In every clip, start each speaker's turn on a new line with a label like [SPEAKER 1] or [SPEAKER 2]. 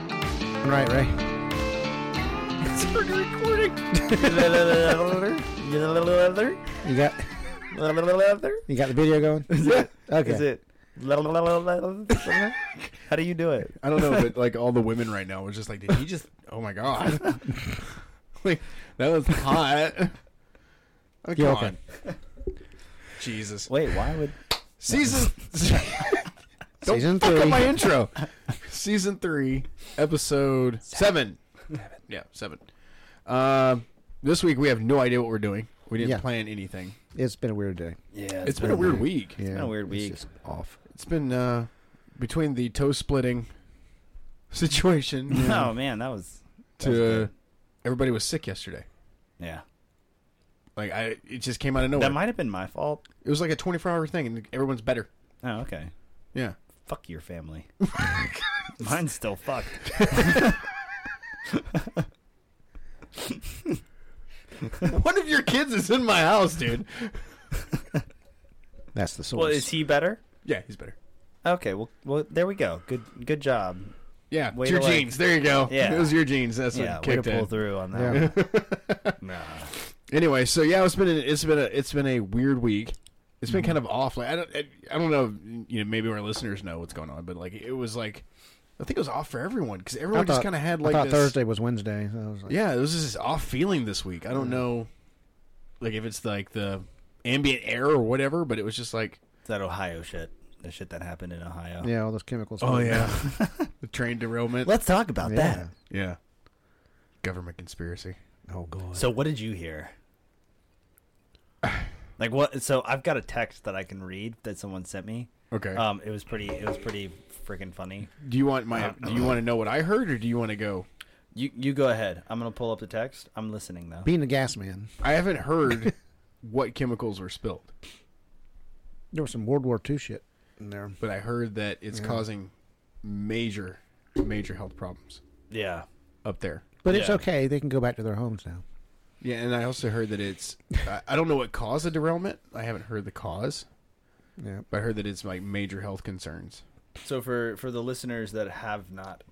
[SPEAKER 1] and right, Ray.
[SPEAKER 2] It's already recording.
[SPEAKER 1] You got you got the video going.
[SPEAKER 2] Is it?
[SPEAKER 1] Okay.
[SPEAKER 2] Is it? How do you do it?
[SPEAKER 3] I don't know, but like all the women right now was just like, did he just? Oh my god! like that was hot. Oh,
[SPEAKER 1] Yeah,
[SPEAKER 3] come
[SPEAKER 1] okay.
[SPEAKER 3] on. Jesus.
[SPEAKER 2] Wait, why would?
[SPEAKER 3] Season. don't
[SPEAKER 1] Season
[SPEAKER 3] fuck up
[SPEAKER 1] three.
[SPEAKER 3] my intro. Season three, episode seven. Yeah, seven. Um, this week we have no idea what we're doing. We didn't
[SPEAKER 1] Yeah.
[SPEAKER 3] plan anything.
[SPEAKER 1] It's been a weird day.
[SPEAKER 2] Yeah,
[SPEAKER 3] it's been, a weird week.
[SPEAKER 1] Yeah,
[SPEAKER 2] been a weird week.
[SPEAKER 1] It's just off.
[SPEAKER 3] It's been uh, between the toe splitting situation.
[SPEAKER 2] Oh man, that was. that was
[SPEAKER 3] to
[SPEAKER 2] good.
[SPEAKER 3] everybody was sick yesterday.
[SPEAKER 2] yeah.
[SPEAKER 3] Like I, it just came out of nowhere.
[SPEAKER 2] That might have been my fault.
[SPEAKER 3] it was like a 24 hour thing, and everyone's better.
[SPEAKER 2] Oh, okay.
[SPEAKER 3] Yeah,
[SPEAKER 2] Fuck your family. Mine's still fucked.
[SPEAKER 3] one of your kids is in my house, dude.
[SPEAKER 1] That's the source.
[SPEAKER 2] Well, is he better?
[SPEAKER 3] Yeah, he's better.
[SPEAKER 2] Okay. Well, well, there we go. Good, good job.
[SPEAKER 3] Yeah,
[SPEAKER 2] Way
[SPEAKER 3] it's your
[SPEAKER 2] to, like-
[SPEAKER 3] jeans. There you go.
[SPEAKER 2] Yeah.
[SPEAKER 3] it was your jeans. That's
[SPEAKER 2] Yeah,
[SPEAKER 3] what
[SPEAKER 2] way to
[SPEAKER 3] kicked
[SPEAKER 2] pull
[SPEAKER 3] in.
[SPEAKER 2] through on that.
[SPEAKER 1] yeah.
[SPEAKER 2] one. Nah.
[SPEAKER 3] Anyway, so yeah, it's been a, it's been a it's been a weird week. It's
[SPEAKER 2] Mm-hmm.
[SPEAKER 3] been kind of off. Like I don't I, I don't know. if, You know, maybe our listeners know what's going on, but like it was like I think it was off for everyone because
[SPEAKER 1] I
[SPEAKER 3] everyone
[SPEAKER 1] thought,
[SPEAKER 3] just kind of had like
[SPEAKER 1] I thought
[SPEAKER 3] this,
[SPEAKER 1] Thursday was Wednesday. So I was like,
[SPEAKER 3] Yeah, it was just this off feeling this week. I
[SPEAKER 2] Mm-hmm.
[SPEAKER 3] don't know, like if it's like the ambient air or whatever, but it was just like,
[SPEAKER 2] It's that Ohio shit. The shit that happened in Ohio.
[SPEAKER 1] yeah, all those chemicals.
[SPEAKER 3] Oh, the train derailment.
[SPEAKER 2] Let's talk about
[SPEAKER 1] yeah.
[SPEAKER 3] yeah, government conspiracy.
[SPEAKER 1] Oh
[SPEAKER 2] that.
[SPEAKER 1] god.
[SPEAKER 2] So what did you hear? Like what so I've got a text that I can read that someone sent me.
[SPEAKER 3] Okay.
[SPEAKER 2] Um it was pretty it was pretty freaking funny.
[SPEAKER 3] do you want my? Do you want to know what I heard, or do you want to go?
[SPEAKER 2] You you go ahead. I'm going to pull up the text. I'm listening though.
[SPEAKER 1] Being a gas man,
[SPEAKER 3] I haven't heard what chemicals were spilled,
[SPEAKER 1] there was some World War II shit in there.
[SPEAKER 3] but I heard that it's causing major, major health problems
[SPEAKER 2] Yeah.
[SPEAKER 3] up there.
[SPEAKER 1] But it's
[SPEAKER 2] Yeah.
[SPEAKER 1] okay. They can go back to their homes now.
[SPEAKER 3] Yeah, and I also heard that it's. I, I don't know what caused the derailment. I haven't heard the cause,
[SPEAKER 1] Yeah.
[SPEAKER 3] but I heard that it's like major health concerns.
[SPEAKER 2] So for for the listeners that have not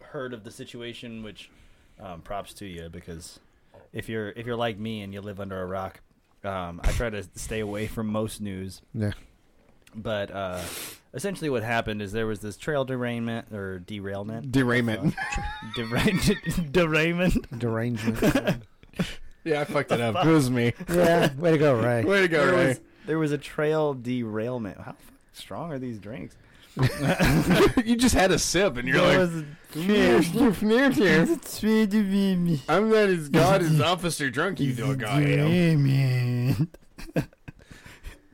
[SPEAKER 2] heard of the situation, which um, props to you because if you're if you're like me and you live under a rock, um, I try to stay away from most news.
[SPEAKER 1] Yeah.
[SPEAKER 2] But uh, essentially, what happened is there was this trail derailment or derailment,
[SPEAKER 3] Derailment.
[SPEAKER 2] Dera- derailment.
[SPEAKER 1] Derangement.
[SPEAKER 3] yeah, I fucked it up. It was me.
[SPEAKER 1] yeah. Way to go, Ray.
[SPEAKER 3] Way to go,
[SPEAKER 2] There
[SPEAKER 3] Ray.
[SPEAKER 2] was, there was a trail derailment. How fucking strong are these drinks?
[SPEAKER 3] you just had a sip, and you're
[SPEAKER 2] There
[SPEAKER 3] like,
[SPEAKER 2] was a-
[SPEAKER 3] near here.
[SPEAKER 2] trail derailment.
[SPEAKER 3] I'm not as god as Officer Drunk you dog
[SPEAKER 2] "Oh,
[SPEAKER 3] I am.
[SPEAKER 2] Raymond.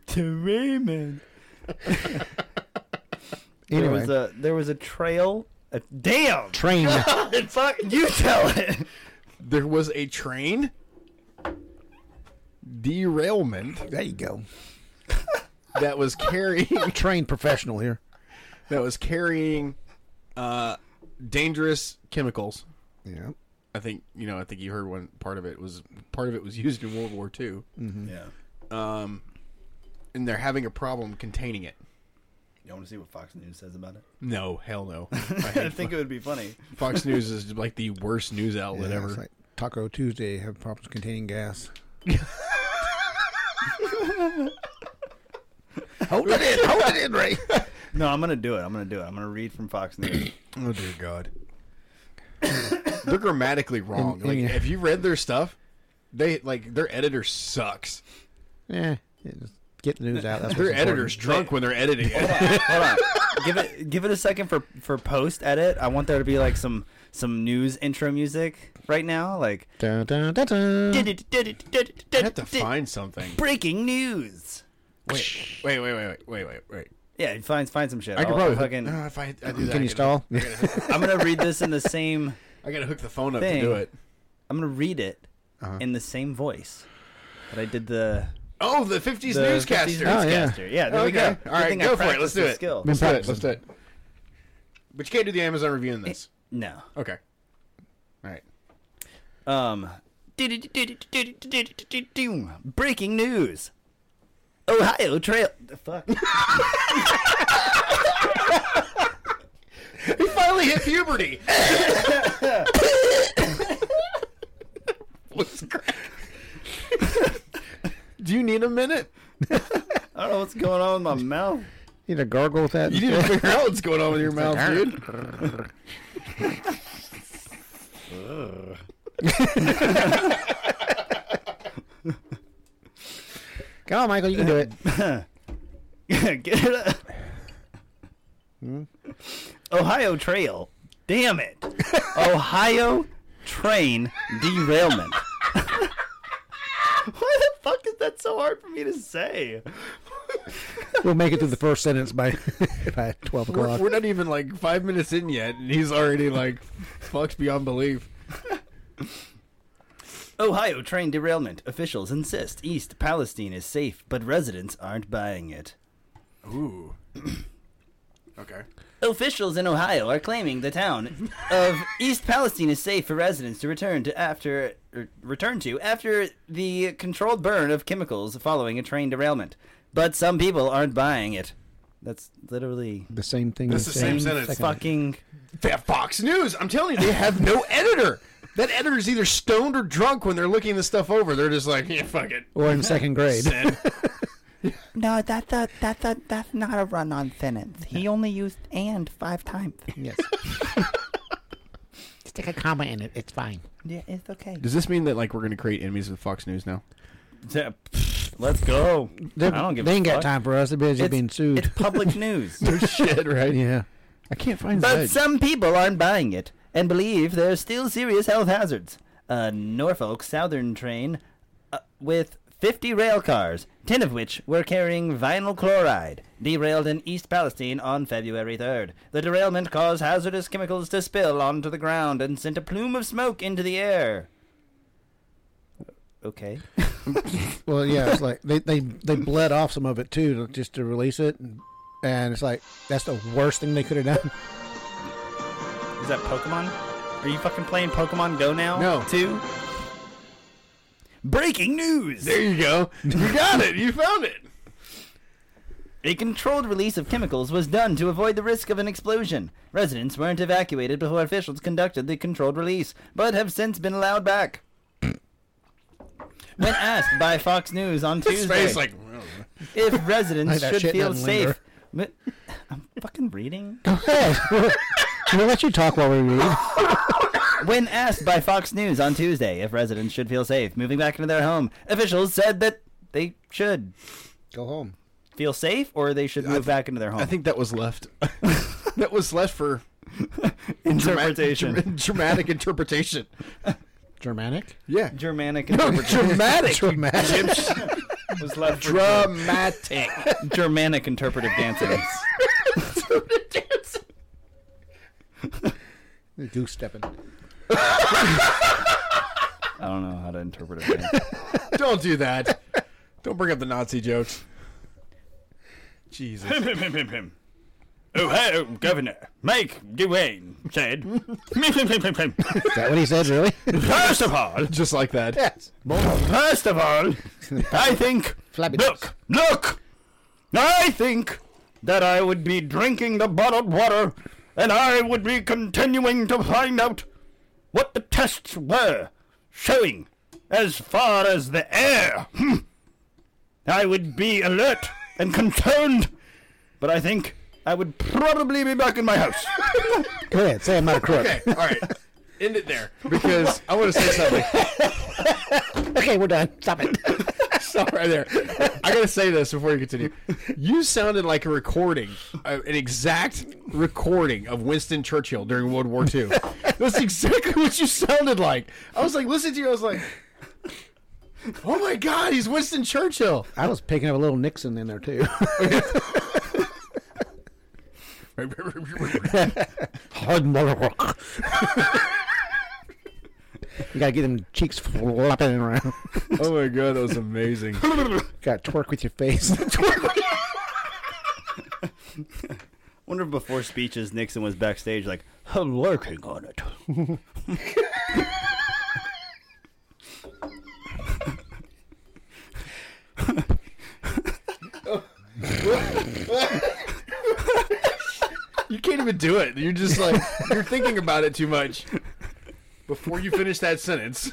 [SPEAKER 2] to Raymond. There
[SPEAKER 1] Anyway,
[SPEAKER 2] was a there was a trail. A, damn.
[SPEAKER 1] train.
[SPEAKER 2] Fuck you tell it.
[SPEAKER 3] There was a train derailment
[SPEAKER 1] there you go.
[SPEAKER 3] that was carrying
[SPEAKER 1] Trained professional here.
[SPEAKER 3] that was carrying uh, dangerous chemicals.
[SPEAKER 1] Yeah.
[SPEAKER 3] I think you know. I think you heard one part of it was part of it was used in World War II,
[SPEAKER 2] Yeah.
[SPEAKER 3] um, and they're having a problem containing it.
[SPEAKER 2] You want to see what Fox News says about it?
[SPEAKER 3] No, hell no. I
[SPEAKER 2] I
[SPEAKER 3] hate
[SPEAKER 2] think it would be funny.
[SPEAKER 3] Fox News is like the worst news
[SPEAKER 1] Yeah,
[SPEAKER 3] outlet
[SPEAKER 1] it's
[SPEAKER 3] ever.
[SPEAKER 1] like Taco Tuesday have problems containing gas. hold it in, hold it in, Ray.
[SPEAKER 2] No, I'm gonna do it. I'm gonna do it. I'm gonna read from Fox News.
[SPEAKER 3] oh dear God, they're grammatically wrong.
[SPEAKER 1] And-
[SPEAKER 3] like,
[SPEAKER 1] and-
[SPEAKER 3] have you read their stuff? They like their editor sucks.
[SPEAKER 1] Yeah, yeah, just get the news out. That's
[SPEAKER 3] Their
[SPEAKER 1] what's
[SPEAKER 3] editor's drunk when they're editing. it.
[SPEAKER 2] Hold on. Give it give it a second for for post edit. I want there to be like some some news intro music right now. Like
[SPEAKER 1] important. Dun, dun, dun, dun.
[SPEAKER 2] did it did it did it
[SPEAKER 3] I
[SPEAKER 2] did
[SPEAKER 3] have to
[SPEAKER 2] it did it.
[SPEAKER 3] find something.
[SPEAKER 2] breaking news.
[SPEAKER 3] Wait, wait, wait, wait, wait, wait, wait, wait.
[SPEAKER 2] Yeah, find find some shit.
[SPEAKER 3] I could
[SPEAKER 2] I'll-
[SPEAKER 3] probably
[SPEAKER 2] I'll Oh, fucking.
[SPEAKER 3] Uh, if I, I do
[SPEAKER 1] Can
[SPEAKER 3] that, I
[SPEAKER 1] you
[SPEAKER 3] could-
[SPEAKER 1] stall?
[SPEAKER 2] I'm gonna read this in the same.
[SPEAKER 3] I gotta hook the phone up
[SPEAKER 2] Thing.
[SPEAKER 3] to do it.
[SPEAKER 2] I'm gonna read it
[SPEAKER 3] Uh-huh.
[SPEAKER 2] in the same voice that I did the,
[SPEAKER 3] Oh, the '50s
[SPEAKER 2] the
[SPEAKER 3] newscaster.
[SPEAKER 2] 50s
[SPEAKER 1] Oh, yeah.
[SPEAKER 2] newscaster. yeah. there we go.
[SPEAKER 3] Okay. All right,
[SPEAKER 2] thing I
[SPEAKER 3] go for it.
[SPEAKER 2] practiced
[SPEAKER 3] Let's do
[SPEAKER 2] this
[SPEAKER 3] it.
[SPEAKER 2] Skill.
[SPEAKER 1] Been
[SPEAKER 3] Let's do it.
[SPEAKER 1] practicing.
[SPEAKER 3] Let's do it. But you can't do the Amazon review in this.
[SPEAKER 2] No.
[SPEAKER 3] Okay. All right.
[SPEAKER 2] Um. Breaking news. Ohio Trail. The fuck.
[SPEAKER 3] He finally hit puberty. What's crack? Do you need a minute?
[SPEAKER 2] I don't know what's going on with my mouth.
[SPEAKER 1] You need to gargle with that.
[SPEAKER 3] You need to figure out what's going on with your mouth,
[SPEAKER 1] like,
[SPEAKER 3] dude.
[SPEAKER 1] Go on, Michael. You can do it.
[SPEAKER 2] Get it up. Ohio Trail. Damn it. Ohio train derailment. Why the fuck is that so hard for me to say?
[SPEAKER 1] We'll make it through the first sentence by by twelve
[SPEAKER 3] We're,
[SPEAKER 1] o'clock.
[SPEAKER 3] we're not even like five minutes in yet, and he's already like fucked beyond belief.
[SPEAKER 2] Ohio train derailment. Officials insist East Palestine is safe, but residents aren't buying it.
[SPEAKER 3] Ooh. okay.
[SPEAKER 2] Officials in Ohio are claiming the town of East Palestine is safe for residents to return to after er, return to after the controlled burn of chemicals following a train derailment. But some people aren't buying it. That's literally
[SPEAKER 1] the same thing.
[SPEAKER 3] That's
[SPEAKER 1] you
[SPEAKER 3] the same
[SPEAKER 1] said.
[SPEAKER 3] sentence.
[SPEAKER 1] Second.
[SPEAKER 2] fucking
[SPEAKER 3] Fa- Fox News. I'm telling you, they have no editor. That editor is either stoned or drunk when they're looking this stuff over. They're just like, yeah, fuck it.
[SPEAKER 1] Or in second grade.
[SPEAKER 3] Said.
[SPEAKER 4] No, that's a that's a that's not a run-on sentence. He only used and five times.
[SPEAKER 1] yes.
[SPEAKER 5] Stick a comma in it. It's fine.
[SPEAKER 4] Yeah, it's okay.
[SPEAKER 3] Does this mean that like we're gonna create enemies with Fox News now?
[SPEAKER 2] Let's go.
[SPEAKER 1] They,
[SPEAKER 2] I don't give
[SPEAKER 1] they
[SPEAKER 2] a
[SPEAKER 1] ain't got
[SPEAKER 2] fuck.
[SPEAKER 1] time for us. They're busy
[SPEAKER 2] It's-
[SPEAKER 1] being
[SPEAKER 2] It's
[SPEAKER 1] sued.
[SPEAKER 2] public news.
[SPEAKER 3] Shit, right?
[SPEAKER 1] Yeah. I can't find
[SPEAKER 2] But some people aren't buying it and believe there are still serious health hazards. A Norfolk Southern train uh, with 50 rail cars, 10 of which were carrying vinyl chloride, derailed in East Palestine on February 3rd. The derailment caused hazardous chemicals to spill onto the ground and sent a plume of smoke into the air. Okay.
[SPEAKER 1] Well, yeah, it's like they, they they bled off some of it too, to, just to release it, and, and it's like that's the worst thing they could have done.
[SPEAKER 2] Is that Pokemon? Are you fucking playing Pokemon Go now?
[SPEAKER 3] No.
[SPEAKER 2] Two? Breaking news!
[SPEAKER 3] There you go. You got it. You found it.
[SPEAKER 2] A controlled release of chemicals was done to avoid the risk of an explosion. Residents weren't evacuated before officials conducted the controlled release, but have since been allowed back. when asked by Fox News on
[SPEAKER 3] His
[SPEAKER 2] Tuesday
[SPEAKER 3] face like
[SPEAKER 2] if
[SPEAKER 1] Like
[SPEAKER 2] residents
[SPEAKER 1] that
[SPEAKER 2] should
[SPEAKER 1] shit
[SPEAKER 2] feel
[SPEAKER 1] doesn't
[SPEAKER 2] safe, Mi- I'm fucking reading.
[SPEAKER 1] Go ahead. We'll, we'll let you talk while we read.
[SPEAKER 2] When asked by Fox News on Tuesday if residents should feel safe moving back into their home, officials said that they should
[SPEAKER 1] Go home.
[SPEAKER 2] feel safe or they should move back into their home.
[SPEAKER 3] I think that was left. that was left for dramatic-
[SPEAKER 2] interpretation.
[SPEAKER 3] dra- dramatic interpretation.
[SPEAKER 1] Germanic.
[SPEAKER 3] Yeah.
[SPEAKER 2] Germanic
[SPEAKER 3] dramatic.
[SPEAKER 1] Dramatic.
[SPEAKER 2] was left for
[SPEAKER 3] dramatic.
[SPEAKER 2] Germanic interpretive dancing.
[SPEAKER 1] Goose stepping.
[SPEAKER 2] I don't know how to interpret it.
[SPEAKER 3] Don't do that. Don't bring up the Nazi jokes. Jesus.
[SPEAKER 2] Ohio Governor Mike DeWayne said,
[SPEAKER 1] Is that what he said? Really?
[SPEAKER 2] First of all,
[SPEAKER 3] Just like that.
[SPEAKER 1] yes.
[SPEAKER 2] first of all, I think,
[SPEAKER 1] Flabby
[SPEAKER 2] look, look, I think that I would be drinking the bottled water and I would be continuing to find out what the tests were showing as far as the air. Hmm. I would be alert and concerned, but I think I would probably be back in my house.
[SPEAKER 1] Go ahead. Say I'm not a crook.
[SPEAKER 3] Okay.
[SPEAKER 1] Okay,
[SPEAKER 3] All right. End it there because I want to say something.
[SPEAKER 1] we're done. Stop it.
[SPEAKER 3] Stop right there. I gotta say this before you continue. You sounded like a recording, uh, an exact recording of Winston Churchill during World War II. That's exactly what you sounded like. I was like, listen to you. I was like, oh my god, he's Winston Churchill.
[SPEAKER 1] I was picking up a little Nixon in there too.
[SPEAKER 3] Oh
[SPEAKER 1] Hard motherfucker. you gotta get them cheeks flopping around.
[SPEAKER 3] oh my god, that was amazing.
[SPEAKER 1] Gotta twerk with your face.
[SPEAKER 2] wonder if before speeches Nixon was backstage like, I'm working on it.
[SPEAKER 3] You can't even even do it. You're just like you're thinking about it too much. Before you finish that sentence,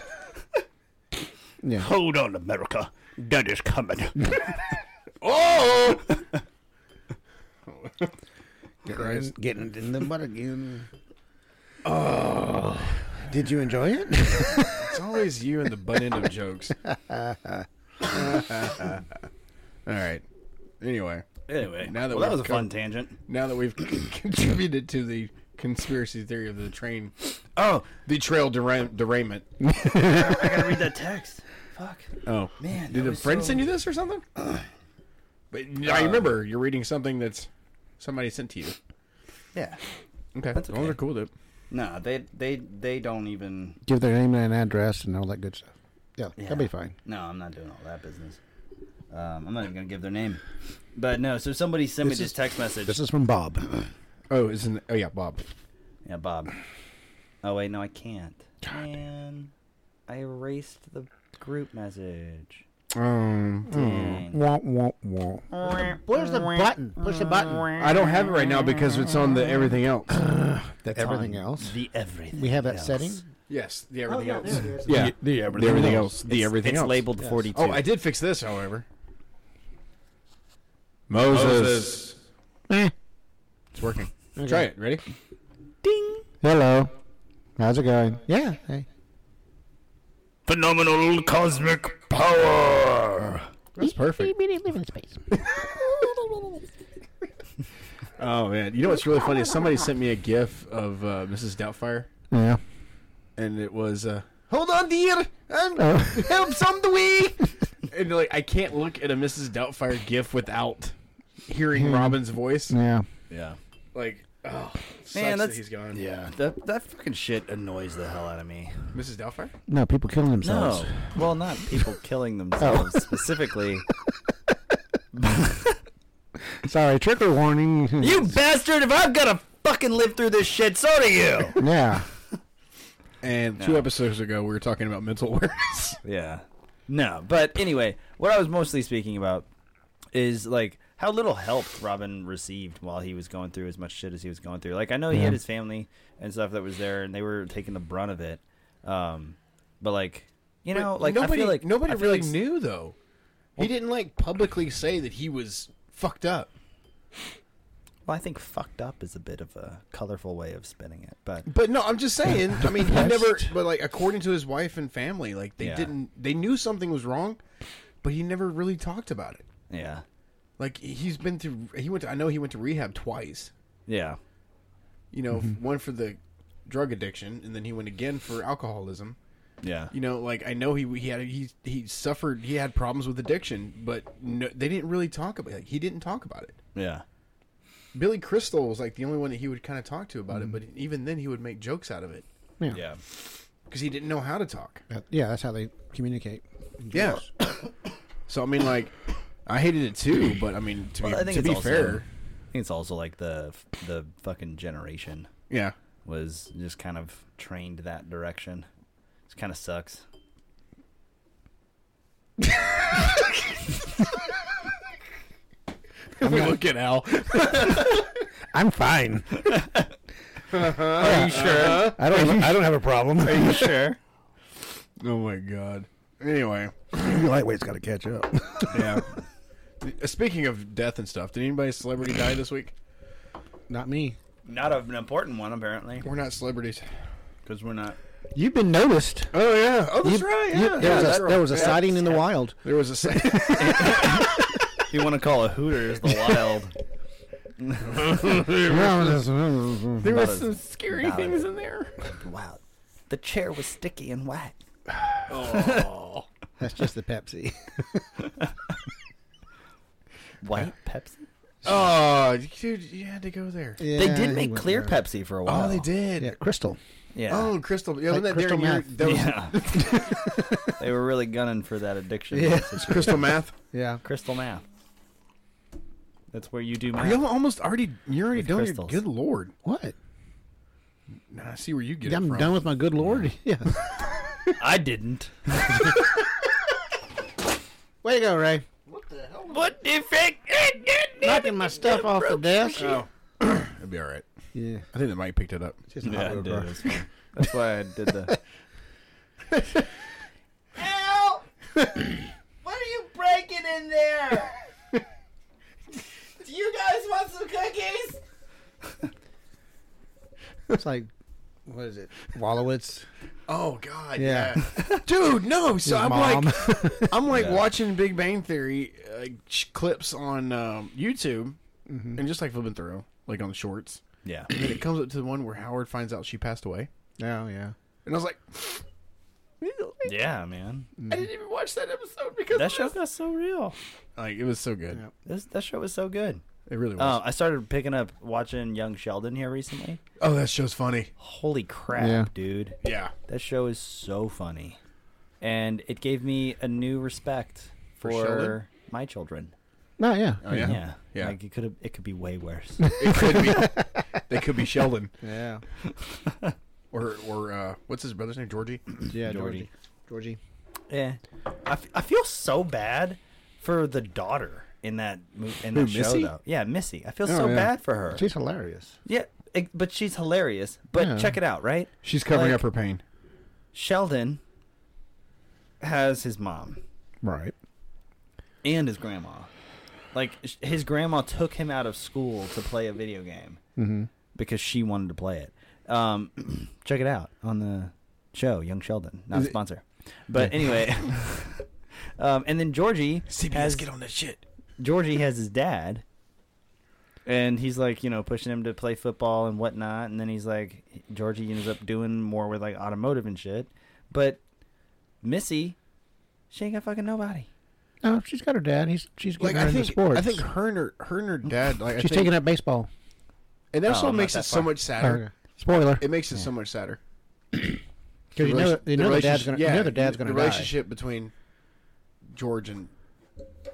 [SPEAKER 1] Yeah.
[SPEAKER 6] Hold on, America. That is coming.
[SPEAKER 3] oh,
[SPEAKER 1] Getting, getting in the mud again. Oh. Did you enjoy it?
[SPEAKER 3] it's always you and the butt end of jokes. All right. Anyway,
[SPEAKER 2] Anyway,
[SPEAKER 3] Now that
[SPEAKER 2] well, that
[SPEAKER 3] we've
[SPEAKER 2] was a fun tangent.
[SPEAKER 3] now that we've contributed to the conspiracy theory of the train, oh, the trail dera- derailment.
[SPEAKER 2] I gotta read that text. Fuck.
[SPEAKER 3] Oh
[SPEAKER 2] Man,
[SPEAKER 3] did
[SPEAKER 2] that
[SPEAKER 3] a
[SPEAKER 2] was
[SPEAKER 3] friend
[SPEAKER 2] so-
[SPEAKER 3] send you this or something? but I
[SPEAKER 2] uh,
[SPEAKER 3] remember you're reading something that's somebody sent to you.
[SPEAKER 2] Yeah.
[SPEAKER 3] Okay,
[SPEAKER 2] That's
[SPEAKER 3] Those
[SPEAKER 2] okay.
[SPEAKER 3] are cool. Dude.
[SPEAKER 2] No, they they they don't even.
[SPEAKER 1] Give their name and address and all that good stuff. Yeah, that'll be fine.
[SPEAKER 2] No, I'm not doing all that business. Um, I'm not even gonna give their name. But no, so somebody sent
[SPEAKER 1] This
[SPEAKER 2] me
[SPEAKER 1] is-
[SPEAKER 2] this text message.
[SPEAKER 1] This is from Bob.
[SPEAKER 3] Oh, it's an, oh yeah, Bob.
[SPEAKER 2] Yeah, Bob. Oh wait, no, I can't. Man, I erased the group message.
[SPEAKER 1] hmm.
[SPEAKER 3] Um,
[SPEAKER 2] Dang.
[SPEAKER 1] Wah, wah, wah.
[SPEAKER 5] Where's the button? Push the button.
[SPEAKER 3] I don't have it right now because it's on the everything else.
[SPEAKER 1] That's everything else.
[SPEAKER 2] The everything.
[SPEAKER 1] We have that
[SPEAKER 2] else.
[SPEAKER 1] setting.
[SPEAKER 3] yes, the everything else.
[SPEAKER 1] Yeah,
[SPEAKER 3] Yeah,
[SPEAKER 1] the
[SPEAKER 3] the everything else. The everything
[SPEAKER 2] It's
[SPEAKER 3] else.
[SPEAKER 2] labeled 42.
[SPEAKER 3] Oh, I did fix this, however. Moses.
[SPEAKER 1] Eh.
[SPEAKER 3] It's working.
[SPEAKER 1] Okay.
[SPEAKER 3] Try it. Ready?
[SPEAKER 1] Hello. How's it going? Yeah. Hey.
[SPEAKER 6] Phenomenal cosmic power.
[SPEAKER 3] That's perfect.
[SPEAKER 5] Live in space.
[SPEAKER 3] Oh man, you know what's really funny? is Somebody sent me a GIF of uh, Mrs. Doubtfire,
[SPEAKER 1] Yeah.
[SPEAKER 3] and it was, uh, "Hold on, dear, I'm
[SPEAKER 1] Oh.
[SPEAKER 3] help some the way." and like, I can't look at a Mrs. Doubtfire GIF without
[SPEAKER 5] Hmm.
[SPEAKER 3] hearing Robin's voice.
[SPEAKER 1] Yeah.
[SPEAKER 2] Yeah.
[SPEAKER 3] Like, oh, sucks
[SPEAKER 2] Man,
[SPEAKER 3] that
[SPEAKER 2] that's-
[SPEAKER 3] he's gone.
[SPEAKER 2] Yeah. That that fucking shit annoys the hell out of me.
[SPEAKER 3] Mrs. Doubtfire.
[SPEAKER 1] No, people killing
[SPEAKER 2] No. Oh.
[SPEAKER 1] themselves.
[SPEAKER 2] Well, not people killing themselves specifically.
[SPEAKER 1] Sorry, trigger warning.
[SPEAKER 2] you bastard! If I've gotta fucking live through this shit, so do you.
[SPEAKER 1] yeah.
[SPEAKER 3] And two episodes ago, we were talking about mental awareness.
[SPEAKER 2] Yeah. No, but anyway, what I was mostly speaking about is like how little help Robin received while he was going through as much shit as he was going through. Like I know he
[SPEAKER 1] Yeah.
[SPEAKER 2] had his family and stuff that was there, and they were taking the brunt of it. Um, but like you know, like
[SPEAKER 3] nobody,
[SPEAKER 2] I feel like
[SPEAKER 3] nobody
[SPEAKER 2] I feel
[SPEAKER 3] really
[SPEAKER 2] like-
[SPEAKER 3] knew though. He didn't like publicly say that he was fucked up.
[SPEAKER 2] Well, I think fucked up is a bit of a colorful way of spinning it, but
[SPEAKER 3] But no, I'm just saying. I mean, he never. But like, according to his wife and family, like they
[SPEAKER 2] Yeah.
[SPEAKER 3] didn't. They knew something was wrong, but he never really talked about it.
[SPEAKER 2] yeah,
[SPEAKER 3] Like he's been through. He went. To, I know he went to rehab twice.
[SPEAKER 2] yeah,
[SPEAKER 3] You know, one for the drug addiction, and then he went again for alcoholism.
[SPEAKER 2] yeah,
[SPEAKER 3] You know, like I know he he had he he suffered he had problems with addiction, but no, they didn't really talk about. it. Like, he didn't talk about it.
[SPEAKER 2] yeah,
[SPEAKER 3] Billy Crystal was like the only one that he would kind of talk to
[SPEAKER 2] Mm-hmm.
[SPEAKER 3] about it, but even then he would make jokes out of it
[SPEAKER 1] Yeah.
[SPEAKER 2] yeah.
[SPEAKER 3] because he didn't know how to talk.
[SPEAKER 1] That- yeah, that's how they communicate.
[SPEAKER 3] Yeah. so I mean, like, I hated it too, but I mean, to
[SPEAKER 2] Well,
[SPEAKER 3] be,
[SPEAKER 2] I think
[SPEAKER 3] to
[SPEAKER 2] it's
[SPEAKER 3] be
[SPEAKER 2] also,
[SPEAKER 3] fair,
[SPEAKER 2] I think it's also like the the fucking generation.
[SPEAKER 3] yeah,
[SPEAKER 2] was just kind of trained that direction. It kind of sucks.
[SPEAKER 3] we look at Al.
[SPEAKER 1] I'm fine.
[SPEAKER 2] Are you sure?
[SPEAKER 1] Uh-huh. I don't. I don't have a problem.
[SPEAKER 2] you sure?
[SPEAKER 3] Oh my god. Anyway,
[SPEAKER 1] Your lightweight's got to catch up.
[SPEAKER 3] yeah. Speaking of death and stuff, did anybody celebrity die this week?
[SPEAKER 1] Not me.
[SPEAKER 2] Not an important one, apparently,
[SPEAKER 3] We're not celebrities.
[SPEAKER 2] because we're not.
[SPEAKER 1] You've been noticed.
[SPEAKER 3] Oh yeah. Oh, that's
[SPEAKER 1] You-
[SPEAKER 3] right.
[SPEAKER 1] you-
[SPEAKER 3] Yeah.
[SPEAKER 1] there, was
[SPEAKER 3] that's
[SPEAKER 1] a,
[SPEAKER 3] right.
[SPEAKER 1] there was a
[SPEAKER 3] Yeah.
[SPEAKER 1] sighting in the wild.
[SPEAKER 3] There was a sight.
[SPEAKER 2] If you want to call a Hooters the wild,
[SPEAKER 1] yeah,
[SPEAKER 3] there
[SPEAKER 2] Not
[SPEAKER 3] was
[SPEAKER 2] a-
[SPEAKER 3] some scary
[SPEAKER 2] not a-
[SPEAKER 3] things in there.
[SPEAKER 4] Wow. The chair was sticky and wet.
[SPEAKER 1] that's just the Pepsi.
[SPEAKER 2] white Pepsi.
[SPEAKER 3] Oh, dude, you had to go there.
[SPEAKER 1] Yeah,
[SPEAKER 2] they did
[SPEAKER 1] he
[SPEAKER 2] make
[SPEAKER 1] went
[SPEAKER 2] clear
[SPEAKER 1] there.
[SPEAKER 2] Pepsi for a while.
[SPEAKER 3] Oh, they did.
[SPEAKER 1] Yeah, Crystal.
[SPEAKER 2] Yeah.
[SPEAKER 3] Oh, Crystal. Yeah, wasn't
[SPEAKER 1] Like
[SPEAKER 3] that
[SPEAKER 1] Crystal
[SPEAKER 3] during your-
[SPEAKER 1] meth.
[SPEAKER 3] that was
[SPEAKER 2] yeah. they were really gunning for that addiction.
[SPEAKER 1] Yeah.
[SPEAKER 3] Crystal math.
[SPEAKER 1] Yeah.
[SPEAKER 2] Crystal math. That's where you do
[SPEAKER 3] Are
[SPEAKER 2] math.
[SPEAKER 3] you almost already? You're already
[SPEAKER 2] With
[SPEAKER 3] done. Your,
[SPEAKER 2] crystals.
[SPEAKER 3] good lord!
[SPEAKER 1] What?
[SPEAKER 3] Nah, I see where you get it
[SPEAKER 1] I'm
[SPEAKER 3] from.
[SPEAKER 1] done with my good lord. Yeah.
[SPEAKER 2] I didn't.
[SPEAKER 1] Way to go, Ray.
[SPEAKER 6] What the fuck?
[SPEAKER 1] Knocking my stuff off the desk.
[SPEAKER 3] It'll be all right.
[SPEAKER 1] Yeah.
[SPEAKER 3] I think the mic picked it up.
[SPEAKER 1] It's just a hot
[SPEAKER 2] Yeah, I
[SPEAKER 1] rod
[SPEAKER 2] did.
[SPEAKER 1] bar.
[SPEAKER 2] That's, fine. That's why I did the.
[SPEAKER 4] Al! what are you breaking in there? Do you guys want some cookies?
[SPEAKER 1] It's like, what is it? Wallowitz.
[SPEAKER 3] Oh God,
[SPEAKER 1] Yeah.
[SPEAKER 3] dude, no.
[SPEAKER 1] His
[SPEAKER 3] So I'm
[SPEAKER 1] mom.
[SPEAKER 3] like, I'm like
[SPEAKER 2] Yeah.
[SPEAKER 3] watching Big Bang Theory uh, sh- clips on um, YouTube,
[SPEAKER 1] Mm-hmm.
[SPEAKER 3] and just like flipping through, like on the shorts,
[SPEAKER 2] Yeah.
[SPEAKER 3] and then it comes up to the one where Howard finds out she passed away,
[SPEAKER 1] Oh, yeah.
[SPEAKER 3] and I was like, really?
[SPEAKER 2] Yeah, man.
[SPEAKER 3] I didn't even watch that episode because
[SPEAKER 2] That
[SPEAKER 3] of
[SPEAKER 2] show
[SPEAKER 3] this.
[SPEAKER 2] got so real.
[SPEAKER 3] like it was so good.
[SPEAKER 1] Yeah.
[SPEAKER 2] This, that show was so good.
[SPEAKER 3] It really was.
[SPEAKER 2] Uh, I started picking up watching Young Sheldon here recently.
[SPEAKER 3] oh, that show's funny.
[SPEAKER 2] Holy crap,
[SPEAKER 1] Yeah.
[SPEAKER 2] dude.
[SPEAKER 3] Yeah,
[SPEAKER 2] That show is so funny. And it gave me a new respect for,
[SPEAKER 3] Sheldon?
[SPEAKER 2] my children.
[SPEAKER 1] No, yeah.
[SPEAKER 3] Oh, yeah?
[SPEAKER 2] Yeah.
[SPEAKER 3] Yeah.
[SPEAKER 2] Like it could have it could be way worse.
[SPEAKER 3] it could be. they could be Sheldon
[SPEAKER 1] Yeah.
[SPEAKER 3] or or uh, what's his brother's name? Georgie.
[SPEAKER 1] Yeah,
[SPEAKER 2] Georgie.
[SPEAKER 1] Georgie. Georgie.
[SPEAKER 2] yeah. Eh. I, f- I feel so bad for the daughter in that mo- in
[SPEAKER 3] Who,
[SPEAKER 2] that show
[SPEAKER 3] Missy?
[SPEAKER 2] though. Yeah, Missy. I feel
[SPEAKER 1] Oh,
[SPEAKER 2] so
[SPEAKER 1] yeah.
[SPEAKER 2] bad for her.
[SPEAKER 1] She's hilarious.
[SPEAKER 2] yeah, it- but she's hilarious. But
[SPEAKER 1] Yeah.
[SPEAKER 2] check it out, right?
[SPEAKER 3] She's covering
[SPEAKER 2] Like-
[SPEAKER 3] up her pain.
[SPEAKER 2] Sheldon has his mom.
[SPEAKER 1] Right.
[SPEAKER 2] and his grandma. Like sh- his grandma took him out of school to play a video game
[SPEAKER 1] Mm-hmm.
[SPEAKER 2] because she wanted to play it. Um, check it out on the show, Young Sheldon, not a sponsor. But anyway, um, and then Georgie has
[SPEAKER 3] on that shit.
[SPEAKER 2] Georgie has his dad, and he's like you know pushing him to play football and whatnot. And then he's like Georgie ends up doing more with like automotive and shit. But Missy, she ain't got fucking nobody.
[SPEAKER 1] No, she's got her dad. He's she's
[SPEAKER 3] Like
[SPEAKER 1] getting her
[SPEAKER 3] I
[SPEAKER 1] into
[SPEAKER 3] think,
[SPEAKER 1] sports.
[SPEAKER 3] I think her and her, her and her dad. Like I
[SPEAKER 1] she's
[SPEAKER 3] think-
[SPEAKER 1] taking up baseball.
[SPEAKER 3] and that's
[SPEAKER 2] Oh,
[SPEAKER 3] what
[SPEAKER 2] I'm not
[SPEAKER 3] makes
[SPEAKER 2] that
[SPEAKER 3] it so
[SPEAKER 2] far.
[SPEAKER 3] much sadder.
[SPEAKER 1] Spoiler.
[SPEAKER 3] It makes it so much sadder.
[SPEAKER 1] Because you know,
[SPEAKER 3] relation-
[SPEAKER 1] you know the dad's gonna,
[SPEAKER 3] relationship-
[SPEAKER 1] you know the dad's gonna
[SPEAKER 3] the
[SPEAKER 1] die.
[SPEAKER 3] relationship between George and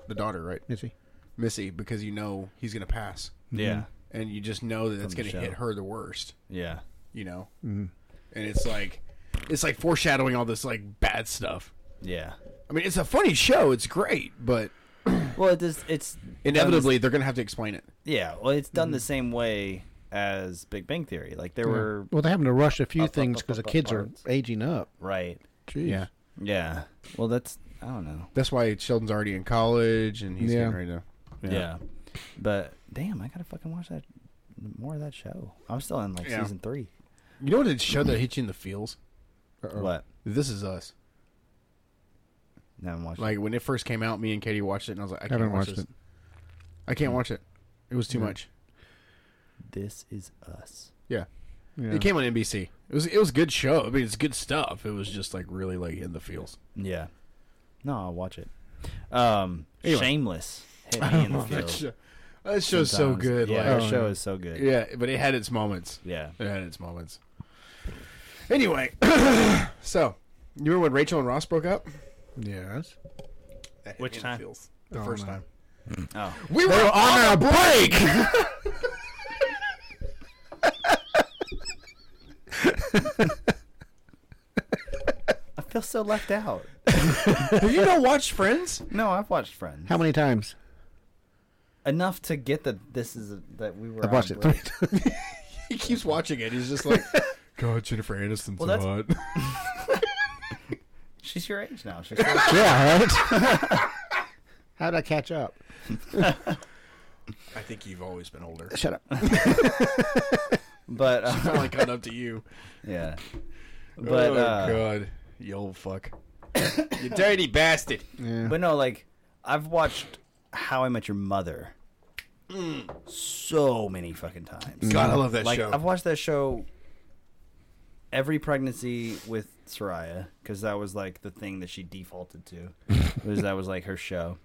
[SPEAKER 3] the daughter, right,
[SPEAKER 1] Is he?
[SPEAKER 3] Missy, because you know he's gonna pass,
[SPEAKER 2] Yeah,
[SPEAKER 3] and you just know that it's
[SPEAKER 2] From
[SPEAKER 3] gonna
[SPEAKER 2] the
[SPEAKER 3] hit
[SPEAKER 2] show.
[SPEAKER 3] her the worst,
[SPEAKER 2] yeah.
[SPEAKER 3] you know, and it's like it's like foreshadowing all this like bad stuff.
[SPEAKER 2] Yeah.
[SPEAKER 3] I mean, it's a funny show, it's great, but
[SPEAKER 2] Well, it is, it's
[SPEAKER 3] inevitably they're gonna have to explain it.
[SPEAKER 2] yeah. Well, it's done the same way as Big Bang Theory. Like there were
[SPEAKER 1] Well, they're having to rush a few
[SPEAKER 2] Up, up,
[SPEAKER 1] things
[SPEAKER 2] up,
[SPEAKER 1] because the
[SPEAKER 2] up, up,
[SPEAKER 1] kids are
[SPEAKER 2] parts.
[SPEAKER 1] aging up.
[SPEAKER 2] right.
[SPEAKER 1] Jeez.
[SPEAKER 3] Yeah.
[SPEAKER 2] Yeah. Well, that's I don't know.
[SPEAKER 3] That's why Sheldon's already in college and he's
[SPEAKER 1] Yeah.
[SPEAKER 3] getting ready to.
[SPEAKER 2] Yeah. But damn, I gotta fucking watch that more of that show. I'm still in like
[SPEAKER 3] Yeah.
[SPEAKER 2] season three.
[SPEAKER 3] You know what? It show that hit you in the feels.
[SPEAKER 2] What?
[SPEAKER 3] This is us.
[SPEAKER 2] No, I'm watching.
[SPEAKER 3] Like when it first came out, me and Katie watched it, and I was like, I can't
[SPEAKER 1] haven't
[SPEAKER 3] watch
[SPEAKER 1] watched
[SPEAKER 3] this.
[SPEAKER 1] it.
[SPEAKER 3] I can't watch it. It was too much.
[SPEAKER 2] this is us.
[SPEAKER 3] Yeah.
[SPEAKER 1] Yeah.
[SPEAKER 3] it came on NBC. It was it was good show. I mean, it's good stuff. It was just like really like in the feels.
[SPEAKER 2] Yeah. No, I'll watch it. Um,
[SPEAKER 3] Anyway.
[SPEAKER 2] Shameless hit me in the field.
[SPEAKER 3] that show's so
[SPEAKER 2] sometimes.
[SPEAKER 3] good.
[SPEAKER 2] Yeah,
[SPEAKER 3] like,
[SPEAKER 2] that
[SPEAKER 1] Oh,
[SPEAKER 2] show
[SPEAKER 1] yeah.
[SPEAKER 2] is so good.
[SPEAKER 3] yeah, but it had its moments.
[SPEAKER 2] Yeah.
[SPEAKER 3] It had its moments. Anyway, so you remember when Rachel and Ross broke up?
[SPEAKER 1] Yes.
[SPEAKER 3] That hit
[SPEAKER 2] Which
[SPEAKER 3] me in
[SPEAKER 2] time?
[SPEAKER 3] The, feels. the
[SPEAKER 1] Oh,
[SPEAKER 3] first
[SPEAKER 1] no.
[SPEAKER 3] time.
[SPEAKER 2] Oh.
[SPEAKER 3] We were on a break.
[SPEAKER 2] I feel so left out.
[SPEAKER 3] Have you not watched Friends?
[SPEAKER 2] No, I've watched Friends
[SPEAKER 1] How many times?
[SPEAKER 2] enough to get that this is a, that we were.
[SPEAKER 1] I've watched
[SPEAKER 2] on
[SPEAKER 1] it
[SPEAKER 2] break.
[SPEAKER 1] three times.
[SPEAKER 3] He keeps watching it. He's just like, God, Jennifer Aniston's
[SPEAKER 2] Well, that's-
[SPEAKER 3] hot.
[SPEAKER 2] She's your age now. She's
[SPEAKER 1] yeah, right? How did I catch up?
[SPEAKER 3] I think you've always been older.
[SPEAKER 1] Shut up.
[SPEAKER 2] but uh,
[SPEAKER 3] Finally caught up to you.
[SPEAKER 2] yeah, but
[SPEAKER 3] oh
[SPEAKER 2] uh,
[SPEAKER 3] God, you old fuck, you dirty bastard.
[SPEAKER 1] Yeah.
[SPEAKER 2] but no, like I've watched How I Met Your Mother so many fucking times.
[SPEAKER 3] God, I love that
[SPEAKER 2] like
[SPEAKER 3] show.
[SPEAKER 2] I've watched that show every pregnancy with Soraya because that was like the thing that she defaulted to was that was like her show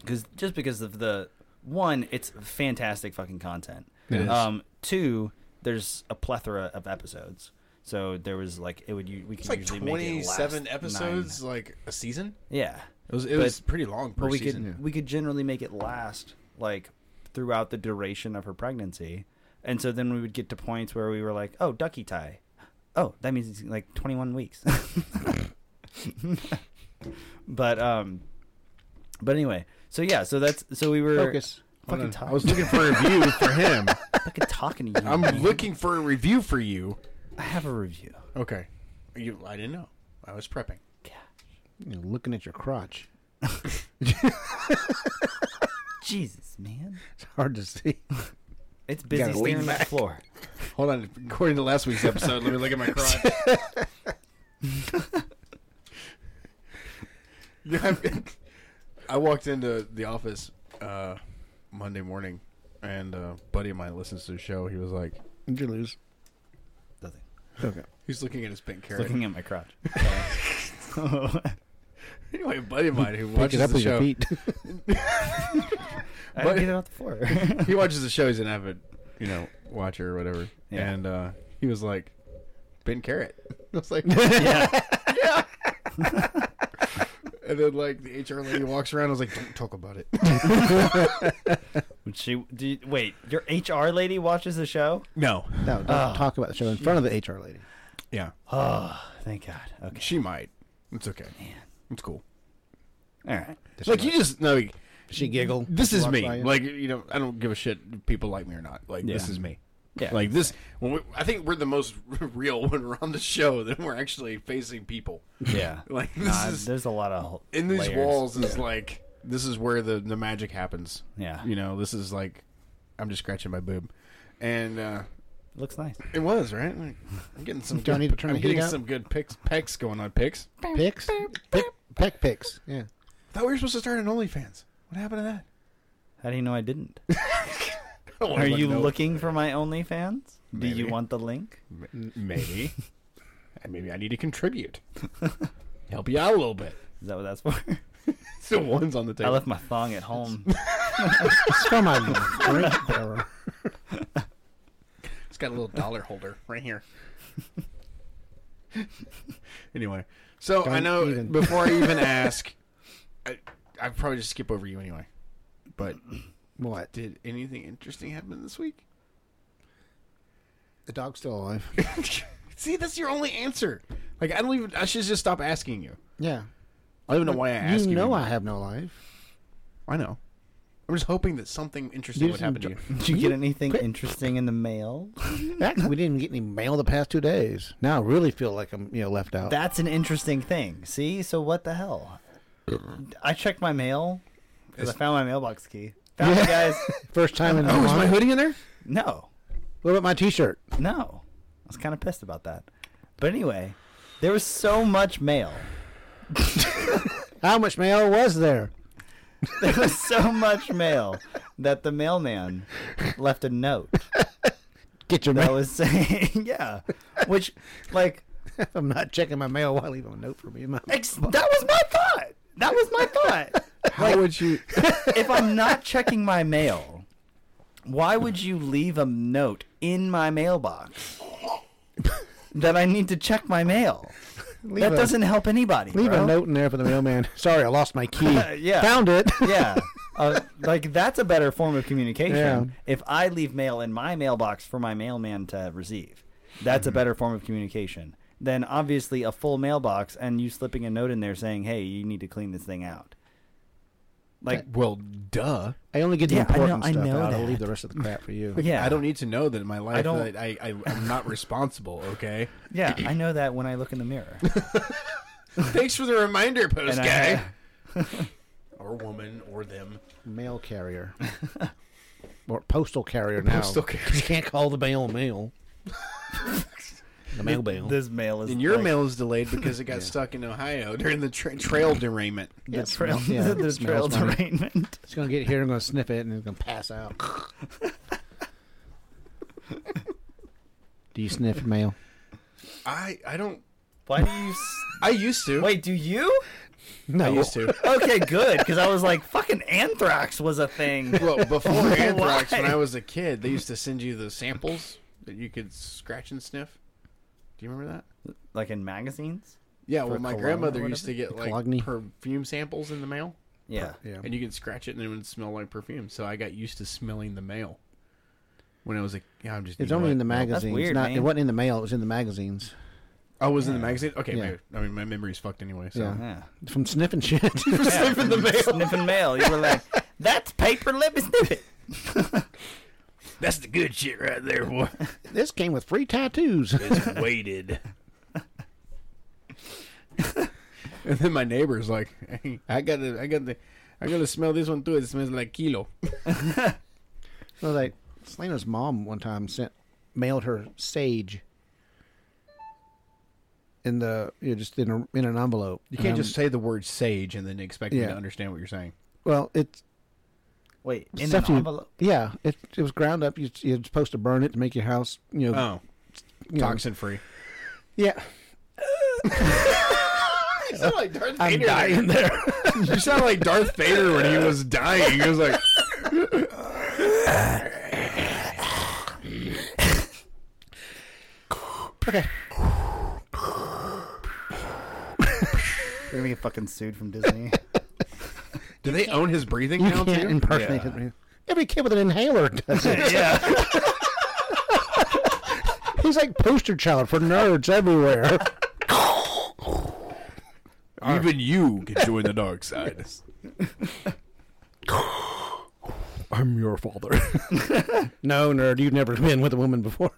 [SPEAKER 2] because just because of the one it's fantastic fucking content
[SPEAKER 3] It is.
[SPEAKER 2] um two there's a plethora of episodes so there was like it would u- we can
[SPEAKER 3] it's like
[SPEAKER 2] usually
[SPEAKER 3] twenty-seven
[SPEAKER 2] make it last
[SPEAKER 3] episodes,
[SPEAKER 2] nine.
[SPEAKER 3] like a season.
[SPEAKER 2] yeah
[SPEAKER 3] It was it
[SPEAKER 2] But-
[SPEAKER 3] was pretty long per
[SPEAKER 2] but we
[SPEAKER 3] season.
[SPEAKER 2] could we could generally make it last like throughout the duration of her pregnancy, and so then we would get to points where we were like, "Oh, ducky tie, oh that means it's like 21 weeks." but um, but anyway, so yeah, so that's so we were
[SPEAKER 1] Focus.
[SPEAKER 2] fucking
[SPEAKER 3] I
[SPEAKER 2] tired,
[SPEAKER 3] was looking for a review for him.
[SPEAKER 2] fucking talking to you.
[SPEAKER 3] I'm
[SPEAKER 2] man.
[SPEAKER 3] looking for a review for you.
[SPEAKER 2] I have a review.
[SPEAKER 3] Okay. You, I didn't know. I was prepping.
[SPEAKER 1] You're looking at your crotch.
[SPEAKER 2] Jesus, man.
[SPEAKER 1] It's hard to see.
[SPEAKER 2] It's busy
[SPEAKER 1] gotta lean
[SPEAKER 2] staring at the floor.
[SPEAKER 3] Hold on. According to last week's episode, let me look at my crotch. You know, I- I walked into the office uh, Monday morning, and a buddy of mine listens to the show. He was like,
[SPEAKER 1] Did you lose?
[SPEAKER 2] Nothing.
[SPEAKER 1] Okay.
[SPEAKER 3] he's looking at his pink carrot.
[SPEAKER 2] Looking at my crotch.
[SPEAKER 3] Anyway, a buddy of mine who
[SPEAKER 1] Pick
[SPEAKER 3] watches
[SPEAKER 1] it up
[SPEAKER 3] the
[SPEAKER 1] with your
[SPEAKER 3] show.
[SPEAKER 1] feet.
[SPEAKER 2] I
[SPEAKER 3] But-
[SPEAKER 2] didn't get it off the floor.
[SPEAKER 3] he watches the show. He's an avid, you know, watcher or whatever.
[SPEAKER 2] Yeah.
[SPEAKER 3] And uh, he was like, Ben Carrot. I was like,
[SPEAKER 2] yeah.
[SPEAKER 3] and then like the HR lady walks around. I was like, don't talk about it.
[SPEAKER 2] Would She do you- wait. Your HR lady watches the show.
[SPEAKER 3] No.
[SPEAKER 1] No, don't talk about the show in front of the HR lady.
[SPEAKER 3] Yeah.
[SPEAKER 2] Oh, thank God. Okay.
[SPEAKER 3] She might. It's okay. It's cool.
[SPEAKER 2] All right.
[SPEAKER 3] Like you just know. Like,
[SPEAKER 1] She giggle.
[SPEAKER 3] this is
[SPEAKER 1] walk
[SPEAKER 3] me.
[SPEAKER 1] by you.
[SPEAKER 3] Like you know, I don't give a shit. if People like me or not. Like this
[SPEAKER 2] Yeah.
[SPEAKER 3] is me.
[SPEAKER 2] Yeah.
[SPEAKER 3] Like this. When we, I think we're the most real when we're on the show than we're actually facing people.
[SPEAKER 2] Yeah.
[SPEAKER 3] Like this
[SPEAKER 2] Nah,
[SPEAKER 3] is
[SPEAKER 2] there's a lot of
[SPEAKER 3] in these
[SPEAKER 2] layers.
[SPEAKER 3] walls is like this is where the the magic happens.
[SPEAKER 2] Yeah.
[SPEAKER 3] You know, this is like I'm just scratching my boob, and uh
[SPEAKER 2] Looks nice.
[SPEAKER 3] it was right. Like, I'm getting some.
[SPEAKER 1] Do I
[SPEAKER 3] good,
[SPEAKER 1] need to turn
[SPEAKER 3] I'm
[SPEAKER 1] the heat
[SPEAKER 3] getting
[SPEAKER 1] up?
[SPEAKER 3] some good picks, pecs going on. Pics. I
[SPEAKER 1] Picks? Pick, peck picks. Yeah.
[SPEAKER 3] thought we were supposed to start an OnlyFans. What happened to that?
[SPEAKER 2] How do you know I didn't?
[SPEAKER 3] I don't wanna
[SPEAKER 2] Are you
[SPEAKER 3] know.
[SPEAKER 2] looking for my OnlyFans? Do
[SPEAKER 3] Maybe.
[SPEAKER 2] you want the link?
[SPEAKER 3] M- Maybe. And Maybe I need to contribute. Help you out a little bit.
[SPEAKER 2] Is that what that's for?
[SPEAKER 3] It's the ones on the
[SPEAKER 2] I
[SPEAKER 3] table.
[SPEAKER 2] left my thong at home.
[SPEAKER 1] It's from my drink barrel.
[SPEAKER 3] It's got a little dollar holder right here. anyway, so I
[SPEAKER 1] Don't
[SPEAKER 3] know
[SPEAKER 1] even.
[SPEAKER 3] before I even ask, I I probably just skip over you anyway. But
[SPEAKER 1] What?
[SPEAKER 3] did anything interesting happen this week?
[SPEAKER 1] The dog's still alive.
[SPEAKER 3] See, that's your only answer. Like I don't even. I should just stop asking you.
[SPEAKER 1] Yeah.
[SPEAKER 3] I don't even know why I asked you.
[SPEAKER 1] you know
[SPEAKER 3] anymore.
[SPEAKER 1] I have no life.
[SPEAKER 3] I know. I'm just hoping that something interesting
[SPEAKER 1] You
[SPEAKER 3] would
[SPEAKER 1] just
[SPEAKER 3] happen to you.
[SPEAKER 1] enjoy-
[SPEAKER 2] Did you get anything interesting in the mail?
[SPEAKER 1] Actually, we didn't get any mail the past two days. Now I really feel like I'm you know left out.
[SPEAKER 2] That's an interesting thing. See, so what the hell? I checked my mail because I found my mailbox key. Found it, guys.
[SPEAKER 1] First time in a while.
[SPEAKER 3] Oh, hoodie in there?
[SPEAKER 2] No,
[SPEAKER 1] What about my T-shirt?
[SPEAKER 2] no. I was kind of pissed about that. But anyway, there was so much mail.
[SPEAKER 1] How much mail was there?
[SPEAKER 2] There was so much mail that the mailman left a note
[SPEAKER 1] Get your
[SPEAKER 2] that
[SPEAKER 1] mail.
[SPEAKER 2] was saying, "Yeah," which, like,
[SPEAKER 1] I'm not checking my mail. Why leave a note for me? in my-
[SPEAKER 2] ex- that was my thought. That was my thought.
[SPEAKER 3] How would you?
[SPEAKER 2] if I'm not checking my mail, why would you leave a note in my mailbox that I need to check my mail?
[SPEAKER 1] Leave
[SPEAKER 2] that
[SPEAKER 1] a-
[SPEAKER 2] doesn't help anybody.
[SPEAKER 1] Leave
[SPEAKER 2] bro.
[SPEAKER 1] a note in there for the mailman. Sorry, I lost my key.
[SPEAKER 2] Yeah.
[SPEAKER 1] Found it.
[SPEAKER 2] yeah. Uh, like that's a better form of communication.
[SPEAKER 1] Yeah.
[SPEAKER 2] If I leave mail in my mailbox for my mailman to receive, that's a better form of communication than obviously a full mailbox and you slipping a note in there saying, "Hey, you need to clean this thing out." Like,
[SPEAKER 3] Well, duh.
[SPEAKER 1] I only get the
[SPEAKER 2] Yeah, I know-
[SPEAKER 1] important
[SPEAKER 2] I
[SPEAKER 1] stuff
[SPEAKER 2] know
[SPEAKER 1] out. I'll
[SPEAKER 2] that.
[SPEAKER 1] leave the rest of the crap for you.
[SPEAKER 2] yeah,
[SPEAKER 3] I don't need to know that in my life. I
[SPEAKER 2] don't-
[SPEAKER 3] That I, I I'm not responsible. Okay.
[SPEAKER 2] Yeah, I know that when I look in the mirror.
[SPEAKER 3] Thanks for the reminder, post
[SPEAKER 2] And I-
[SPEAKER 3] guy. or woman, or them.
[SPEAKER 1] Mail carrier. or postal carrier now.
[SPEAKER 3] Postal carrier.
[SPEAKER 1] You can't call the mail mail. the mail mail.
[SPEAKER 2] This mail is
[SPEAKER 3] And your
[SPEAKER 2] like,
[SPEAKER 3] mail is delayed because it got stuck in Ohio during the tra- trail derailment.
[SPEAKER 2] The trail,
[SPEAKER 1] smells- yeah,
[SPEAKER 2] the
[SPEAKER 1] it
[SPEAKER 2] trail
[SPEAKER 1] smells funny.
[SPEAKER 2] derangement.
[SPEAKER 1] It's gonna get here. I'm gonna sniff it, and it's gonna pass out. Do you sniff mail?
[SPEAKER 3] I I don't.
[SPEAKER 2] Why do you? s-
[SPEAKER 3] I used to.
[SPEAKER 2] Wait, do you?
[SPEAKER 1] No.
[SPEAKER 3] I used to.
[SPEAKER 2] Okay, good. Because I was like, fucking anthrax was a thing.
[SPEAKER 3] Well, before anthrax, when
[SPEAKER 2] Why?
[SPEAKER 3] I was a kid, they used to send you the samples that you could scratch and sniff. Do you remember that?
[SPEAKER 2] Like in magazines.
[SPEAKER 3] Yeah, well, my
[SPEAKER 1] cologne or
[SPEAKER 3] grandmother used to
[SPEAKER 1] whatever?
[SPEAKER 3] get like
[SPEAKER 1] Cologne?
[SPEAKER 3] perfume samples in the mail,
[SPEAKER 2] Yeah.
[SPEAKER 1] Yeah.
[SPEAKER 3] and you could scratch it and it would smell like perfume. So I got used to smelling the mail when I was like, yeah, I'm just.
[SPEAKER 1] It's
[SPEAKER 3] you know
[SPEAKER 1] only in
[SPEAKER 3] what?
[SPEAKER 1] the magazines.
[SPEAKER 2] weird,
[SPEAKER 1] not,
[SPEAKER 2] man.
[SPEAKER 1] It wasn't in the mail. It was in the magazines.
[SPEAKER 3] Oh, it was in the magazine. Okay,
[SPEAKER 1] Yeah.
[SPEAKER 3] maybe. I mean, my memory's fucked anyway. So
[SPEAKER 1] Yeah.
[SPEAKER 2] Yeah.
[SPEAKER 1] From sniffing shit.
[SPEAKER 2] Sniffing the mail. Sniffing mail. You were like, that's paper. Let me sniff it.
[SPEAKER 6] That's the good shit right there, boy.
[SPEAKER 1] This came with free tattoos.
[SPEAKER 6] It's weighted.
[SPEAKER 3] And then my neighbor's like, hey, I got to, I got to, I got to smell this one too. It smells like kilo.
[SPEAKER 1] So like Selena's mom one time sent mailed her sage in the you know, just in a, in an envelope.
[SPEAKER 3] You can't
[SPEAKER 1] Um,
[SPEAKER 3] just say the word sage and then expect me
[SPEAKER 1] Yeah.
[SPEAKER 3] to understand what you're saying.
[SPEAKER 1] well it's
[SPEAKER 2] Wait, in
[SPEAKER 1] stuff
[SPEAKER 2] an
[SPEAKER 1] you-
[SPEAKER 2] envelope.
[SPEAKER 1] yeah it it was ground up. You you're supposed to burn it to make your house you know,
[SPEAKER 3] Oh,
[SPEAKER 1] you know-
[SPEAKER 3] toxin free.
[SPEAKER 1] yeah.
[SPEAKER 3] You sound like Darth
[SPEAKER 1] I'm dying there.
[SPEAKER 3] you sound like Darth Vader when he was dying. He was like,
[SPEAKER 2] We're gonna get fucking sued from Disney.
[SPEAKER 3] do they own his breathing
[SPEAKER 1] You
[SPEAKER 3] now
[SPEAKER 1] can't
[SPEAKER 3] too?
[SPEAKER 1] impersonate
[SPEAKER 2] Yeah.
[SPEAKER 1] it. Every kid with an inhaler does it.
[SPEAKER 2] yeah.
[SPEAKER 1] He's like poster child for nerds everywhere.
[SPEAKER 3] Even you can join the dark side.
[SPEAKER 1] I'm your father. no, nerd, you've never been with a woman before.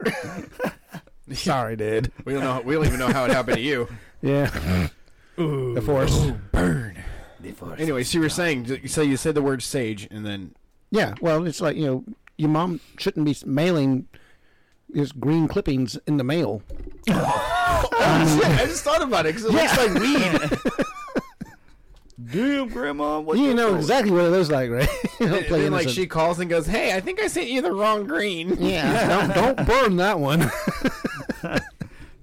[SPEAKER 1] Sorry, dude.
[SPEAKER 3] We don't know. We don't even know how it happened to you.
[SPEAKER 1] Yeah. The force.
[SPEAKER 3] Burn. Anyway, so you were saying, so you said the word sage, and then
[SPEAKER 1] Yeah. Well, it's like you know, your mom shouldn't be mailing these green clippings in the mail.
[SPEAKER 3] I just thought about it because it looks like weed.
[SPEAKER 2] Damn, Grandma. What
[SPEAKER 1] You know exactly what it looks like, right? You don't
[SPEAKER 3] and
[SPEAKER 1] play
[SPEAKER 3] then like she
[SPEAKER 1] innocent.
[SPEAKER 3] calls and goes, "Hey, I think I sent you the wrong green."
[SPEAKER 1] Yeah. don't, don't burn that one.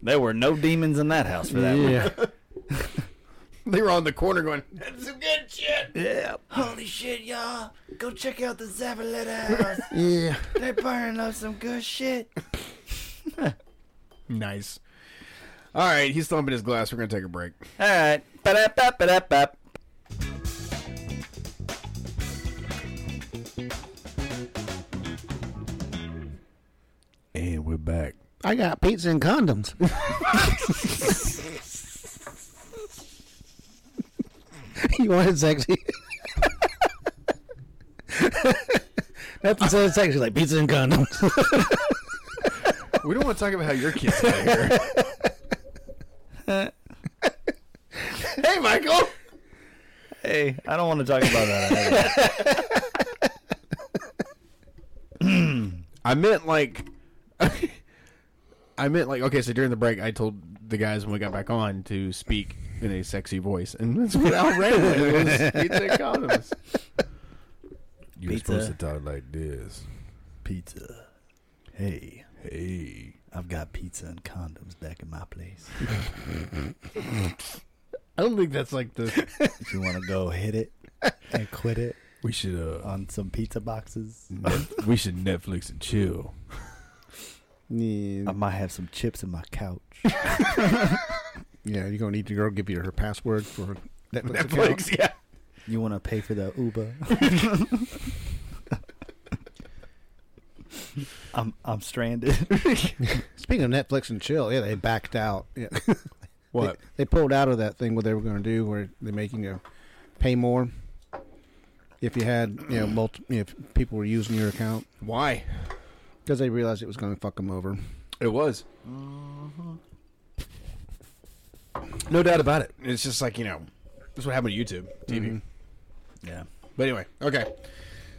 [SPEAKER 2] There were no demons in that house for that. one.
[SPEAKER 1] yeah.
[SPEAKER 3] they were on the corner going,
[SPEAKER 4] Some good shit.
[SPEAKER 2] Yeah. Holy shit, y'all. Go check out the Zavaleta house.
[SPEAKER 1] Yeah.
[SPEAKER 2] They're burning up some good shit.
[SPEAKER 3] "Nice." All right, he's thumping his glass. We're gonna take a break.
[SPEAKER 2] All right. Ba-da-ba, ba-da-ba.
[SPEAKER 3] And we're back.
[SPEAKER 1] I got pizza and condoms. you want it sexy? Nothing says sexy like pizza and condoms.
[SPEAKER 3] We don't want to talk about how your kids got here. hey, Michael.
[SPEAKER 2] Hey, I don't want to talk about that.
[SPEAKER 3] I meant like, I meant like. Okay, so during the break, I told the guys when we got back on to speak in a sexy voice, and that's what I read. It was pizza and condoms.
[SPEAKER 6] You
[SPEAKER 2] were supposed to
[SPEAKER 6] talk like this.
[SPEAKER 2] Pizza. Hey,
[SPEAKER 6] Hey.
[SPEAKER 2] I've got pizza and condoms back in my place.
[SPEAKER 3] I don't think that's like the.
[SPEAKER 2] If you want to go hit it and quit it
[SPEAKER 6] We should uh
[SPEAKER 2] on some pizza boxes,
[SPEAKER 6] we should Netflix and chill.
[SPEAKER 1] Yeah,
[SPEAKER 2] I might have some chips in my couch.
[SPEAKER 1] yeah you're gonna need your girl give you her password for Netflix. account.
[SPEAKER 3] Netflix, yeah.
[SPEAKER 2] You want to pay for the Uber? I'm I'm stranded.
[SPEAKER 1] Speaking of Netflix and chill, yeah, they backed out. Yeah.
[SPEAKER 3] What?
[SPEAKER 1] They, they pulled out of that thing what they were going to do, where they're making you pay more if you had you know multi, if people were using your account
[SPEAKER 3] Why?
[SPEAKER 1] because they realized it was going to fuck them over.
[SPEAKER 3] It was. Mm-hmm. No doubt about it. It's just like, you know, this is what happened to YouTube TV.
[SPEAKER 1] Mm-hmm.
[SPEAKER 2] Yeah.
[SPEAKER 3] But anyway, okay.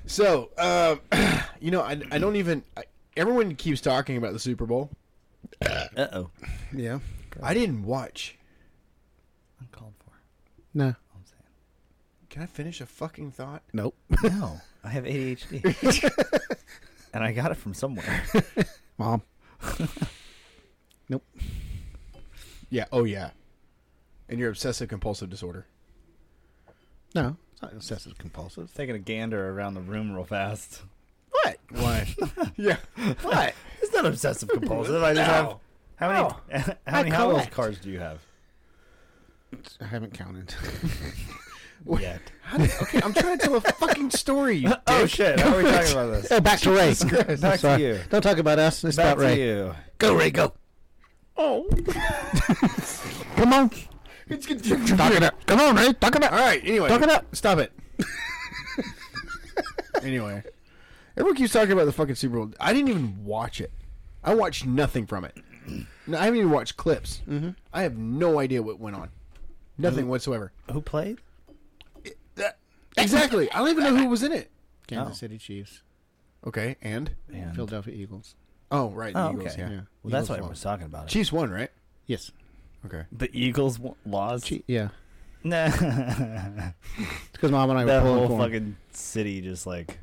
[SPEAKER 3] So, uh, you know, I, I don't even. I, everyone keeps talking about the Super Bowl.
[SPEAKER 2] Uh oh.
[SPEAKER 1] Yeah.
[SPEAKER 3] I didn't watch.
[SPEAKER 2] Uncalled for.
[SPEAKER 1] No.
[SPEAKER 2] I'm saying.
[SPEAKER 3] Can I finish a fucking thought?
[SPEAKER 1] Nope.
[SPEAKER 2] No, I have ADHD, and I got it from somewhere.
[SPEAKER 1] Mom.
[SPEAKER 3] Yeah. Oh, yeah. And your obsessive compulsive disorder.
[SPEAKER 1] No. It's not obsessive compulsive.
[SPEAKER 2] Taking a gander around the room real fast.
[SPEAKER 3] What? Why? yeah. What?
[SPEAKER 2] It's not obsessive compulsive. I just
[SPEAKER 3] No.
[SPEAKER 2] have how many how many Hot Wheels cars do you have?
[SPEAKER 1] I haven't counted.
[SPEAKER 2] Yet.
[SPEAKER 3] Okay, I'm trying to tell a fucking story. you
[SPEAKER 2] Oh shit! How are we talking about this?
[SPEAKER 1] oh, back to Ray.
[SPEAKER 2] Back to
[SPEAKER 1] Sorry.
[SPEAKER 2] you.
[SPEAKER 1] Don't talk about us. It's
[SPEAKER 2] Back
[SPEAKER 1] about Ray.
[SPEAKER 2] to you.
[SPEAKER 1] Go, Ray. Go. Oh. Come on. Talk it up. Come on, Ray. Talk it up.
[SPEAKER 3] All right. Anyway,
[SPEAKER 1] Talk it up.
[SPEAKER 3] Stop it. anyway, Everyone keeps talking about the fucking Super Bowl. I didn't even watch it. I watched nothing from it. No, I haven't even watched clips. Mm-hmm. I have no idea what went on. Nothing whatsoever.
[SPEAKER 2] Who played?
[SPEAKER 3] That- exactly. I don't even know who was in it.
[SPEAKER 1] Kansas
[SPEAKER 2] Oh.
[SPEAKER 1] City Chiefs,
[SPEAKER 3] Okay, and
[SPEAKER 2] And,
[SPEAKER 1] Philadelphia Eagles.
[SPEAKER 3] oh right, the
[SPEAKER 2] Oh,
[SPEAKER 3] Eagles.
[SPEAKER 2] okay.
[SPEAKER 3] Yeah.
[SPEAKER 1] Yeah.
[SPEAKER 2] well, that's
[SPEAKER 3] Eagles
[SPEAKER 2] why
[SPEAKER 3] won.
[SPEAKER 2] everyone's talking about it.
[SPEAKER 3] Chiefs won, right?
[SPEAKER 1] Yes.
[SPEAKER 3] Okay.
[SPEAKER 2] The Eagles w- lost.
[SPEAKER 1] Yeah.
[SPEAKER 2] Nah,
[SPEAKER 1] Because mom and I were
[SPEAKER 2] that
[SPEAKER 1] pulling
[SPEAKER 2] whole
[SPEAKER 1] for 'em.
[SPEAKER 2] fucking city just like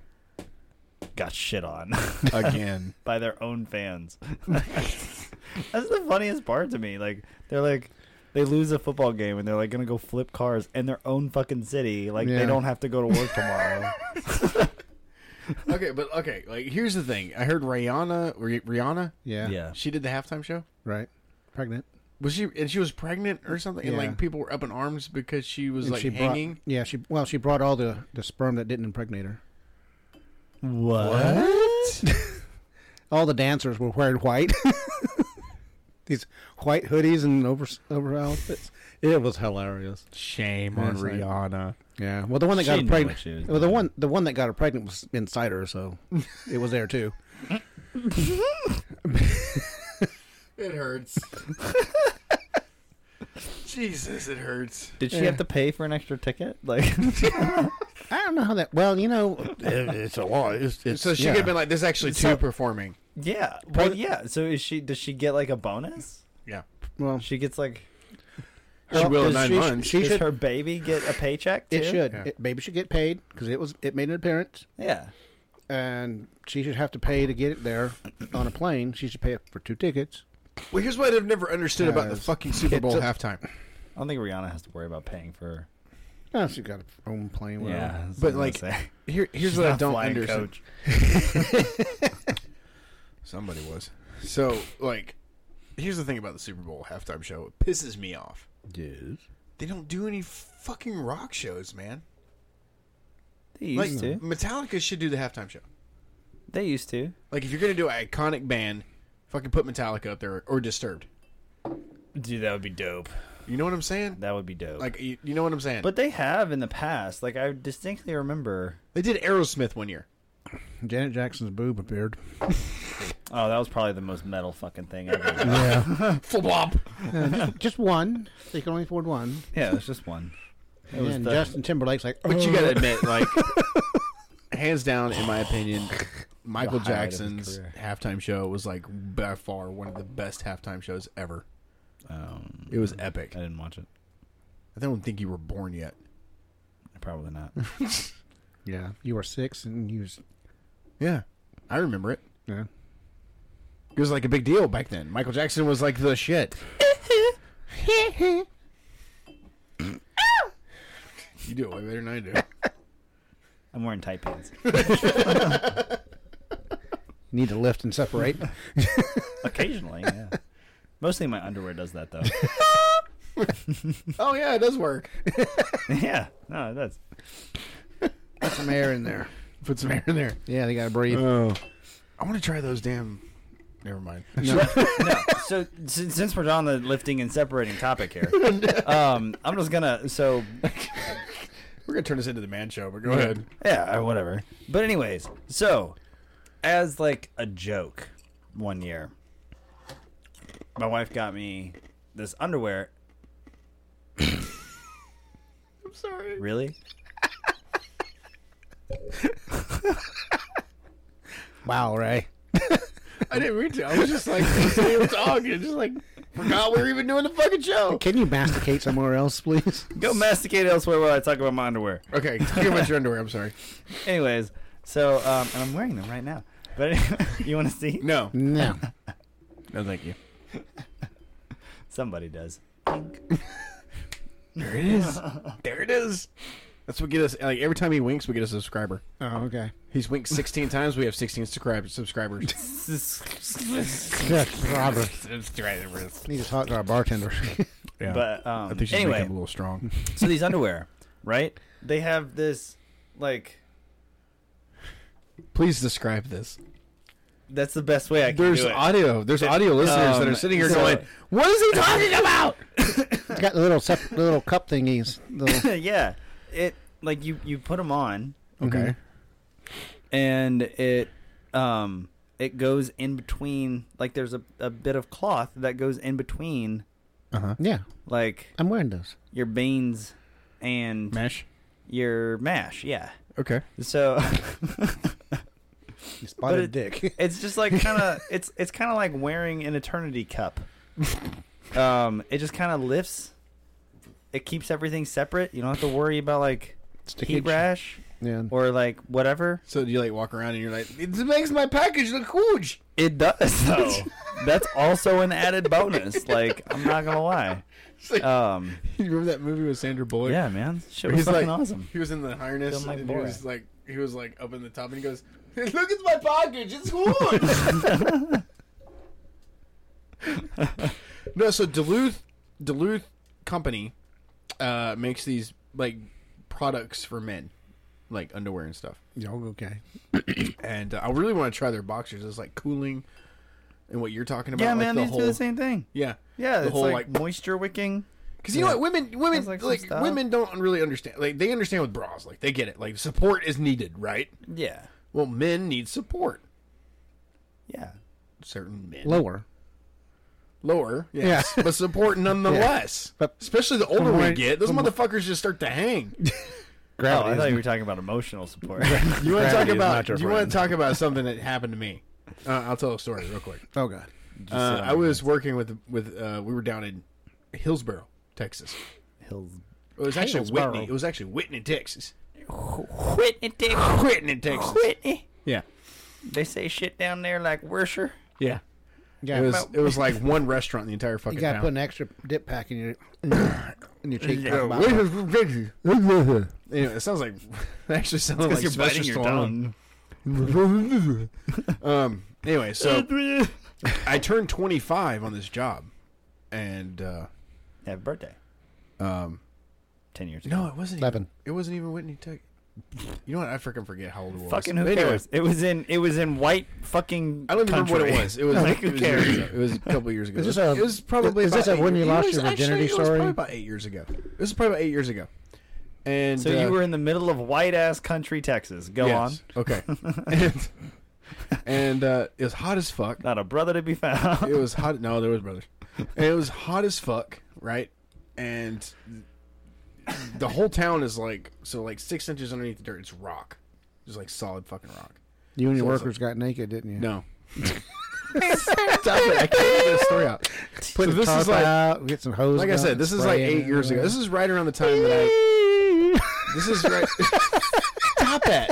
[SPEAKER 2] got shit on
[SPEAKER 3] Again.
[SPEAKER 2] by their own fans. That's the funniest part to me. Like they're like they lose a football game and they're like gonna go flip cars in their own fucking city. Like
[SPEAKER 1] Yeah.
[SPEAKER 2] they don't have to go to work tomorrow.
[SPEAKER 3] okay, but okay. Like, here's the thing. I heard Rihanna. Ri- Rihanna.
[SPEAKER 1] Yeah.
[SPEAKER 3] She did the halftime show.
[SPEAKER 1] Right. Pregnant.
[SPEAKER 3] Was she? And she was pregnant or something. And
[SPEAKER 1] Yeah.
[SPEAKER 3] like people were up in arms because she was
[SPEAKER 1] And
[SPEAKER 3] like
[SPEAKER 1] she brought-
[SPEAKER 3] hanging.
[SPEAKER 1] yeah. She well, she brought all the the sperm that didn't impregnate her.
[SPEAKER 2] What?
[SPEAKER 1] All the dancers were wearing white. These white hoodies and over over outfits. It was hilarious.
[SPEAKER 3] Shame
[SPEAKER 1] on
[SPEAKER 3] Rihanna.
[SPEAKER 1] Yeah. Well, the one that
[SPEAKER 2] She
[SPEAKER 1] got her
[SPEAKER 2] knew what she was
[SPEAKER 1] pregnant. Well, the
[SPEAKER 2] doing.
[SPEAKER 1] one the one that got her pregnant was inside her, so it was there too.
[SPEAKER 3] It hurts. Jesus, it hurts.
[SPEAKER 2] Did she have to pay for an extra ticket? Like
[SPEAKER 1] I don't know how that. Well, you know, it's a law. It's, it's,
[SPEAKER 3] So she
[SPEAKER 1] yeah.
[SPEAKER 3] could have been like, "There's actually two
[SPEAKER 2] So-
[SPEAKER 3] performing."
[SPEAKER 2] Yeah. Well, yeah. So is she? Does she get like a bonus?
[SPEAKER 3] Yeah.
[SPEAKER 1] Well,
[SPEAKER 2] She gets like.
[SPEAKER 3] she
[SPEAKER 1] Well,
[SPEAKER 3] will
[SPEAKER 1] does
[SPEAKER 3] in nine
[SPEAKER 1] she-
[SPEAKER 3] months.
[SPEAKER 1] she-
[SPEAKER 2] does
[SPEAKER 1] should-
[SPEAKER 2] her baby get a paycheck? Too?
[SPEAKER 1] it should.
[SPEAKER 3] Yeah.
[SPEAKER 1] It, baby should get paid because it was it made an appearance,
[SPEAKER 2] Yeah.
[SPEAKER 1] and she should have to pay to get it there on a plane. She should pay for two tickets.
[SPEAKER 3] well, here's what I've never understood about the
[SPEAKER 1] Guys,
[SPEAKER 3] fucking Super
[SPEAKER 1] it's
[SPEAKER 3] Bowl
[SPEAKER 1] a-
[SPEAKER 3] halftime.
[SPEAKER 2] I don't think Rihanna has to worry about paying for.
[SPEAKER 1] No, Oh, she got her own plane. whatever.
[SPEAKER 2] that's what I'm
[SPEAKER 3] But,
[SPEAKER 2] gonna
[SPEAKER 3] like,
[SPEAKER 2] say.
[SPEAKER 3] Here, here's
[SPEAKER 2] She's
[SPEAKER 3] what I
[SPEAKER 2] not
[SPEAKER 3] don't
[SPEAKER 2] flying
[SPEAKER 3] understand.
[SPEAKER 2] coach.
[SPEAKER 3] Somebody was. So, like, here's the thing about the Super Bowl halftime show. It pisses me off.
[SPEAKER 1] Yes.
[SPEAKER 3] They don't do any fucking rock shows, man.
[SPEAKER 2] They
[SPEAKER 3] Like,
[SPEAKER 2] used to.
[SPEAKER 3] Metallica should do the halftime show.
[SPEAKER 2] They used to.
[SPEAKER 3] Like, if you're gonna do an iconic band, fucking put Metallica up there or Disturbed.
[SPEAKER 2] Dude, that would be dope.
[SPEAKER 3] You know what I'm saying?
[SPEAKER 2] That would be dope.
[SPEAKER 3] Like, you, you know what I'm saying?
[SPEAKER 2] but they have in the past. Like I distinctly remember.
[SPEAKER 3] they did Aerosmith one year.
[SPEAKER 1] Janet Jackson's boob appeared.
[SPEAKER 2] Oh, that was probably the most metal fucking thing ever.
[SPEAKER 3] Flop.
[SPEAKER 1] Just one. They can only afford one.
[SPEAKER 2] yeah, it was just one. It was
[SPEAKER 1] and
[SPEAKER 2] the-
[SPEAKER 1] Justin Timberlake's like,
[SPEAKER 3] But you gotta admit, like, hands down, in my opinion, Michael
[SPEAKER 2] The highlight of his
[SPEAKER 3] Jackson's
[SPEAKER 2] career.
[SPEAKER 3] halftime show was like by far one of the best halftime shows ever.
[SPEAKER 2] Um,
[SPEAKER 3] It was epic.
[SPEAKER 2] I didn't watch it.
[SPEAKER 3] I don't think you were born yet.
[SPEAKER 2] Probably not.
[SPEAKER 1] yeah, you were six and you was,
[SPEAKER 3] Yeah, I remember it.
[SPEAKER 1] yeah.
[SPEAKER 3] It was like a big deal back then. Michael Jackson was like the shit. you do it way better than I do.
[SPEAKER 2] I'm wearing tight pants.
[SPEAKER 1] You need to lift and separate.
[SPEAKER 2] Occasionally, yeah. Mostly my underwear does that though.
[SPEAKER 3] oh yeah, it does work.
[SPEAKER 2] yeah, no, that's
[SPEAKER 1] Put some air in there.
[SPEAKER 3] Put some air in there.
[SPEAKER 1] Yeah, they gotta breathe.
[SPEAKER 3] Oh, I want to try those damn. Never mind.
[SPEAKER 2] no. So since, since we're on the lifting and separating topic here, um, I'm just gonna so
[SPEAKER 3] We're gonna turn this into the man show, but go ahead.
[SPEAKER 2] yeah or whatever. But anyways, so as like a joke, one year, my wife got me this underwear.
[SPEAKER 3] I'm sorry.
[SPEAKER 2] Really?
[SPEAKER 1] Wow, Ray.
[SPEAKER 3] I didn't mean to. I was just like listening to talking, just like forgot we were even doing the fucking show.
[SPEAKER 1] Can you masticate somewhere else, please?
[SPEAKER 2] Go masticate elsewhere while I talk about my underwear.
[SPEAKER 3] Okay, talking about your underwear. I'm sorry.
[SPEAKER 2] Anyways, so um, and I'm wearing them right now. But you want to see?
[SPEAKER 3] No,
[SPEAKER 1] No.
[SPEAKER 3] no, thank you.
[SPEAKER 2] Somebody does.
[SPEAKER 3] There it is. there it is. That's what get us. Like every time he winks, we get a subscriber.
[SPEAKER 1] Oh, okay.
[SPEAKER 3] He's winked 16 times. We have 16 subscribers. Subscribers.
[SPEAKER 1] Yes, Robert.
[SPEAKER 3] subscribers.
[SPEAKER 1] Need to talk to our bartender.
[SPEAKER 3] Yeah.
[SPEAKER 2] But um,
[SPEAKER 3] I think she's
[SPEAKER 2] anyway,
[SPEAKER 3] making him a little strong.
[SPEAKER 2] so these underwear, right? They have this like
[SPEAKER 3] Please describe this.
[SPEAKER 2] that's the best way I can
[SPEAKER 3] There's
[SPEAKER 2] do it.
[SPEAKER 3] audio. There's audio listeners that are
[SPEAKER 2] Um,
[SPEAKER 3] sitting here
[SPEAKER 2] so-
[SPEAKER 3] going, "What is he talking about?"
[SPEAKER 1] it's got the little sep- the little cup thingies. The little, Mm-hmm.
[SPEAKER 2] yeah, it like you you put them on
[SPEAKER 3] Okay.
[SPEAKER 2] and it um it goes in between like there's a, a bit of cloth that goes in between
[SPEAKER 1] Yeah,
[SPEAKER 2] like
[SPEAKER 1] I'm wearing those.
[SPEAKER 2] your beans and
[SPEAKER 3] Mesh.
[SPEAKER 2] your mash yeah
[SPEAKER 3] Okay.
[SPEAKER 2] so
[SPEAKER 1] You
[SPEAKER 2] But
[SPEAKER 1] spotted
[SPEAKER 2] it-
[SPEAKER 1] dick.
[SPEAKER 2] it's just like kind of it's it's kind of like wearing an eternity cup um it just kind of lifts it keeps everything separate you don't have to worry about like heat
[SPEAKER 1] Stickage.
[SPEAKER 2] rash
[SPEAKER 1] yeah.
[SPEAKER 2] or like whatever
[SPEAKER 3] So do you like walk around and you're like, it makes my package look huge.
[SPEAKER 2] It does though. That's also an added bonus. Like I'm not gonna lie.
[SPEAKER 3] It's like-
[SPEAKER 2] Um,
[SPEAKER 3] You remember that movie with Sandra Bullock?
[SPEAKER 2] yeah, man, shit
[SPEAKER 3] Where
[SPEAKER 2] was
[SPEAKER 3] he's like,
[SPEAKER 2] fucking awesome.
[SPEAKER 3] he was in the harness
[SPEAKER 2] Feeling like
[SPEAKER 3] and he
[SPEAKER 2] Borat.
[SPEAKER 3] was like, he was like up in the top and he goes,
[SPEAKER 4] Look at my package. It's huge.
[SPEAKER 3] no. So Duluth, Duluth company, uh, makes these like products for men, like underwear and stuff.
[SPEAKER 1] Y'all okay?
[SPEAKER 3] And uh, I really want to try their boxers. It's like cooling, and what you're talking about.
[SPEAKER 2] Yeah,
[SPEAKER 3] like,
[SPEAKER 2] man,
[SPEAKER 3] the
[SPEAKER 2] these
[SPEAKER 3] whole,
[SPEAKER 2] do the same thing.
[SPEAKER 3] Yeah,
[SPEAKER 2] Yeah,
[SPEAKER 3] the
[SPEAKER 2] it's
[SPEAKER 3] whole,
[SPEAKER 2] like,
[SPEAKER 3] like-
[SPEAKER 2] moisture wicking.
[SPEAKER 3] Because you know what, women, women,
[SPEAKER 2] Sounds like
[SPEAKER 3] like,
[SPEAKER 2] some stuff.
[SPEAKER 3] women don't really understand. Like they understand with bras, like they get it. Like support is needed, right?
[SPEAKER 2] Yeah,
[SPEAKER 3] Well, men need support.
[SPEAKER 2] yeah.
[SPEAKER 3] Certain men
[SPEAKER 1] Lower.
[SPEAKER 3] lower, yes, but support nonetheless.
[SPEAKER 1] But-
[SPEAKER 3] Especially the older we
[SPEAKER 1] where-
[SPEAKER 3] get, those
[SPEAKER 1] from-
[SPEAKER 3] motherfuckers just start to hang.
[SPEAKER 2] Oh, I thought you were talking about emotional support.
[SPEAKER 3] You want to talk
[SPEAKER 1] Gravity is
[SPEAKER 3] about?
[SPEAKER 1] not your
[SPEAKER 3] You want
[SPEAKER 1] friend.
[SPEAKER 3] to talk about something that happened to me? Uh, I'll tell a story real quick.
[SPEAKER 1] Oh god.
[SPEAKER 3] Uh, I was working with with uh, we were down in Hillsboro, Texas.
[SPEAKER 2] Hills.
[SPEAKER 3] It was actually
[SPEAKER 1] Hillsboro.
[SPEAKER 3] Whitney. It was actually Whitney, Texas. Whitney, Texas. Whitney, Texas.
[SPEAKER 2] Whitney,
[SPEAKER 3] Yeah,
[SPEAKER 2] they say shit down there like worsher.
[SPEAKER 3] yeah.
[SPEAKER 1] Yeah.
[SPEAKER 3] It was it was like one restaurant in the entire fucking
[SPEAKER 1] you gotta
[SPEAKER 3] town.
[SPEAKER 1] put an extra dip pack in your in your cheek. Talk about it.
[SPEAKER 3] Anyway, it sounds like it actually sounded like Sylvester Stallone. Um. Anyway, so I turned 25 on this job, and uh,
[SPEAKER 2] Happy birthday.
[SPEAKER 3] um,
[SPEAKER 2] Ten years ago.
[SPEAKER 3] no, it wasn't.
[SPEAKER 1] Eleven.
[SPEAKER 3] Even, it wasn't even Whitney Tech. You know what? I freaking forget how old it was.
[SPEAKER 2] Fucking who
[SPEAKER 3] But anyway,
[SPEAKER 2] cares? It was in it was in white fucking.
[SPEAKER 3] I don't even remember what it
[SPEAKER 2] country.
[SPEAKER 3] was. It was
[SPEAKER 2] Like,
[SPEAKER 3] it
[SPEAKER 2] who
[SPEAKER 3] was
[SPEAKER 2] cares?
[SPEAKER 3] years ago. It was a couple years ago.
[SPEAKER 1] Is this
[SPEAKER 3] It was-
[SPEAKER 1] a-
[SPEAKER 3] it was probably
[SPEAKER 1] is this
[SPEAKER 3] about
[SPEAKER 1] a when
[SPEAKER 3] eight-
[SPEAKER 1] you
[SPEAKER 3] it
[SPEAKER 1] lost
[SPEAKER 3] was
[SPEAKER 1] your
[SPEAKER 3] actually-
[SPEAKER 1] virginity
[SPEAKER 3] it was
[SPEAKER 1] story?
[SPEAKER 3] probably about eight years ago. This is probably about eight years ago. And
[SPEAKER 2] So
[SPEAKER 3] uh,
[SPEAKER 2] you were in the middle of white ass country Texas. Go on.
[SPEAKER 3] yes. Okay. and and uh, it was hot as fuck.
[SPEAKER 2] Not a brother to be found.
[SPEAKER 3] it was hot. No, there was brothers. And it was hot as fuck, right? And the whole town is like so, like six inches underneath the dirt. It's rock, just like solid fucking rock.
[SPEAKER 1] You and your
[SPEAKER 3] So it's
[SPEAKER 1] workers got naked, didn't you?
[SPEAKER 3] No, stop it! I can't get this story out.
[SPEAKER 1] Put
[SPEAKER 3] So
[SPEAKER 1] the
[SPEAKER 3] this
[SPEAKER 1] tarp
[SPEAKER 3] is like,
[SPEAKER 1] out, get some hose.
[SPEAKER 3] like I said, this is like eight years ago. This is right around the time that I. This is right. stop it!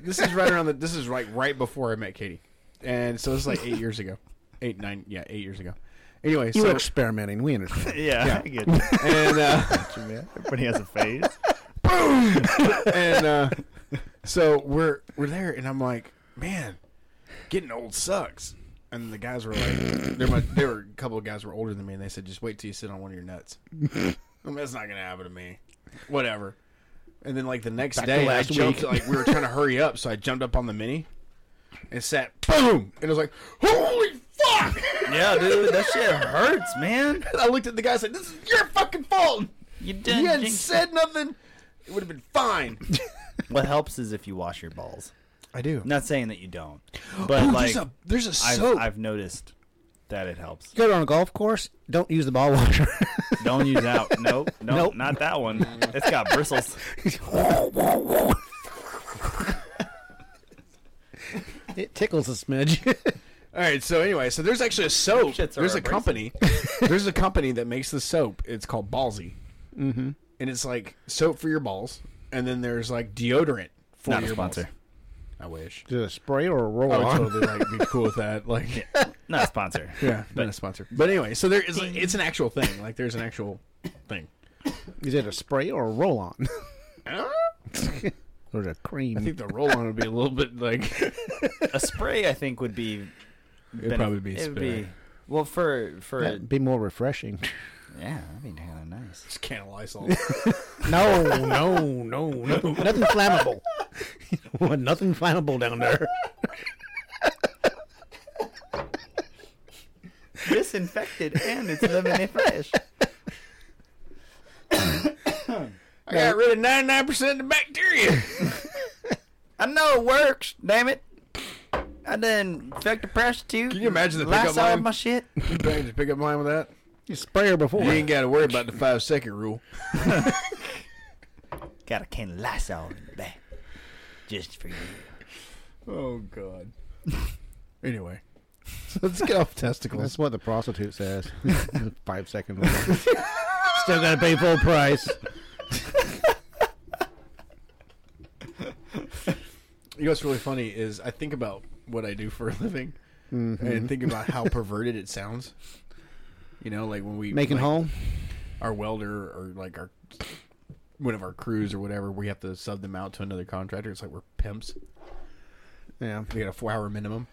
[SPEAKER 3] This is right around the. This is right right before I met Katie, and so this is like eight years ago, eight nine yeah eight years ago. Anyway,
[SPEAKER 1] you
[SPEAKER 3] so
[SPEAKER 1] were experimenting. We understand.
[SPEAKER 2] yeah, I get you.
[SPEAKER 3] and uh,
[SPEAKER 2] Everybody has a phase.
[SPEAKER 3] and uh, so we're we're there, and I'm like, man, getting old sucks. And the guys were like, there, were- there were a couple of guys who were older than me, and they said, just wait till you sit on one of your nuts. I'm, That's not gonna happen to me. Whatever. And then like the next day, I jumped. Like we were trying to hurry up, so I jumped up on the mini and sat. Boom! And it was like, holy fuck!
[SPEAKER 2] Yeah, dude, that shit hurts, man.
[SPEAKER 3] I looked at the guy, and said, "This is your fucking fault.
[SPEAKER 2] You
[SPEAKER 3] You
[SPEAKER 2] done
[SPEAKER 3] hadn't
[SPEAKER 2] jinxed
[SPEAKER 3] said nothing. It would have been fine."
[SPEAKER 2] it. What helps is if you wash your balls.
[SPEAKER 3] I do.
[SPEAKER 2] I'm not saying that you don't, but
[SPEAKER 3] Oh,
[SPEAKER 2] like
[SPEAKER 3] there's a there's a
[SPEAKER 2] I've,
[SPEAKER 3] soap.
[SPEAKER 2] I've noticed that it helps.
[SPEAKER 1] Go on a golf course. Don't use the ball washer.
[SPEAKER 2] Don't use out. Nope, nope, not that one. It's got bristles.
[SPEAKER 1] it tickles a smidge.
[SPEAKER 3] All right. So anyway, so there's actually a soap.
[SPEAKER 2] Shits are
[SPEAKER 3] There's a
[SPEAKER 2] abrasive.
[SPEAKER 3] company. there's a company that makes the soap. It's called Ballsy, mm-hmm. and it's like soap for your balls, and then there's like deodorant for
[SPEAKER 2] Not a
[SPEAKER 3] your
[SPEAKER 2] sponsor.
[SPEAKER 3] balls. I wish.
[SPEAKER 1] Is it a spray or a roll
[SPEAKER 3] I would
[SPEAKER 1] on?
[SPEAKER 3] totally like be cool with that. Like, yeah,
[SPEAKER 2] Not a sponsor.
[SPEAKER 3] not a sponsor. But anyway, so there is like, it's an actual thing. Like, there's an actual thing.
[SPEAKER 1] Is it a spray or a roll on? or is it a cream?
[SPEAKER 3] I think the roll on would be a little bit like
[SPEAKER 2] A spray, I think, would be.
[SPEAKER 3] it'd probably be.
[SPEAKER 2] It would
[SPEAKER 3] spinning.
[SPEAKER 2] be. Well, for for
[SPEAKER 1] That'd be more refreshing.
[SPEAKER 2] yeah, that'd be kind of nice.
[SPEAKER 3] Just can of Lysol.
[SPEAKER 1] no, no, no, no. Nothing flammable. You want nothing flammable down there.
[SPEAKER 2] disinfected and it's lemon and fresh.
[SPEAKER 3] I got rid of ninety nine percent of the bacteria.
[SPEAKER 2] I know it works. Damn it! I didn't fuck the prostitute.
[SPEAKER 3] Can you imagine the
[SPEAKER 2] Lights
[SPEAKER 3] pickup
[SPEAKER 2] out
[SPEAKER 3] line?
[SPEAKER 2] my shit.
[SPEAKER 3] You banged a pickup line with that?
[SPEAKER 1] You spray her before.
[SPEAKER 3] You ain't got to worry about the five second rule.
[SPEAKER 2] Got a can of Lysol in the back, just for you.
[SPEAKER 3] Oh God. anyway, let's get off testicles.
[SPEAKER 1] That's what the prostitute says. Five second. rule. Still gotta pay full price.
[SPEAKER 3] You know what's really funny is I think about what I do for a living and think about how perverted it sounds. You know, like when we
[SPEAKER 1] Making
[SPEAKER 3] like,
[SPEAKER 1] home.
[SPEAKER 3] our welder or like our one of our crews or whatever, we have to sub them out to another contractor. It's like we're pimps.
[SPEAKER 1] Yeah.
[SPEAKER 3] They got a four hour minimum.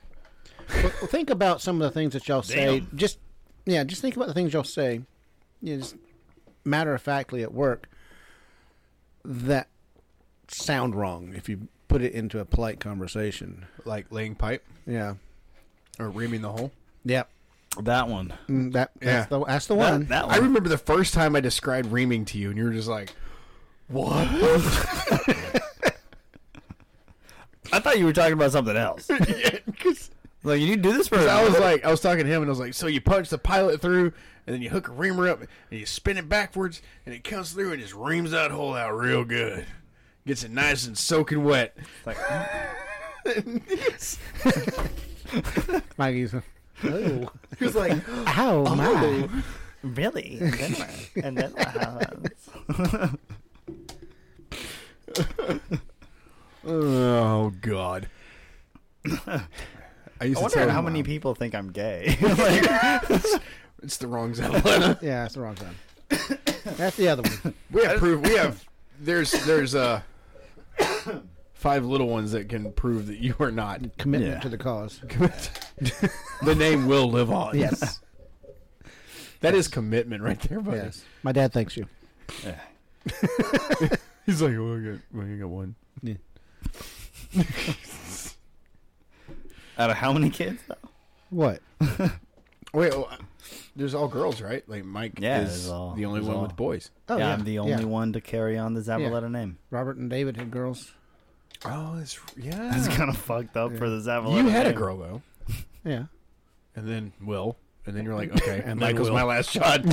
[SPEAKER 1] But think about some of the things that y'all say. Just yeah, just think about the things y'all say. You know, just matter of factly at work that sound wrong if you put it into a polite conversation.
[SPEAKER 3] Like laying pipe
[SPEAKER 1] Yeah.
[SPEAKER 3] or reaming the hole.
[SPEAKER 1] Yep.
[SPEAKER 2] That one.
[SPEAKER 1] Mm, That that's
[SPEAKER 3] Yeah.
[SPEAKER 1] the that's the one.
[SPEAKER 2] That, that
[SPEAKER 3] I
[SPEAKER 2] one.
[SPEAKER 3] remember the first time I described reaming to you and you were just like, What?
[SPEAKER 2] I thought you were talking about something else.
[SPEAKER 3] Because
[SPEAKER 2] like you do this for.
[SPEAKER 3] I was like, I was talking to him, and I was like, so you punch the pilot through, and then you hook a reamer up, and you spin it backwards, and it comes through and just reams that hole out real good. Gets it nice and soaking wet.
[SPEAKER 2] like
[SPEAKER 1] Maggie's Oh,
[SPEAKER 3] He was like,
[SPEAKER 1] Ow, Oh,
[SPEAKER 2] Oh,
[SPEAKER 1] my.
[SPEAKER 2] really, and then what? and then what happens?
[SPEAKER 3] oh god. I used
[SPEAKER 2] I
[SPEAKER 3] to
[SPEAKER 2] wonder
[SPEAKER 3] tell
[SPEAKER 2] how
[SPEAKER 3] him,
[SPEAKER 2] many
[SPEAKER 3] um,
[SPEAKER 2] people think I'm gay. like,
[SPEAKER 3] It's the wrong Zelda.
[SPEAKER 1] Yeah, that's the wrong time. That's the other one.
[SPEAKER 3] we have proof. We have. There's there's uh five little ones that can prove that you are not.
[SPEAKER 1] Commitment
[SPEAKER 2] Yeah.
[SPEAKER 1] to the cause.
[SPEAKER 3] the name will live on.
[SPEAKER 1] Yes.
[SPEAKER 3] That is commitment right there, buddy.
[SPEAKER 1] yes. My dad thanks you.
[SPEAKER 3] He's like, well, I got, well, you got one.
[SPEAKER 2] out of how many kids though?
[SPEAKER 1] What?
[SPEAKER 3] Wait, oh, I- there's all girls, right? Like Mike
[SPEAKER 2] Yeah,
[SPEAKER 3] is
[SPEAKER 2] there's all-
[SPEAKER 3] the only
[SPEAKER 2] there's
[SPEAKER 3] one
[SPEAKER 2] all-
[SPEAKER 3] with boys.
[SPEAKER 1] Oh,
[SPEAKER 2] yeah, I'm the only one to carry on the Zavaleta name.
[SPEAKER 1] Robert and David had girls.
[SPEAKER 3] Oh, it's yeah.
[SPEAKER 2] That's kind of fucked up for the Zavaleta.
[SPEAKER 3] you had a
[SPEAKER 2] name.
[SPEAKER 3] girl though,
[SPEAKER 1] Yeah.
[SPEAKER 3] and then Will, and then you're like, okay,
[SPEAKER 1] And then
[SPEAKER 3] Michael's
[SPEAKER 1] Will.
[SPEAKER 3] my last shot. and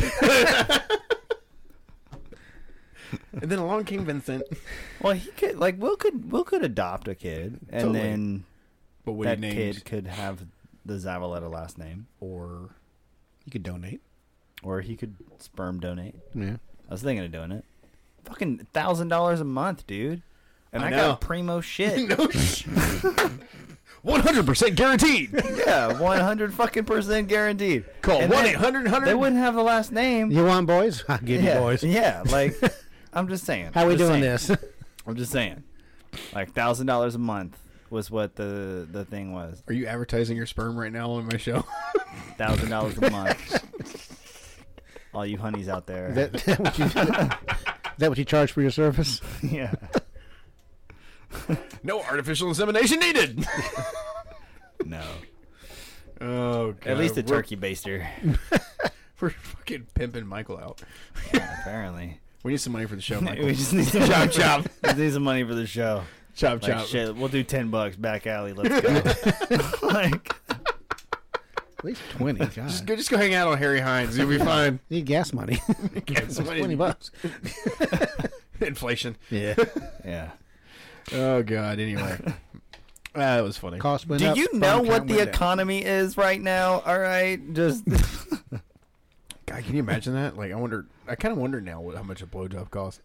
[SPEAKER 3] then along came Vincent.
[SPEAKER 2] Well, he could like Will could Will could adopt a kid, and
[SPEAKER 3] Totally.
[SPEAKER 2] then
[SPEAKER 3] But what
[SPEAKER 2] that
[SPEAKER 3] he named
[SPEAKER 2] kid could have the Zavaleta last name,
[SPEAKER 3] or
[SPEAKER 1] You could donate.
[SPEAKER 2] or he could sperm donate.
[SPEAKER 1] Yeah.
[SPEAKER 2] I was thinking of doing it. Fucking thousand dollars a month, dude. And
[SPEAKER 3] I
[SPEAKER 2] I,
[SPEAKER 3] know.
[SPEAKER 2] got primo shit.
[SPEAKER 3] no, one hundred percent guaranteed.
[SPEAKER 2] yeah, one hundred fucking percent guaranteed.
[SPEAKER 3] Call
[SPEAKER 2] And
[SPEAKER 3] one
[SPEAKER 2] then
[SPEAKER 3] eight hundred hundred.
[SPEAKER 2] They wouldn't have the last name.
[SPEAKER 1] You want boys? I'll give
[SPEAKER 2] yeah,
[SPEAKER 1] you boys.
[SPEAKER 2] yeah. Like, I'm just saying.
[SPEAKER 1] How
[SPEAKER 2] I'm
[SPEAKER 1] we
[SPEAKER 2] just
[SPEAKER 1] doing
[SPEAKER 2] saying.
[SPEAKER 1] this?
[SPEAKER 2] I'm just saying. Like thousand dollars a month was what the the thing was.
[SPEAKER 3] Are you advertising your sperm right now on my show?
[SPEAKER 2] Thousand dollars a month. All you honeys out there.
[SPEAKER 1] that, that what you, is that what you charge for your service?
[SPEAKER 2] yeah.
[SPEAKER 3] no artificial insemination needed.
[SPEAKER 2] No.
[SPEAKER 3] oh, God.
[SPEAKER 2] At least a
[SPEAKER 3] We're-
[SPEAKER 2] turkey baster.
[SPEAKER 3] We're fucking pimping Michael out.
[SPEAKER 2] Apparently.
[SPEAKER 3] We need some money for the show, Michael.
[SPEAKER 2] we just need some
[SPEAKER 3] chop, chop,
[SPEAKER 2] we just need some money for the show.
[SPEAKER 3] chop,
[SPEAKER 2] Like
[SPEAKER 3] chop.
[SPEAKER 2] shit, we'll do ten bucks back alley. Let's go. like
[SPEAKER 1] At least twenty. God.
[SPEAKER 3] Just go, just go hang out on Harry Hines. You'll be fine.
[SPEAKER 1] You need gas money.
[SPEAKER 3] Get some money.
[SPEAKER 1] twenty bucks.
[SPEAKER 3] Inflation.
[SPEAKER 1] Yeah.
[SPEAKER 2] yeah.
[SPEAKER 3] Oh God. Anyway, Ah, that was funny.
[SPEAKER 1] Cost went
[SPEAKER 2] Do
[SPEAKER 1] up,
[SPEAKER 2] you
[SPEAKER 1] phone
[SPEAKER 2] know
[SPEAKER 1] count
[SPEAKER 2] what the
[SPEAKER 1] went down.
[SPEAKER 2] economy is right now? All right, just
[SPEAKER 3] God, can you imagine that? Like, I wonder. I kind of wonder now what, how much a blowjob costs.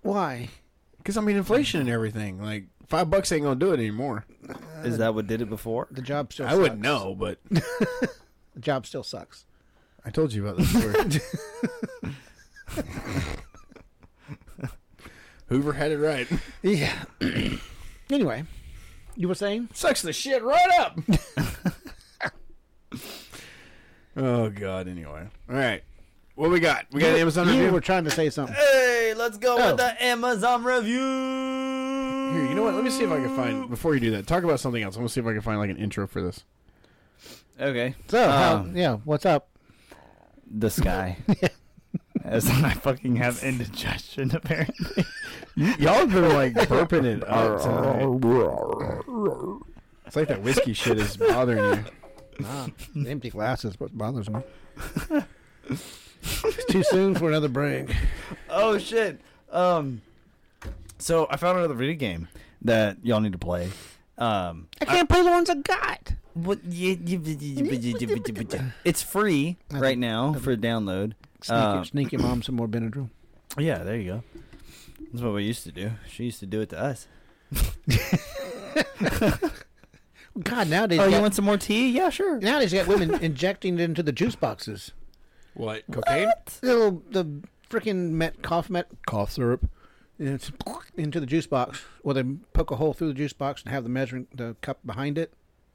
[SPEAKER 1] Why?
[SPEAKER 3] Because I mean, inflation and everything. Like, five bucks ain't gonna do it anymore.
[SPEAKER 2] is that what did it before?
[SPEAKER 1] The job still.
[SPEAKER 3] I
[SPEAKER 1] sucks.
[SPEAKER 3] wouldn't know, but
[SPEAKER 1] The job still sucks.
[SPEAKER 3] I told you about this story. Hoover had it right.
[SPEAKER 1] Yeah. anyway, you were saying?
[SPEAKER 3] sucks the shit right up. oh God. Anyway. All right. What we got? We got an Amazon
[SPEAKER 1] you
[SPEAKER 3] review.
[SPEAKER 1] were trying to say something.
[SPEAKER 2] Hey, let's go
[SPEAKER 1] Oh.
[SPEAKER 2] with the Amazon review.
[SPEAKER 3] Here, you know what? Let me see if I can find before you do that. Talk about something else. I'm gonna see if I can find like an intro for this.
[SPEAKER 2] Okay,
[SPEAKER 1] So, how,
[SPEAKER 2] Um,
[SPEAKER 1] yeah, what's up?
[SPEAKER 2] the sky. as I fucking have indigestion, apparently.
[SPEAKER 3] Y'all have been like burping it up It's like that whiskey shit is bothering you.
[SPEAKER 1] Nah, the empty glass is what bothers me. it's too soon for another break.
[SPEAKER 2] oh shit. Um, so I found another video game that y'all need to play. Um,
[SPEAKER 5] I can't play the ones I got.
[SPEAKER 2] what it's free right now for download.
[SPEAKER 1] Sneak, your-
[SPEAKER 2] Um,
[SPEAKER 1] sneak your mom some more Benadryl.
[SPEAKER 2] Yeah, there you go. That's what we used to do. She used to do it to us.
[SPEAKER 1] God, nowadays
[SPEAKER 2] Oh,
[SPEAKER 1] you
[SPEAKER 2] you
[SPEAKER 1] got-
[SPEAKER 2] want some more tea? Yeah, sure.
[SPEAKER 1] nowadays you got women injecting it into the juice boxes.
[SPEAKER 3] What? Cocaine?
[SPEAKER 1] The little the freaking met cough met cough syrup. And it's into the juice box. Or they poke a hole through the juice box and have the measuring the cup behind it.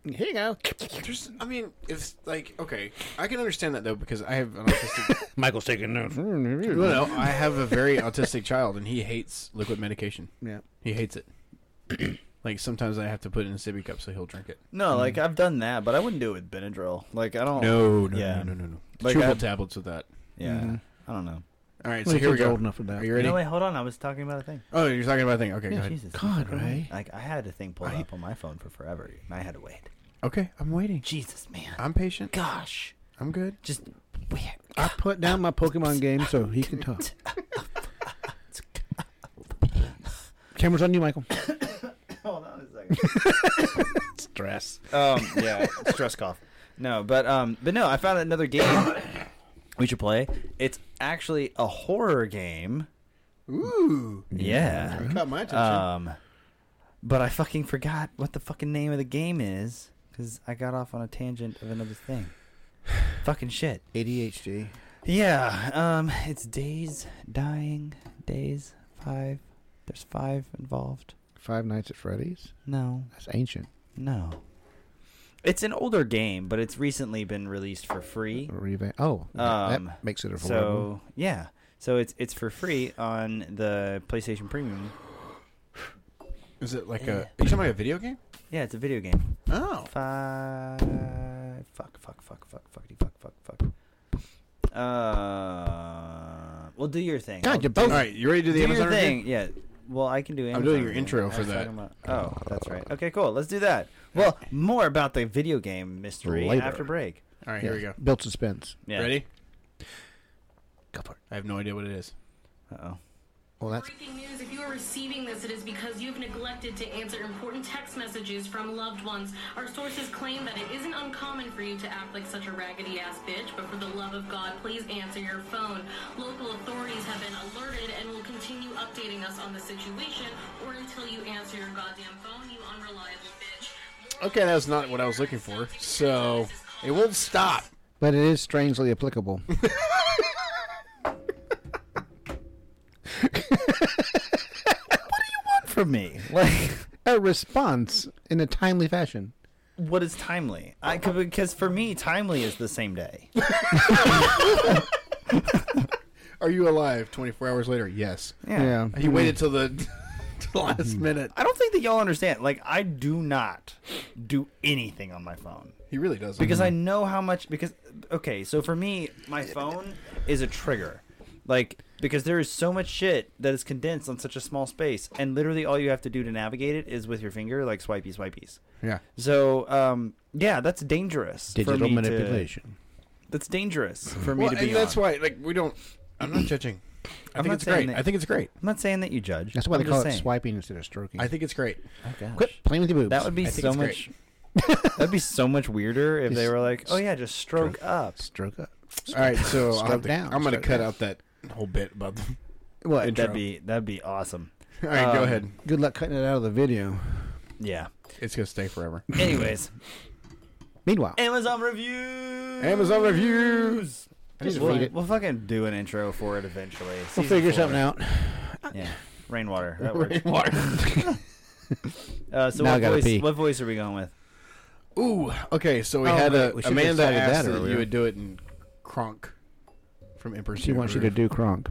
[SPEAKER 1] Here you go.
[SPEAKER 3] There's, I mean, it's like okay, I can understand that though because I have an autistic.
[SPEAKER 1] Michael's taking notes.
[SPEAKER 3] well, no, I have a very autistic child, and he hates liquid medication.
[SPEAKER 1] Yeah.
[SPEAKER 3] He hates it. like sometimes I have to put it in a sippy cup so he'll drink it.
[SPEAKER 2] No, like I've done that, but I wouldn't do it with Benadryl. Like I don't.
[SPEAKER 3] No, no,
[SPEAKER 2] Oh, Yeah.
[SPEAKER 3] no, no, no, no.
[SPEAKER 2] Like,
[SPEAKER 3] Triple
[SPEAKER 2] I-
[SPEAKER 3] tablets with that.
[SPEAKER 2] Yeah, I don't know.
[SPEAKER 3] All right, so
[SPEAKER 1] Mm-hmm. Well,
[SPEAKER 3] here we
[SPEAKER 1] kids are
[SPEAKER 3] go.
[SPEAKER 1] old enough for that.
[SPEAKER 3] Are you ready?
[SPEAKER 2] No, wait, hold on. I was talking about a thing.
[SPEAKER 3] oh, you're talking about a thing. Okay, go ahead.
[SPEAKER 2] Jesus,
[SPEAKER 1] God,
[SPEAKER 2] fucking
[SPEAKER 1] Ray.
[SPEAKER 2] wait. Like I had a thing pulled up on my phone for forever, and I had to wait.
[SPEAKER 3] Okay, I'm waiting.
[SPEAKER 2] Jesus, man.
[SPEAKER 3] I'm patient.
[SPEAKER 2] Gosh,
[SPEAKER 3] I'm good.
[SPEAKER 2] just wait.
[SPEAKER 1] I put down my Pokemon game so he can talk. Camera's on you, Michael.
[SPEAKER 2] Hold on a second.
[SPEAKER 1] Stress.
[SPEAKER 2] Um, yeah, stress cough. No, but um, but no, I found another game we should play. It's actually a horror game.
[SPEAKER 3] Ooh,
[SPEAKER 2] Yeah.
[SPEAKER 3] caught my attention. Uh,
[SPEAKER 2] Um, but I fucking forgot what the fucking name of the game is because I got off on a tangent of another thing. fucking shit.
[SPEAKER 1] ADHD.
[SPEAKER 2] Yeah. Um, it's days dying days five. There's five involved.
[SPEAKER 1] Five Nights at Freddy's.
[SPEAKER 2] No,
[SPEAKER 1] That's ancient.
[SPEAKER 2] no. It's an older game, but it's recently been released for free.
[SPEAKER 1] A reva- Oh, yeah,
[SPEAKER 2] Um,
[SPEAKER 1] that makes it affordable.
[SPEAKER 2] So yeah, so it's it's for free on the PlayStation Premium.
[SPEAKER 3] Is it like a? Are you talking about a video game?
[SPEAKER 2] Yeah, it's a video game.
[SPEAKER 3] Oh,
[SPEAKER 2] Fuck, fuck, fuck, fuck, fuck, fuckity, fuck, fuck, fuck. Uh, well, do your thing. I'll
[SPEAKER 1] God, you're
[SPEAKER 3] all
[SPEAKER 1] both.
[SPEAKER 3] right. You ready to do
[SPEAKER 2] do
[SPEAKER 3] the
[SPEAKER 2] your
[SPEAKER 3] Amazon review?
[SPEAKER 2] thing. Yeah. Well, I can do. Amazon
[SPEAKER 3] doing your
[SPEAKER 2] review.
[SPEAKER 3] intro
[SPEAKER 2] I was
[SPEAKER 3] for that.
[SPEAKER 2] talking about- oh, that's right. Okay, cool. Let's do that. Well, more about the video game mystery
[SPEAKER 1] Later.
[SPEAKER 2] after break.
[SPEAKER 3] All right,
[SPEAKER 1] Yeah,
[SPEAKER 3] here we go.
[SPEAKER 1] Built suspense.
[SPEAKER 2] Yeah.
[SPEAKER 3] Ready?
[SPEAKER 1] Go for it.
[SPEAKER 3] I have no idea what it is.
[SPEAKER 2] Uh oh.
[SPEAKER 1] Well, that's
[SPEAKER 7] Breaking news. If you are receiving this, it is because you've neglected to answer important text messages from loved ones. Our sources claim that it isn't uncommon for you to act like such a raggedy ass bitch, but for the love of God, please answer your phone. Local authorities have been alerted and will continue updating us on the situation or until you answer your goddamn phone, you unreliable bitch.
[SPEAKER 3] Okay, that was not what I was looking for. So it won't stop.
[SPEAKER 1] But it is strangely applicable.
[SPEAKER 2] For me, like.
[SPEAKER 1] a response in a timely fashion.
[SPEAKER 2] what is timely? I could, because for me, timely is the same day.
[SPEAKER 3] Are you alive? Twenty four hours later, yes.
[SPEAKER 1] Yeah.
[SPEAKER 3] He waited till the, till the last minute.
[SPEAKER 2] I don't think that y'all understand. Like, I do not do anything on my phone
[SPEAKER 3] He really doesn't.
[SPEAKER 2] because
[SPEAKER 1] Mm-hmm.
[SPEAKER 2] I know how much. Because okay, so for me, my phone is a trigger. Like, because there is so much shit that is condensed on such a small space, and literally all you have to do to navigate it is with your finger, like swipey, swipeys.
[SPEAKER 3] yeah.
[SPEAKER 2] So, um, yeah, that's dangerous. for
[SPEAKER 1] Digital
[SPEAKER 2] me to-
[SPEAKER 1] manipulation.
[SPEAKER 2] that's dangerous for me
[SPEAKER 3] Well,
[SPEAKER 2] to be.
[SPEAKER 3] and that's
[SPEAKER 2] on.
[SPEAKER 3] why, like, we don't. I'm not judging. I
[SPEAKER 2] I'm
[SPEAKER 3] think
[SPEAKER 2] not
[SPEAKER 3] it's
[SPEAKER 2] saying
[SPEAKER 3] great.
[SPEAKER 2] that-
[SPEAKER 3] I think it's great.
[SPEAKER 2] I'm not saying that you judge.
[SPEAKER 1] That's why
[SPEAKER 2] I'm
[SPEAKER 1] they call
[SPEAKER 2] just
[SPEAKER 1] it
[SPEAKER 2] saying.
[SPEAKER 1] swiping instead of stroking.
[SPEAKER 3] I think it's great.
[SPEAKER 2] Oh, gosh.
[SPEAKER 1] Quit playing with your boobs.
[SPEAKER 2] That would be
[SPEAKER 3] I think
[SPEAKER 2] so
[SPEAKER 3] it's
[SPEAKER 2] much. that'd be so much weirder if they were like, "Oh yeah, just stroke up."
[SPEAKER 1] stroke up.
[SPEAKER 3] All right, so
[SPEAKER 1] Stroke
[SPEAKER 3] I'll have to-
[SPEAKER 1] down,
[SPEAKER 3] I'm going to
[SPEAKER 1] stroke
[SPEAKER 3] cut
[SPEAKER 1] down.
[SPEAKER 3] out that whole bit about them.
[SPEAKER 1] What?
[SPEAKER 3] Intro.
[SPEAKER 2] That'd be that'd be awesome.
[SPEAKER 3] All right, go
[SPEAKER 2] Um,
[SPEAKER 3] ahead.
[SPEAKER 1] Good luck cutting it out of the video.
[SPEAKER 2] Yeah.
[SPEAKER 3] It's going to stay forever.
[SPEAKER 2] Anyways,
[SPEAKER 1] Meanwhile,
[SPEAKER 2] Amazon reviews.
[SPEAKER 3] Amazon reviews.
[SPEAKER 1] just
[SPEAKER 2] We'll,
[SPEAKER 1] read it.
[SPEAKER 2] we'll fucking do an intro for it eventually.
[SPEAKER 1] we'll figure something out.
[SPEAKER 2] out. Yeah. Rainwater. That works. Uh, so
[SPEAKER 1] Now I
[SPEAKER 2] what
[SPEAKER 1] gotta
[SPEAKER 2] voice?
[SPEAKER 1] pee.
[SPEAKER 2] What voice are we going with?
[SPEAKER 3] Ooh, okay. So we
[SPEAKER 1] Oh,
[SPEAKER 3] had
[SPEAKER 1] right,
[SPEAKER 3] a,
[SPEAKER 1] we should've
[SPEAKER 3] Amanda
[SPEAKER 1] decided
[SPEAKER 3] asked
[SPEAKER 1] that
[SPEAKER 3] that, you
[SPEAKER 1] earlier.
[SPEAKER 3] would do it in Kronk from Emperor's
[SPEAKER 1] She
[SPEAKER 3] New
[SPEAKER 1] wants you to do
[SPEAKER 3] Groove.
[SPEAKER 1] Kronk.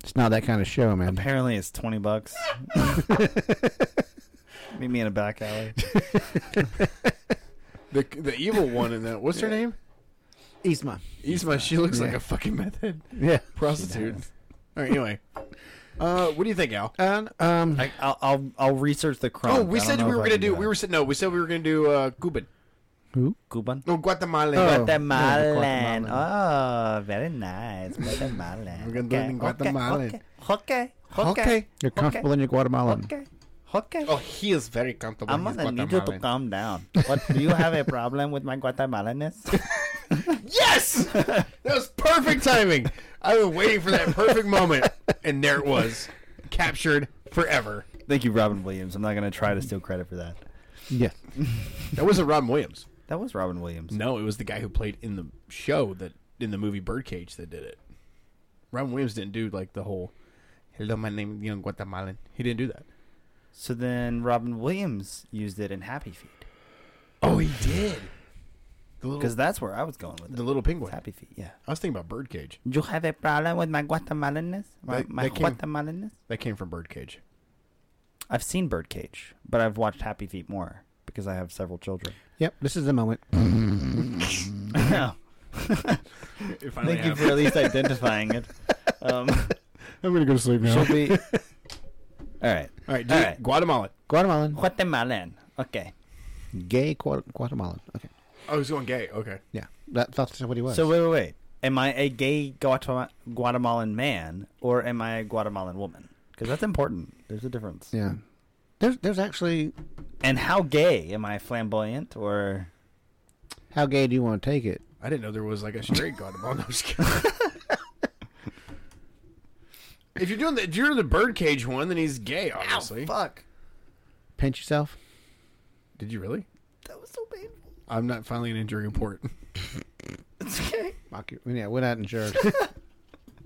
[SPEAKER 1] it's not that kind of show, man.
[SPEAKER 2] Apparently, it's twenty bucks. Meet me in a back alley.
[SPEAKER 3] the the evil one in that. What's her name?
[SPEAKER 1] Isma.
[SPEAKER 3] Isma, she looks like
[SPEAKER 1] Yeah.
[SPEAKER 3] a fucking method
[SPEAKER 1] Yeah.
[SPEAKER 3] prostitute. All right, anyway. Uh, what do you think, Al?
[SPEAKER 1] And um,
[SPEAKER 2] I, I'll, I'll I'll research the crumb.
[SPEAKER 3] oh, we said we were gonna do. We were sa- no, we said we were gonna do uh, Cuban.
[SPEAKER 2] Cuban.
[SPEAKER 3] No, Guatemala.
[SPEAKER 1] Oh.
[SPEAKER 2] Guatemalan.
[SPEAKER 1] Guatemalan.
[SPEAKER 2] Oh, very nice. Guatemalan.
[SPEAKER 3] We're gonna do it in Guatemala.
[SPEAKER 2] Okay. Okay.
[SPEAKER 3] Okay.
[SPEAKER 1] you're comfortable in your Guatemalan.
[SPEAKER 2] Okay. Okay.
[SPEAKER 3] Oh, he is very comfortable.
[SPEAKER 2] I'm
[SPEAKER 3] He's
[SPEAKER 2] gonna need you to
[SPEAKER 3] Guatemalan.
[SPEAKER 2] calm down. What do you have a problem with my Guatemalanness?
[SPEAKER 3] Yes, that was perfect timing. I was waiting for that perfect moment, and there it was, captured forever.
[SPEAKER 2] Thank you, Robin Williams. I'm not gonna try to steal credit for that.
[SPEAKER 1] Yes.
[SPEAKER 3] That wasn't Robin Williams.
[SPEAKER 2] That was Robin Williams.
[SPEAKER 3] No, it was the guy who played in the show that in the movie Birdcage that did it. Robin Williams didn't do like the whole "Hello, my name is Young Guatemalan." He didn't do that.
[SPEAKER 2] So then Robin Williams used it in Happy Feet
[SPEAKER 3] Oh, he did. The
[SPEAKER 2] because
[SPEAKER 3] little,
[SPEAKER 2] that's where I was going with it.
[SPEAKER 3] the little penguin.
[SPEAKER 2] Happy Feet, yeah.
[SPEAKER 3] I was thinking about Birdcage.
[SPEAKER 2] You have a problem with my Guatemalanness? My,
[SPEAKER 3] That-
[SPEAKER 2] my
[SPEAKER 3] that came-
[SPEAKER 2] Guatemalanness?
[SPEAKER 3] That came from Birdcage.
[SPEAKER 2] I've seen Birdcage, but I've watched Happy Feet more because I have several children.
[SPEAKER 1] Yep. This is the moment.
[SPEAKER 2] Thank you for at least identifying it. Um,
[SPEAKER 6] I'm gonna go to sleep now.
[SPEAKER 2] she'll be. All right.
[SPEAKER 3] All right,
[SPEAKER 2] All
[SPEAKER 3] dude,
[SPEAKER 2] right.
[SPEAKER 3] Guatemala.
[SPEAKER 1] Guatemalan.
[SPEAKER 2] Guatemalan. Okay.
[SPEAKER 1] Gay Gua- Guatemalan. Okay.
[SPEAKER 3] Oh, he's going gay. Okay.
[SPEAKER 1] Yeah. That, that's what he was.
[SPEAKER 2] So wait, wait, wait. Am I a gay Guatem- Guatemalan man or am I a Guatemalan woman? Because that's important. There's a difference.
[SPEAKER 1] yeah. There's there's actually
[SPEAKER 2] And how gay am I? Flamboyant or
[SPEAKER 1] how gay do you want to take it?
[SPEAKER 3] I didn't know there was like a straight Guatemala. No, I'm just kidding. if you're doing the if you're doing the birdcage one, then he's gay, obviously.
[SPEAKER 2] fuck?
[SPEAKER 1] Pinch yourself.
[SPEAKER 3] Did you really?
[SPEAKER 2] That was so painful.
[SPEAKER 3] I'm not filing an injury report.
[SPEAKER 2] It's okay.
[SPEAKER 1] Mock your- Yeah, we're not insured.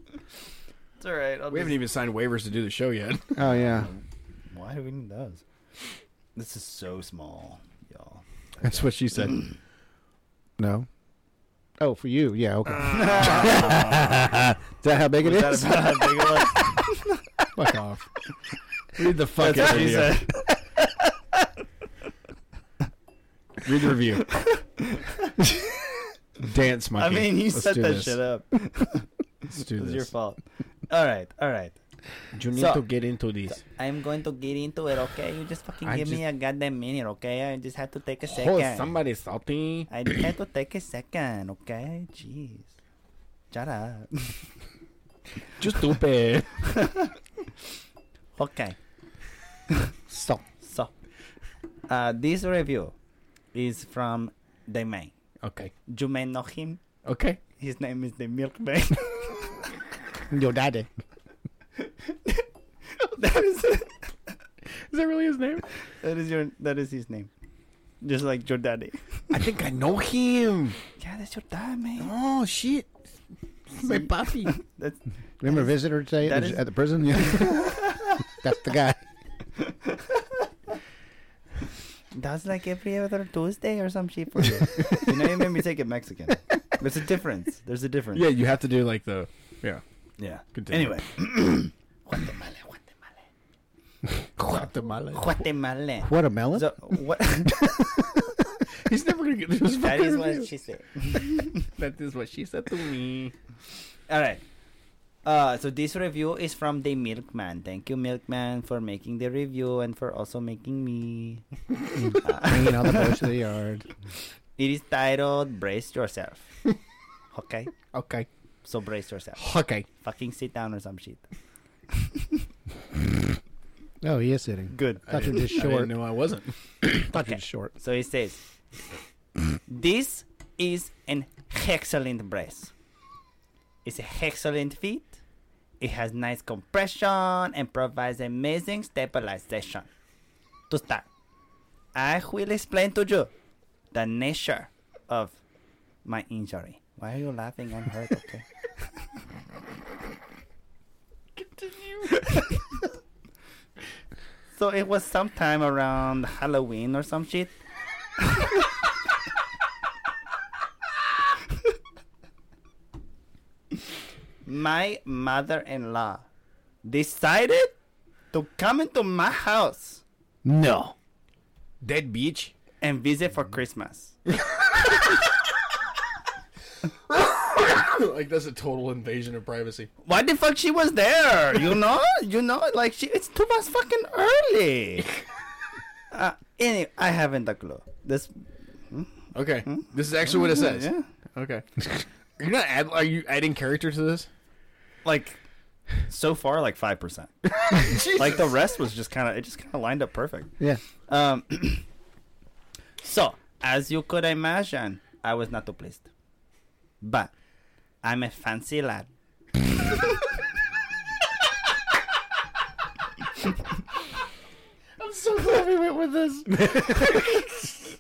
[SPEAKER 2] It's all right. I'll
[SPEAKER 3] We haven't even signed waivers to do the show yet.
[SPEAKER 1] oh yeah,
[SPEAKER 2] Why do we need those? This is so small, y'all.
[SPEAKER 3] That's what she said.
[SPEAKER 1] no. Oh, for you, yeah, okay. is that how big it is?
[SPEAKER 3] Fuck off. Read the fuck out review. Read the review. Dance,
[SPEAKER 2] I
[SPEAKER 3] Mikey.
[SPEAKER 2] mean, you
[SPEAKER 3] Let's
[SPEAKER 2] set
[SPEAKER 3] do
[SPEAKER 2] that
[SPEAKER 3] this.
[SPEAKER 2] shit up.
[SPEAKER 3] Let's do
[SPEAKER 2] It was your
[SPEAKER 3] this.
[SPEAKER 2] fault. All right, all right.
[SPEAKER 3] You need
[SPEAKER 2] So-
[SPEAKER 3] to get into this.
[SPEAKER 7] I'm going to get into it, okay? You just fucking
[SPEAKER 3] I'm
[SPEAKER 7] give me a
[SPEAKER 3] just-
[SPEAKER 7] goddamn minute, okay? I just have to take a
[SPEAKER 3] Oh,
[SPEAKER 7] second.
[SPEAKER 3] somebody salty.
[SPEAKER 7] I just have to take a second, okay? Jeez.
[SPEAKER 2] Shut up.
[SPEAKER 3] Just stupid.
[SPEAKER 2] Okay.
[SPEAKER 1] Stop.
[SPEAKER 2] So, uh, this review is from the man.
[SPEAKER 3] okay.
[SPEAKER 2] You may know him.
[SPEAKER 3] Okay.
[SPEAKER 2] His name is the Milkman.
[SPEAKER 1] Your daddy.
[SPEAKER 2] that is
[SPEAKER 3] Is that really his name?
[SPEAKER 2] that is your that is his name. Just like your daddy.
[SPEAKER 3] I think I know him.
[SPEAKER 2] Yeah, that's your dad, man.
[SPEAKER 3] Oh shit. My puppy.
[SPEAKER 2] That's
[SPEAKER 1] Remember a visitor today at
[SPEAKER 2] that
[SPEAKER 1] the,
[SPEAKER 2] is-
[SPEAKER 1] at the prison? Yeah. That's the guy.
[SPEAKER 2] that's like every other Tuesday or some shit for you. you know, you made me take it Mexican. There's a difference. There's a difference.
[SPEAKER 3] yeah, you have to do like the yeah.
[SPEAKER 2] Yeah.
[SPEAKER 3] Continue.
[SPEAKER 2] Anyway.
[SPEAKER 7] Guatemala, Guatemala.
[SPEAKER 3] Guatemala.
[SPEAKER 7] Guatemala.
[SPEAKER 1] What a melon?
[SPEAKER 2] So what?
[SPEAKER 3] He's never gonna get this.
[SPEAKER 7] That
[SPEAKER 3] fucking
[SPEAKER 7] is what
[SPEAKER 3] review.
[SPEAKER 7] she said.
[SPEAKER 3] That is what she said to me.
[SPEAKER 2] All right. Uh, so this review is from the Milkman. Thank you, Milkman, for making the review and for also making me.
[SPEAKER 1] Bringing all the boys to the yard.
[SPEAKER 2] It is titled "Brace Yourself." okay,
[SPEAKER 3] Okay.
[SPEAKER 2] so brace yourself.
[SPEAKER 3] Okay.
[SPEAKER 2] Fucking sit down or some shit.
[SPEAKER 1] Oh, he is sitting.
[SPEAKER 2] Good.
[SPEAKER 1] Thought you were just
[SPEAKER 3] I didn't
[SPEAKER 1] short.
[SPEAKER 3] know I wasn't.
[SPEAKER 1] Thought you were
[SPEAKER 2] Okay.
[SPEAKER 1] just short.
[SPEAKER 2] So it says, "This is an excellent brace. It's an excellent fit. It has nice compression and provides amazing stabilization. To start, I will explain to you the nature of my injury. Why are you laughing? I'm hurt. Okay." So it was sometime around Halloween or some shit. my mother in law decided to come into my house
[SPEAKER 1] No.
[SPEAKER 3] Dead beach.
[SPEAKER 2] and visit for Christmas.
[SPEAKER 3] like that's a total invasion of privacy.
[SPEAKER 2] Why the fuck she was there? You know, you know, like she, it's too much fucking early. uh, anyway, I haven't a clue. This
[SPEAKER 3] Okay, this is actually what it says.
[SPEAKER 2] yeah.
[SPEAKER 3] Okay, you're not add, are you adding character to this?
[SPEAKER 2] like so far like five percent. like the rest was just kind of it just kind of lined up perfect.
[SPEAKER 1] Yeah.
[SPEAKER 2] Um, so as you could imagine, I was not too pleased, but I'm a fancy lad.
[SPEAKER 3] I'm so glad we went with this.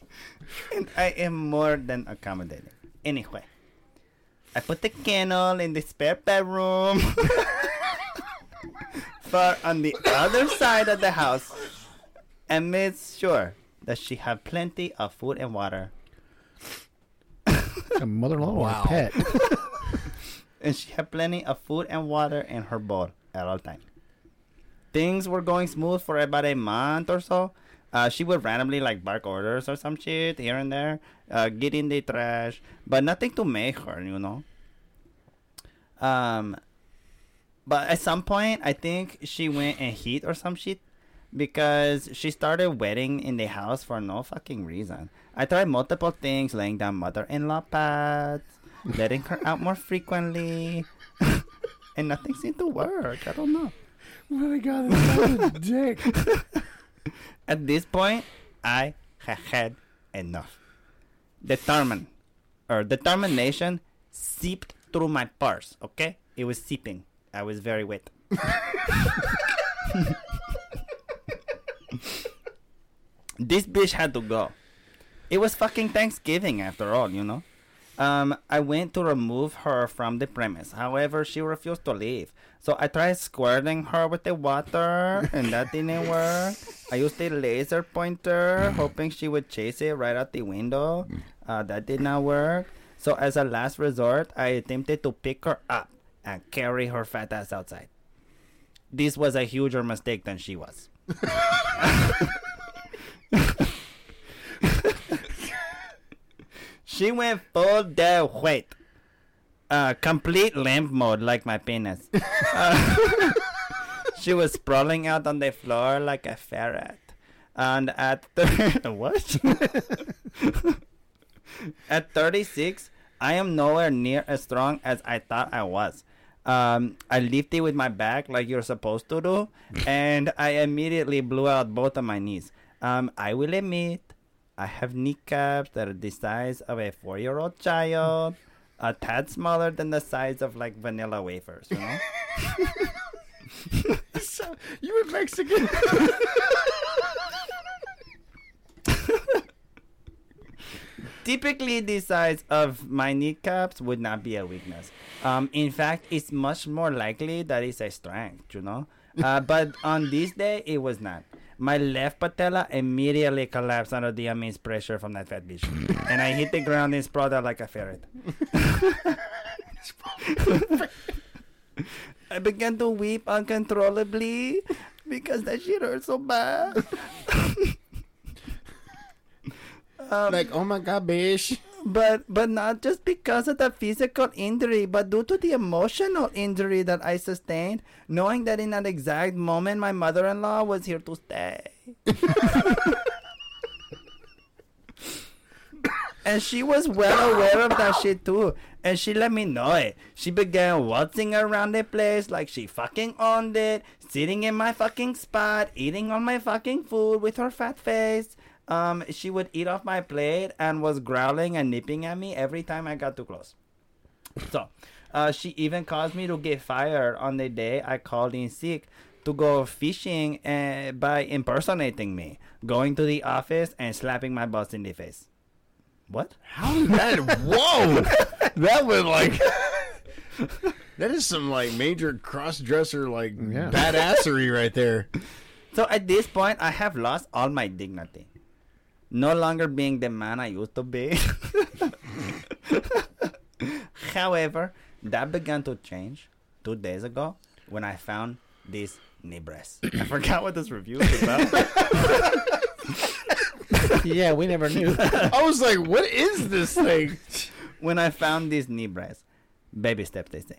[SPEAKER 2] And I am more than accommodating. Anyway, I put the kennel in the spare bedroom. far on the other side of the house and made sure that she had plenty of food and water
[SPEAKER 1] A mother-in-law or a
[SPEAKER 3] Oh
[SPEAKER 1] pet.
[SPEAKER 2] and she had plenty of food and water in her bowl at all times. Things were going smooth for about a month or so. Uh, she would randomly like bark orders or some shit here and there, uh, get in the trash, but nothing to make her, you know. Um, but at some point, I think she went in heat or some shit because she started wetting in the house for no fucking reason. I tried multiple things, laying down mother-in-law pads, letting her out more frequently, and nothing seemed to work. I don't know.
[SPEAKER 3] Oh my god, that's a dick.
[SPEAKER 2] At this point, I had had enough. Determined, or determination seeped through my pores. Okay, it was seeping. I was very wet. this bitch had to go. It was fucking Thanksgiving after all, you know. Um, I went to remove her from the premise. However, she refused to leave. So I tried squirting her with the water, and that didn't work. I used a laser pointer, hoping she would chase it right out the window. Uh, that did not work. So as a last resort, I attempted to pick her up and carry her fat ass outside. This was a huger mistake than she was. She went full the weight. Uh, complete limp mode, like my penis. Uh, she was sprawling out on the floor like a ferret. And at thir- what? at 36, I am nowhere near as strong as I thought I was. Um, I lifted with my back like you're supposed to do, and I immediately blew out both of my knees. Um, I will admit, I have kneecaps that are the size of a four-year-old child, a tad smaller than the size of like vanilla wafers. You know?
[SPEAKER 3] So, you were Mexican.
[SPEAKER 2] Typically, the size of my kneecaps would not be a weakness. Um, in fact, it's much more likely that it's a strength, you know? Uh, but on this day, it was not. My left patella immediately collapsed under the immense pressure from that fat bitch. and I hit the ground and sprawled out like a ferret. I began to weep uncontrollably because that shit hurt so bad.
[SPEAKER 3] like, oh my god, bitch.
[SPEAKER 2] but but not just because of the physical injury but due to the emotional injury that i sustained knowing that in that exact moment my mother-in-law was here to stay and she was well aware of that shit too and she let me know it she began waltzing around the place like she fucking owned it sitting in my fucking spot eating all my fucking food with her fat face um, she would eat off my plate and was growling and nipping at me every time I got too close. So, uh, she even caused me to get fired on the day I called in sick to go fishing uh, by impersonating me, going to the office and slapping my boss in the face. What?
[SPEAKER 3] How did that? Whoa! That was like. That is some like major cross dresser like
[SPEAKER 1] Yeah.
[SPEAKER 3] badassery right there.
[SPEAKER 2] So at this point, I have lost all my dignity. No longer being the man I used to be. However, that began to change two days ago when I found this knee brace. I forgot what this review was about.
[SPEAKER 1] yeah, we never knew.
[SPEAKER 3] I was like, what is this thing?
[SPEAKER 2] when I found this knee brace, Baby steps, they say.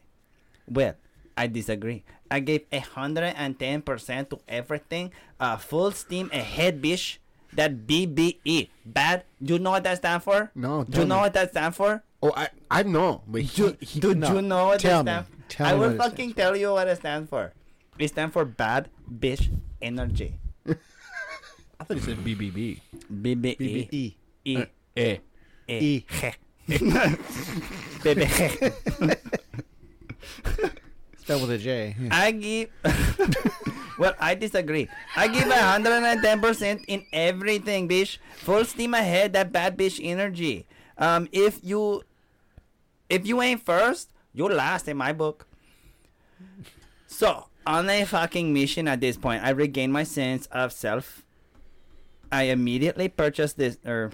[SPEAKER 2] Well, I disagree. I gave 110% to everything. Uh, full steam ahead, bish. That BBE. Bad. Do you know what that stands for?
[SPEAKER 1] No,
[SPEAKER 2] Do
[SPEAKER 1] tell
[SPEAKER 2] you know
[SPEAKER 1] me.
[SPEAKER 2] what that stands for?
[SPEAKER 3] Oh, I I know, but he, he
[SPEAKER 2] Do
[SPEAKER 1] no.
[SPEAKER 2] you know what
[SPEAKER 1] Tell
[SPEAKER 2] it
[SPEAKER 1] me.
[SPEAKER 2] stands
[SPEAKER 1] Tell
[SPEAKER 2] I
[SPEAKER 1] me
[SPEAKER 2] will
[SPEAKER 1] what it
[SPEAKER 2] fucking tell you what it stands for. It stands for bad bitch energy.
[SPEAKER 3] I thought he said BBB.
[SPEAKER 2] BBE. BBE. E.
[SPEAKER 1] Uh,
[SPEAKER 3] Eh.
[SPEAKER 2] E. Baby.
[SPEAKER 1] Spelled with a J. Yeah.
[SPEAKER 2] I give. well, I disagree. I give 110% in everything, bitch. Full steam ahead, that bad bitch energy. Um, if you, if you ain't first, you're last in my book. So on a fucking mission at this point, I regain my sense of self. I immediately purchased this, er, or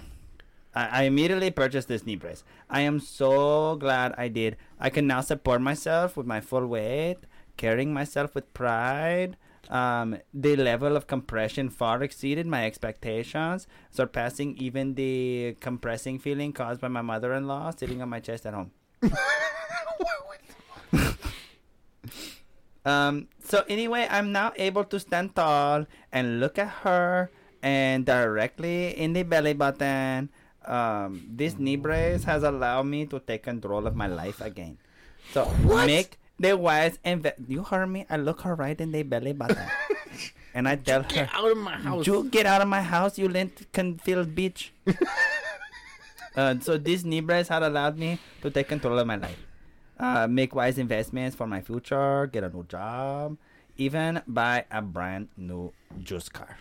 [SPEAKER 2] I, I immediately purchased this knee brace. I am so glad I did. I can now support myself with my full weight, carrying myself with pride. Um, the level of compression far exceeded my expectations, surpassing even the compressing feeling caused by my mother-in-law sitting on my chest at home. Um, so anyway, I'm now able to stand tall and look at her and directly in the belly button. Um, this knee brace has allowed me to take control of my life again. So make the wise and you heard me. I look her right in the belly button, and I tell her,
[SPEAKER 3] Out of my house.
[SPEAKER 2] "You get out of my house, you lint filled bitch." uh, so this knee brace had allowed me to take control of my life uh, make wise investments for my future, get a new job, even buy a brand new juice car.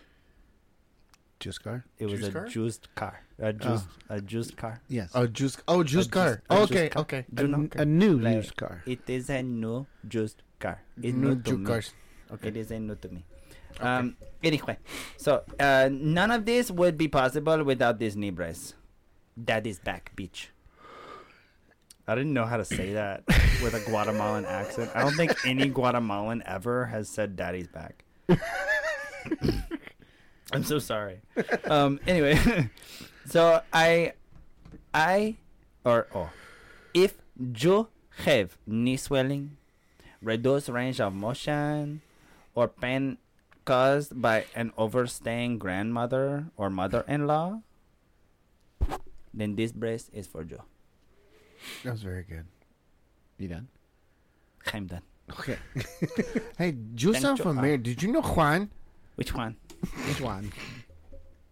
[SPEAKER 1] Juice car?
[SPEAKER 2] It was
[SPEAKER 3] Juice
[SPEAKER 2] a
[SPEAKER 3] car?
[SPEAKER 2] juiced car, a juice, a juice car.
[SPEAKER 1] Yes.
[SPEAKER 3] Oh, juice. Oh, juice
[SPEAKER 2] juice-
[SPEAKER 3] car.
[SPEAKER 2] a juice
[SPEAKER 3] okay,
[SPEAKER 2] car.
[SPEAKER 3] okay.
[SPEAKER 2] Do you know?
[SPEAKER 1] a new
[SPEAKER 2] Like, E.
[SPEAKER 1] used car.
[SPEAKER 2] It is a new juiced car. It's
[SPEAKER 3] No
[SPEAKER 2] new, to
[SPEAKER 3] juice
[SPEAKER 2] me.
[SPEAKER 3] cars.
[SPEAKER 2] It is a new to me. Um, anyway, so uh, none of this would be possible without this knee brace. That is back, bitch. I didn't know how to say that with a Guatemalan accent. I don't think any Guatemalan ever has said daddy's back. I'm so sorry. Um, anyway, so I, I, or, oh, if you have knee swelling, reduced range of motion, or pain caused by an overstaying grandmother or mother-in-law, then this brace is for you.
[SPEAKER 3] That was very good.
[SPEAKER 1] You done?
[SPEAKER 2] I'm done.
[SPEAKER 1] Okay.
[SPEAKER 3] Hey, you
[SPEAKER 2] Thank
[SPEAKER 3] sound
[SPEAKER 2] you.
[SPEAKER 3] familiar. Did you know Juan?
[SPEAKER 2] Which one?
[SPEAKER 1] Which one?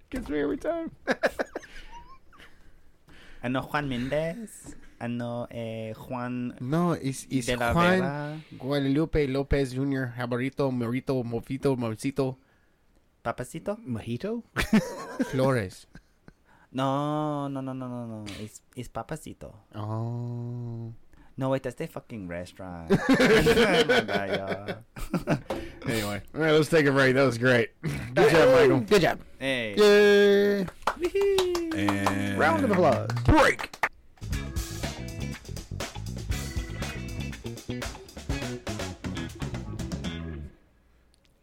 [SPEAKER 3] Gets me every time.
[SPEAKER 2] I know Juan Mendez. I know uh, Juan
[SPEAKER 3] No, it's it's
[SPEAKER 2] de la
[SPEAKER 3] Juan
[SPEAKER 2] Vera,
[SPEAKER 3] Guadalupe Lopez Jr. Jabarito Morito Mofito Mofito
[SPEAKER 2] Papacito.
[SPEAKER 1] Mojito?
[SPEAKER 3] Flores.
[SPEAKER 2] No, no, no, no, no, no. It's it's Papacito.
[SPEAKER 3] oh,
[SPEAKER 2] No, wait, that's the fucking restaurant. My bad, y'all.
[SPEAKER 3] anyway, all right. Let's take a break. That was great. Good job, Michael.
[SPEAKER 1] Good job.
[SPEAKER 2] Hey.
[SPEAKER 1] Yay.
[SPEAKER 6] And
[SPEAKER 1] Round of applause.
[SPEAKER 3] Break.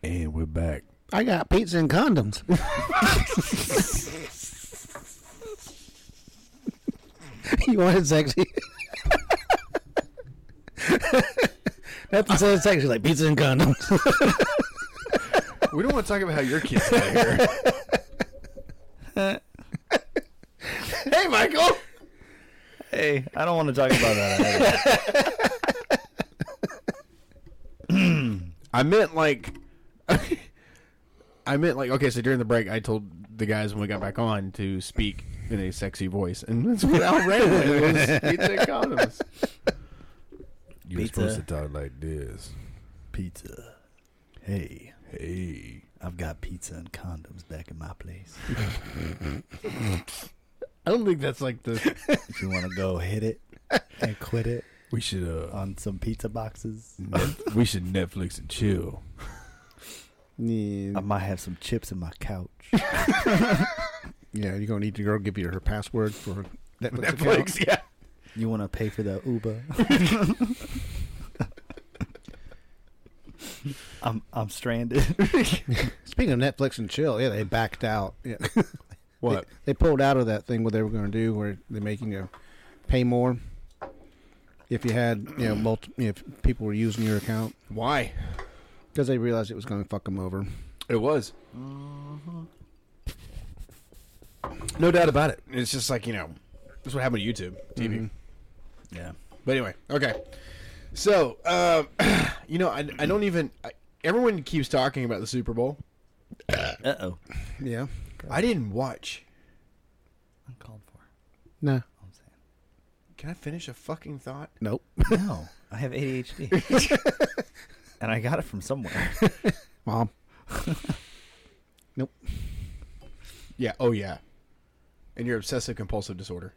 [SPEAKER 6] And we're back.
[SPEAKER 1] I got pizza and condoms. you want it sexy? Nothing says sexy like pizza and condoms.
[SPEAKER 3] We don't want to talk about how your kids got here. hey, Michael.
[SPEAKER 2] Hey, I don't want to talk about that.
[SPEAKER 3] I meant like, I meant like. Okay, so during the break, I told the guys when we got back on to speak in a sexy voice, and that's what I read. It was pizza and condoms.
[SPEAKER 6] You're
[SPEAKER 2] Pizza.
[SPEAKER 6] supposed to talk like this.
[SPEAKER 2] Pizza. Hey,
[SPEAKER 6] Hey.
[SPEAKER 2] I've got pizza and condoms back in my place.
[SPEAKER 3] I don't think that's like the.
[SPEAKER 2] If you want to go hit it and quit it
[SPEAKER 6] We should uh
[SPEAKER 2] on some pizza boxes,
[SPEAKER 6] net- we should Netflix and chill.
[SPEAKER 1] yeah,
[SPEAKER 2] I might have some chips in my couch.
[SPEAKER 1] yeah, you're gonna need to girl give you her password for Netflix. account.
[SPEAKER 3] Netflix, yeah.
[SPEAKER 2] You want to pay for the Uber? I'm I'm stranded.
[SPEAKER 1] Speaking of Netflix and chill, yeah, they backed out. Yeah.
[SPEAKER 3] What?
[SPEAKER 1] They, they pulled out of that thing what they were going to do, where they're making you pay more. if you had you know multi- if people were using your account
[SPEAKER 3] Why?
[SPEAKER 1] because they realized it was going to fuck them over.
[SPEAKER 3] It was. Mm-hmm. No doubt about it. It's just like, you know, this is what happened to YouTube TV.
[SPEAKER 2] Yeah.
[SPEAKER 3] But anyway, okay. So, um, you know, I, I don't even. I, everyone keeps talking about the Super Bowl.
[SPEAKER 2] Uh oh.
[SPEAKER 1] Yeah.
[SPEAKER 3] I didn't watch.
[SPEAKER 2] Uncalled for.
[SPEAKER 1] Nah.
[SPEAKER 2] I'm saying.
[SPEAKER 3] Can I finish a fucking thought?
[SPEAKER 1] Nope.
[SPEAKER 2] No, I have ADHD. and I got it from somewhere.
[SPEAKER 1] Mom. nope.
[SPEAKER 3] Yeah. Oh, yeah. And your obsessive compulsive disorder.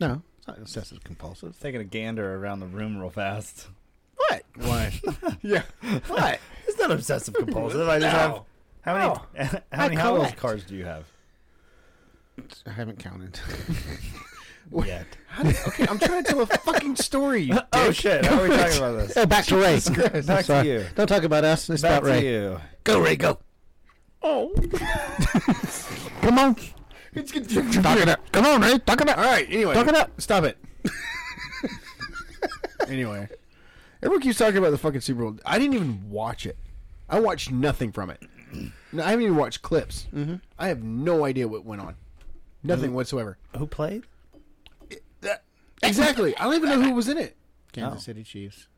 [SPEAKER 1] No. It's not obsessive compulsive.
[SPEAKER 2] Taking a gander around the room real fast.
[SPEAKER 3] What? Why? yeah. What?
[SPEAKER 2] It's not obsessive compulsive. I just
[SPEAKER 3] No.
[SPEAKER 2] have how many how many Hot Wheels cars do you have?
[SPEAKER 1] I haven't counted.
[SPEAKER 2] Yet.
[SPEAKER 3] Okay, I'm trying to tell a fucking story.
[SPEAKER 2] Oh shit! How are we talking about this?
[SPEAKER 1] oh, back to Ray.
[SPEAKER 2] Back to
[SPEAKER 1] Sorry.
[SPEAKER 2] you.
[SPEAKER 1] Don't talk about us. It's
[SPEAKER 2] Back
[SPEAKER 1] about Ray.
[SPEAKER 2] to you.
[SPEAKER 1] Go, Ray. Go. Oh. Come on. Talk it up. Come on, Ray. Talk it up.
[SPEAKER 3] All right. Anyway,
[SPEAKER 1] Talk it up.
[SPEAKER 3] Stop it. anyway, everyone keeps talking about the fucking Super Bowl. I didn't even watch it. I watched nothing from it. No, I haven't even watched clips. Mm-hmm. I have no idea what went on. Nothing whatsoever.
[SPEAKER 2] Who played?
[SPEAKER 3] Exactly. I don't even know who was in it.
[SPEAKER 1] Kansas
[SPEAKER 2] Oh.
[SPEAKER 1] City Chiefs.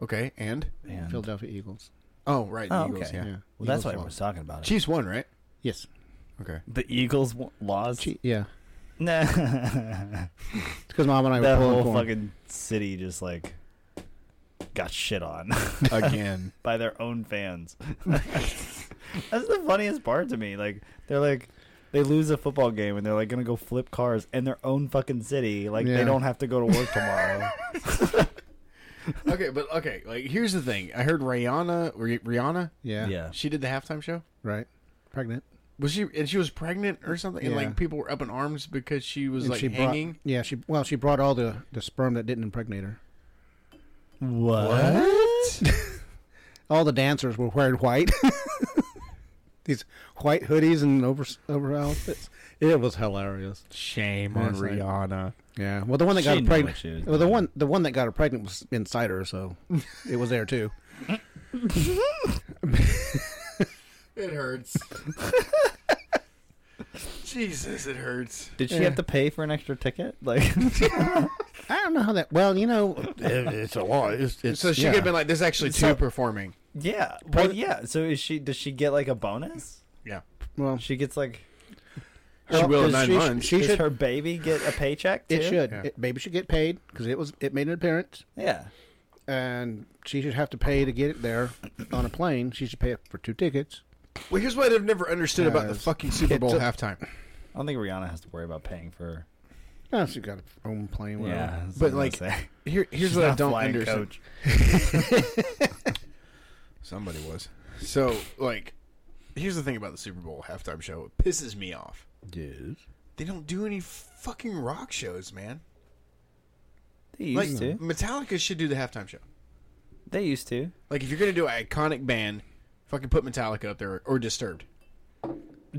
[SPEAKER 3] Okay, and
[SPEAKER 2] Man.
[SPEAKER 1] Philadelphia Eagles.
[SPEAKER 3] oh right, the
[SPEAKER 2] Oh,
[SPEAKER 3] Eagles.
[SPEAKER 2] okay.
[SPEAKER 3] Yeah.
[SPEAKER 1] Yeah.
[SPEAKER 2] Well, that's
[SPEAKER 1] Eagles
[SPEAKER 2] what
[SPEAKER 1] won.
[SPEAKER 2] everyone's talking about.
[SPEAKER 3] Chiefs won, right?
[SPEAKER 1] Yes.
[SPEAKER 3] Okay.
[SPEAKER 2] The Eagles w- lost.
[SPEAKER 1] Che- yeah.
[SPEAKER 2] Nah,
[SPEAKER 1] It's because Mom and I
[SPEAKER 2] that
[SPEAKER 1] were pulling
[SPEAKER 2] whole
[SPEAKER 1] corn.
[SPEAKER 2] fucking city just like got shit on
[SPEAKER 3] Again.
[SPEAKER 2] by their own fans. That's the funniest part to me. Like they're like they lose a football game and they're like gonna go flip cars in their own fucking city. Like
[SPEAKER 1] Yeah.
[SPEAKER 2] they don't have to go to work tomorrow.
[SPEAKER 3] okay, but okay. Like, here's the thing. I heard Rihanna. Rihanna.
[SPEAKER 1] Yeah.
[SPEAKER 3] She did the halftime show.
[SPEAKER 1] Right. Pregnant.
[SPEAKER 3] Was she and she was pregnant or something? And
[SPEAKER 1] Yeah.
[SPEAKER 3] like people were up in arms because she was
[SPEAKER 1] And
[SPEAKER 3] like
[SPEAKER 1] she brought-
[SPEAKER 3] hanging.
[SPEAKER 1] yeah, she well, she brought all the the sperm that didn't impregnate her.
[SPEAKER 2] What?
[SPEAKER 1] All the dancers were wearing white, these white hoodies and over over outfits. It was hilarious.
[SPEAKER 3] Shame
[SPEAKER 1] on
[SPEAKER 3] Rihanna.
[SPEAKER 1] Yeah. Well, the one that
[SPEAKER 2] She
[SPEAKER 1] got her
[SPEAKER 2] knew what she was
[SPEAKER 1] pregnant. Well, the
[SPEAKER 2] doing.
[SPEAKER 1] one the one that got her pregnant was inside her, so it was there too.
[SPEAKER 3] It hurts. Jesus, it hurts.
[SPEAKER 2] Did she have to pay for an extra ticket? Like
[SPEAKER 1] I don't know how that. Well, you know, it's a lot. It's,
[SPEAKER 3] So she
[SPEAKER 1] yeah.
[SPEAKER 3] could have been like, "There's actually two performing."
[SPEAKER 2] Yeah. Well, yeah. So is she? Does she get like a bonus?
[SPEAKER 3] Yeah,
[SPEAKER 1] Well,
[SPEAKER 2] She gets like.
[SPEAKER 3] she will
[SPEAKER 2] does
[SPEAKER 3] in nine
[SPEAKER 2] she-
[SPEAKER 3] months.
[SPEAKER 1] she
[SPEAKER 2] does
[SPEAKER 1] should-
[SPEAKER 2] her baby get a paycheck? Too?
[SPEAKER 1] it should.
[SPEAKER 3] Yeah.
[SPEAKER 1] It, baby should get paid because it was it made an appearance.
[SPEAKER 2] Yeah.
[SPEAKER 1] and she should have to pay to get it there on a plane. She should pay for two tickets.
[SPEAKER 3] well, here's what I've never understood about the
[SPEAKER 1] Guys,
[SPEAKER 3] fucking Super
[SPEAKER 1] it's
[SPEAKER 3] Bowl
[SPEAKER 1] a-
[SPEAKER 3] halftime.
[SPEAKER 2] I don't think Rihanna has to worry about paying for.
[SPEAKER 1] No, she Oh, got her own plane. whatever.
[SPEAKER 2] that's what
[SPEAKER 3] But
[SPEAKER 2] I'm
[SPEAKER 3] like,
[SPEAKER 2] gonna say.
[SPEAKER 3] here, here's
[SPEAKER 2] She's
[SPEAKER 3] what
[SPEAKER 2] not
[SPEAKER 3] I don't
[SPEAKER 2] flying
[SPEAKER 3] understand.
[SPEAKER 2] coach.
[SPEAKER 3] Somebody was. So like, here's the thing about the Super Bowl halftime show. It pisses me off.
[SPEAKER 2] Dude,
[SPEAKER 3] They don't do any fucking rock shows, man.
[SPEAKER 2] they
[SPEAKER 3] Like
[SPEAKER 2] used to.
[SPEAKER 3] Metallica should do the halftime show.
[SPEAKER 2] They used to.
[SPEAKER 3] Like if you're gonna do an iconic band, fucking put Metallica up there or Disturbed.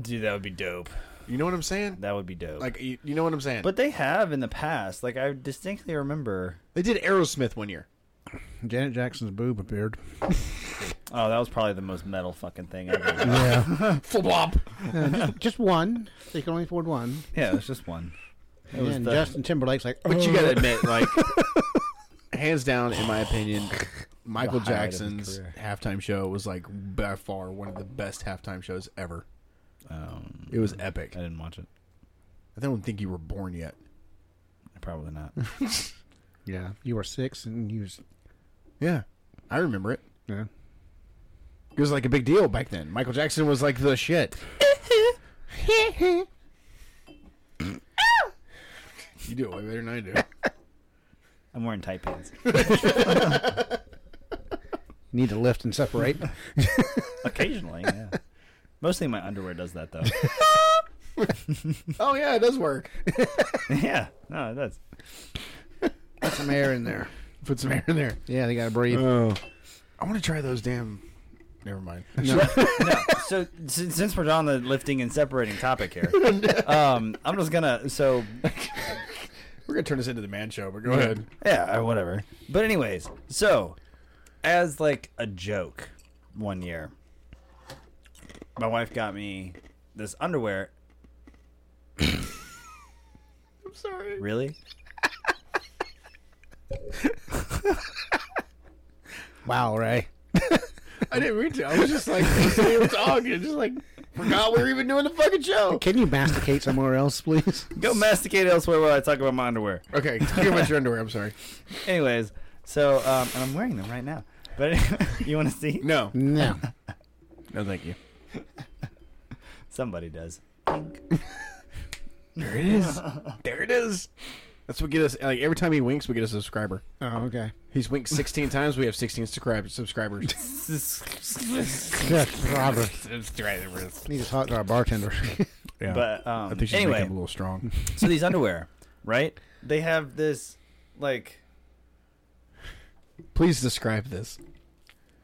[SPEAKER 2] Dude, that would be dope.
[SPEAKER 3] You know what I'm saying?
[SPEAKER 2] That would be dope.
[SPEAKER 3] Like you, you know what I'm saying?
[SPEAKER 2] but they have in the past. Like I distinctly remember.
[SPEAKER 3] they did Aerosmith one year.
[SPEAKER 1] Janet Jackson's boob appeared.
[SPEAKER 2] Oh, that was probably the most metal fucking thing ever.
[SPEAKER 3] Full blop.
[SPEAKER 1] Just one. They can only afford one.
[SPEAKER 2] yeah, it was just one. It was
[SPEAKER 1] and
[SPEAKER 2] the-
[SPEAKER 1] Justin Timberlake's like,
[SPEAKER 3] But you gotta admit, like, hands down, in my opinion, Michael
[SPEAKER 2] The highlight of his
[SPEAKER 3] Jackson's
[SPEAKER 2] career.
[SPEAKER 3] halftime show was like by far one of the best halftime shows ever.
[SPEAKER 2] Um,
[SPEAKER 3] It was epic.
[SPEAKER 2] I didn't watch it.
[SPEAKER 3] I don't think you were born yet.
[SPEAKER 2] Probably not.
[SPEAKER 1] yeah, you were six and you was,
[SPEAKER 3] Yeah, I remember it.
[SPEAKER 1] yeah.
[SPEAKER 3] It was like a big deal back then. Michael Jackson was like the shit. you do it way better than I do.
[SPEAKER 2] I'm wearing tight pants.
[SPEAKER 1] Need to lift and separate.
[SPEAKER 2] Occasionally, yeah. Mostly my underwear does that though.
[SPEAKER 3] oh yeah, it does work.
[SPEAKER 2] yeah, no, that's
[SPEAKER 1] Put some air in there.
[SPEAKER 3] Put some air in there.
[SPEAKER 1] Yeah, they gotta breathe.
[SPEAKER 3] Oh, I want to try those damn. Never mind.
[SPEAKER 2] no. So since, since we're on the lifting and separating topic here, um, I'm just gonna so
[SPEAKER 3] We're gonna turn this into the man show, but go ahead.
[SPEAKER 2] Yeah, or whatever. But anyways, so as like a joke, one year, my wife got me this underwear. I'm sorry. Really?
[SPEAKER 1] Wow, Ray.
[SPEAKER 3] I didn't mean to. I was just like listening to him talk and just like forgot we were even doing the fucking show.
[SPEAKER 1] Can you masticate somewhere else, please?
[SPEAKER 2] Go masticate elsewhere while I talk about my underwear.
[SPEAKER 3] Okay, talking about your underwear. I'm sorry.
[SPEAKER 2] Anyways, so um, and I'm wearing them right now. But you want to see?
[SPEAKER 3] No,
[SPEAKER 1] No.
[SPEAKER 3] no, thank you.
[SPEAKER 2] Somebody does.
[SPEAKER 3] There it is. There it is. That's what get us. Like every time he winks, we get a subscriber.
[SPEAKER 1] Oh, okay.
[SPEAKER 3] He's winked 16 times. We have 16 subscribers. Subscribers.
[SPEAKER 1] Yes, Robert.
[SPEAKER 3] subscribers.
[SPEAKER 1] Need to talk to our bartender.
[SPEAKER 6] Yeah.
[SPEAKER 2] But um,
[SPEAKER 6] I think she's
[SPEAKER 2] anyway,
[SPEAKER 6] making him a little strong.
[SPEAKER 2] so these underwear, right? They have this like
[SPEAKER 3] Please describe this.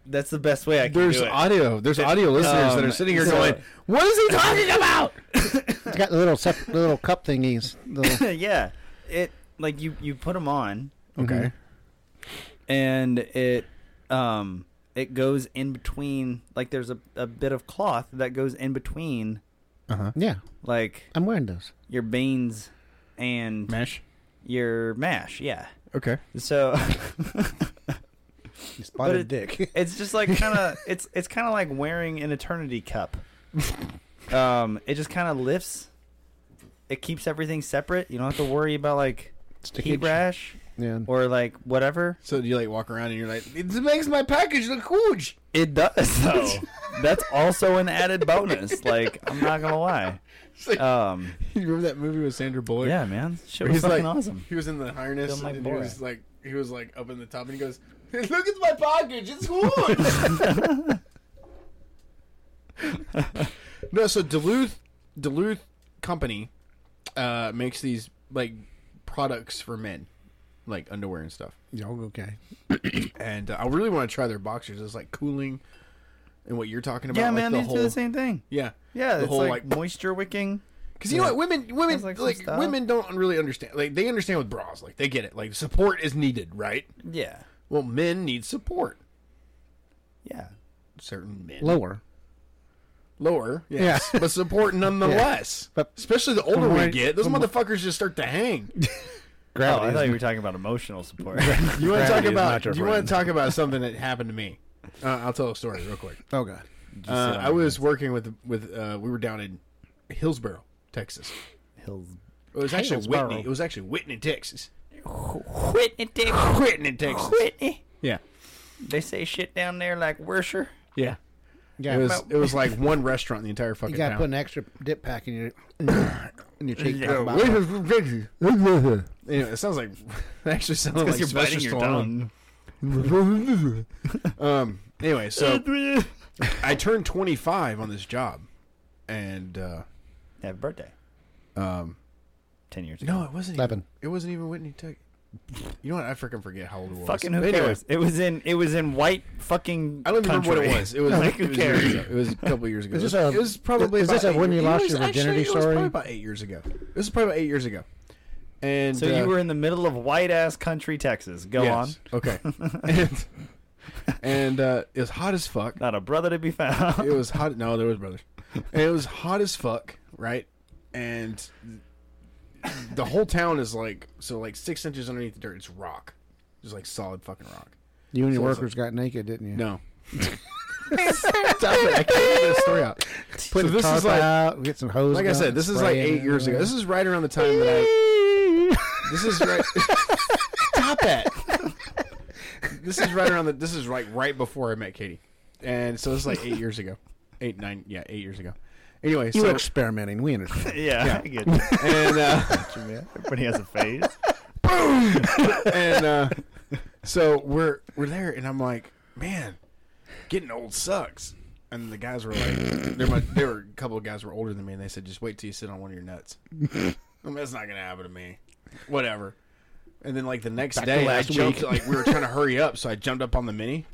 [SPEAKER 2] that's the best way I can
[SPEAKER 3] There's
[SPEAKER 2] do it.
[SPEAKER 3] audio. There's audio listeners that
[SPEAKER 2] um,
[SPEAKER 3] are sitting here
[SPEAKER 2] so-
[SPEAKER 3] going, "What is he talking about?"
[SPEAKER 1] it's got the little sep- the little cup thingies. The little-
[SPEAKER 2] yeah, it like you you put them on
[SPEAKER 3] Okay.
[SPEAKER 1] mm-hmm.
[SPEAKER 2] and it um it goes in between like there's a, a bit of cloth that goes in between
[SPEAKER 3] Uh-huh.
[SPEAKER 1] yeah,
[SPEAKER 2] like
[SPEAKER 1] I'm wearing those.
[SPEAKER 2] your beans and
[SPEAKER 3] Mesh.
[SPEAKER 2] your mash. Yeah,
[SPEAKER 3] Okay.
[SPEAKER 2] so
[SPEAKER 1] You
[SPEAKER 2] But
[SPEAKER 1] spotted
[SPEAKER 2] it-
[SPEAKER 1] dick.
[SPEAKER 2] it's just like kind of it's it's kind of like wearing an eternity cup. Um, it just kind of lifts. It keeps everything separate. You don't have to worry about like heat
[SPEAKER 1] Stickage.
[SPEAKER 2] rash
[SPEAKER 1] yeah.
[SPEAKER 2] or like whatever.
[SPEAKER 3] So do you like walk around and you're like, "It makes my package look huge."
[SPEAKER 2] It does though. That's also an added bonus. Like I'm not gonna lie.
[SPEAKER 3] like-
[SPEAKER 2] Um,
[SPEAKER 3] You remember that movie with Sandra Bullock?
[SPEAKER 2] yeah, man, shit
[SPEAKER 3] Where
[SPEAKER 2] was
[SPEAKER 3] he's
[SPEAKER 2] fucking
[SPEAKER 3] like,
[SPEAKER 2] awesome.
[SPEAKER 3] He was in the harness
[SPEAKER 2] Feeling like
[SPEAKER 3] and he
[SPEAKER 2] Borat.
[SPEAKER 3] was like, he was like up in the top, and he goes, "Look at my package, it's huge." no, so Duluth, Duluth company uh, makes these like products for men, like underwear and stuff.
[SPEAKER 1] Y'all okay?
[SPEAKER 3] And uh, I really want to try their boxers. It's like cooling, and what you're talking about.
[SPEAKER 2] Yeah,
[SPEAKER 3] like,
[SPEAKER 2] man,
[SPEAKER 3] the
[SPEAKER 2] these
[SPEAKER 3] whole,
[SPEAKER 2] do the same thing.
[SPEAKER 3] Yeah,
[SPEAKER 2] Yeah,
[SPEAKER 3] the
[SPEAKER 2] it's
[SPEAKER 3] whole
[SPEAKER 2] like, moisture wicking.
[SPEAKER 3] Because you know what, women, women,
[SPEAKER 2] Sounds like
[SPEAKER 3] like,
[SPEAKER 2] some stuff.
[SPEAKER 3] women don't really understand. Like they understand with bras, like they get it. Like support is needed, right?
[SPEAKER 2] Yeah,
[SPEAKER 3] Well, men need support.
[SPEAKER 2] yeah.
[SPEAKER 3] Certain men
[SPEAKER 1] Lower.
[SPEAKER 3] lower, yes, but support nonetheless.
[SPEAKER 1] But-
[SPEAKER 3] especially the older
[SPEAKER 1] Right.
[SPEAKER 3] we get, those motherfuckers just start to hang.
[SPEAKER 2] Oh, I thought you were talking about emotional support.
[SPEAKER 3] You want to talk
[SPEAKER 1] Gravity is
[SPEAKER 3] about?
[SPEAKER 1] not your
[SPEAKER 3] You want
[SPEAKER 1] friend.
[SPEAKER 3] to talk about something that happened to me? Uh, I'll tell a story real quick.
[SPEAKER 1] Oh god.
[SPEAKER 3] Uh, I was working with with uh, we were down in Hillsboro, Texas.
[SPEAKER 2] Hills.
[SPEAKER 3] It was actually
[SPEAKER 1] Hillsboro.
[SPEAKER 3] Whitney. It was actually Whitney, Texas.
[SPEAKER 2] Whitney, Dick.
[SPEAKER 3] Whitney, Texas.
[SPEAKER 2] Whitney.
[SPEAKER 3] Yeah,
[SPEAKER 2] They say shit down there like Worsher.
[SPEAKER 3] yeah.
[SPEAKER 1] Yeah,
[SPEAKER 3] It was it was like one restaurant in the entire fucking
[SPEAKER 1] you gotta
[SPEAKER 3] town.
[SPEAKER 1] put an extra dip pack in your in your cheek.
[SPEAKER 2] Yeah.
[SPEAKER 3] Anyway, it sounds like it actually sounds like
[SPEAKER 2] you're biting
[SPEAKER 3] Sylvester
[SPEAKER 2] your
[SPEAKER 3] Stallone. um. Anyway, so I turned 25 on this job, and uh,
[SPEAKER 2] Happy birthday. Um, ten years ago.
[SPEAKER 3] no, it wasn't.
[SPEAKER 1] Eleven.
[SPEAKER 3] Even, it wasn't even Whitney Tech. You know what? I freaking forget how old it was.
[SPEAKER 2] fucking who
[SPEAKER 3] But anyway,
[SPEAKER 2] cares? It was in it was in white fucking.
[SPEAKER 3] I don't even remember what
[SPEAKER 2] country.
[SPEAKER 3] it was. It was
[SPEAKER 2] like who
[SPEAKER 3] it was years
[SPEAKER 2] cares?
[SPEAKER 3] ago. It was a couple years ago.
[SPEAKER 1] Is this
[SPEAKER 3] It was-
[SPEAKER 1] a-
[SPEAKER 3] it was probably.
[SPEAKER 1] is this
[SPEAKER 3] about
[SPEAKER 1] a
[SPEAKER 3] eight
[SPEAKER 1] when you
[SPEAKER 3] years-
[SPEAKER 1] lost
[SPEAKER 3] it was
[SPEAKER 1] your virginity
[SPEAKER 3] actually- it was
[SPEAKER 1] story?
[SPEAKER 3] probably about eight years ago. This is probably about eight years ago. And
[SPEAKER 2] So
[SPEAKER 3] uh,
[SPEAKER 2] you were in the middle of white ass country Texas. Go on.
[SPEAKER 3] Yes. Okay. and and uh, it was hot as fuck.
[SPEAKER 2] Not a brother to be found.
[SPEAKER 3] It was hot. No, there was brothers. And it was hot as fuck, right? And the whole town is like so, like six inches underneath the dirt. It's rock, just like solid fucking rock.
[SPEAKER 1] You and your
[SPEAKER 3] So it's
[SPEAKER 1] workers got naked, didn't you?
[SPEAKER 3] No. Stop it! I can't get this story out.
[SPEAKER 1] Put
[SPEAKER 3] so
[SPEAKER 1] the
[SPEAKER 3] this
[SPEAKER 1] tarp
[SPEAKER 3] is like,
[SPEAKER 1] out, get some hose.
[SPEAKER 3] like I said, this is like eight years ago. This is right around the time that I. This is right. Stop it. This is right around the. This is right right before I met Katie, and so this is like eight years ago, eight nine yeah eight years ago. Anyway,
[SPEAKER 1] you
[SPEAKER 3] so
[SPEAKER 1] were experimenting. We understand.
[SPEAKER 2] yeah, I get you.
[SPEAKER 3] and uh,
[SPEAKER 2] Everybody has a phase.
[SPEAKER 3] and uh, so we're we're there, and I'm like, man, getting old sucks. And the guys were like, there were, there were a couple of guys who were older than me, and they said, just wait till you sit on one of your nuts. I mean, that's not gonna happen to me. Whatever. And then like the next day, I
[SPEAKER 2] last
[SPEAKER 3] jumped
[SPEAKER 2] week.
[SPEAKER 3] like we were trying to hurry up, so I jumped up on the mini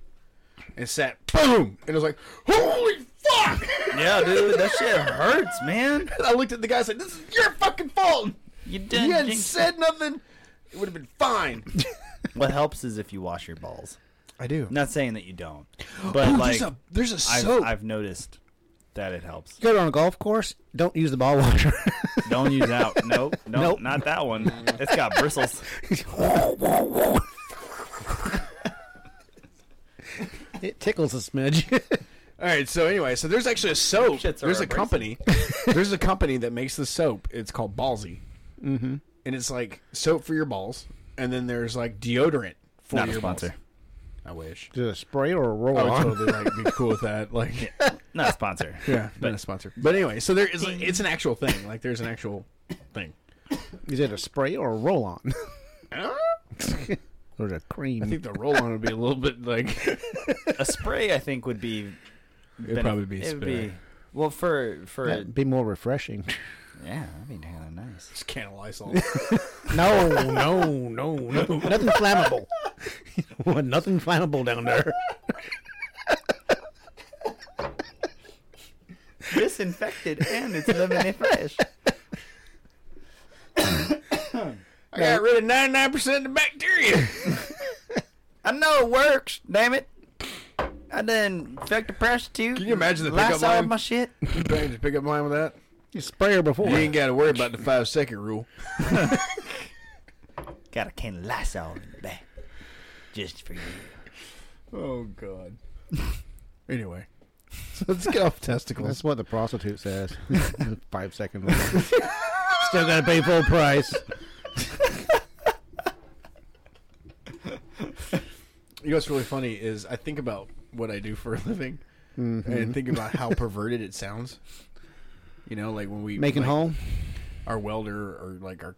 [SPEAKER 3] and sat. Boom! And it was like, holy fuck!
[SPEAKER 2] Yeah, dude, that shit hurts, man.
[SPEAKER 3] I looked at the guy, and said, this is your fucking fault.
[SPEAKER 2] You
[SPEAKER 3] He
[SPEAKER 2] done
[SPEAKER 3] hadn't
[SPEAKER 2] jinxed-
[SPEAKER 3] said nothing. It would have been fine.
[SPEAKER 2] What helps is if you wash your balls.
[SPEAKER 3] I do.
[SPEAKER 2] I'm not saying that you don't, but
[SPEAKER 3] Ooh,
[SPEAKER 2] like
[SPEAKER 3] there's a there's a
[SPEAKER 2] I've,
[SPEAKER 3] soap.
[SPEAKER 2] I've noticed that it helps.
[SPEAKER 1] Go on a golf course. Don't use the ball washer.
[SPEAKER 2] Don't use out. Nope, nope,
[SPEAKER 1] Nope.
[SPEAKER 2] not that one. It's got bristles.
[SPEAKER 1] it tickles a smidge.
[SPEAKER 3] All right. So anyway, so there's actually a soap.
[SPEAKER 2] Shits are
[SPEAKER 3] There's a
[SPEAKER 2] abrasive.
[SPEAKER 3] company. there's a company that makes the soap. It's called Ballsy, mm-hmm. and it's like soap for your balls, and then there's like deodorant for
[SPEAKER 2] Not a
[SPEAKER 3] your
[SPEAKER 2] sponsor.
[SPEAKER 3] balls. I wish.
[SPEAKER 1] Is it a spray or a roll
[SPEAKER 3] I would
[SPEAKER 1] on?
[SPEAKER 3] totally like be cool with that. Like, yeah,
[SPEAKER 2] Not a sponsor.
[SPEAKER 3] not a sponsor. But anyway, so there is. Like, it's an actual thing. Like, there's an actual thing.
[SPEAKER 1] Is it a spray or a roll on? or a cream?
[SPEAKER 3] I think the roll on would be a little bit like.
[SPEAKER 2] A spray, I think, would be.
[SPEAKER 3] It'd probably be.
[SPEAKER 2] It would
[SPEAKER 3] spinach.
[SPEAKER 2] be. Well, for for
[SPEAKER 1] That'd be more refreshing.
[SPEAKER 2] yeah, that'd be kind of nice.
[SPEAKER 3] Just can of Lysol.
[SPEAKER 1] No, no, no, no. Nothing flammable. Want nothing flammable down there.
[SPEAKER 2] Disinfected and it's lemony fresh.
[SPEAKER 3] I got rid of ninety nine percent of the bacteria.
[SPEAKER 2] I know it works. Damn it! I didn't infect a prostitute.
[SPEAKER 3] Can you imagine the pickup
[SPEAKER 2] Lysol
[SPEAKER 3] line?
[SPEAKER 2] my shit.
[SPEAKER 3] you bang the pickup line with that.
[SPEAKER 1] You spray her before.
[SPEAKER 3] You ain't got to worry about the five second rule.
[SPEAKER 2] Got a can of Lysol in the back, just for you.
[SPEAKER 3] Oh God. anyway, so let's get off testicles.
[SPEAKER 1] That's what the prostitute says. Five seconds. Still gotta pay full price.
[SPEAKER 3] You know what's really funny is I think about what I do for a living
[SPEAKER 1] Mm-hmm.
[SPEAKER 3] and think about how perverted it sounds. You know, like when we
[SPEAKER 1] Making
[SPEAKER 3] like,
[SPEAKER 1] home.
[SPEAKER 3] our welder or like our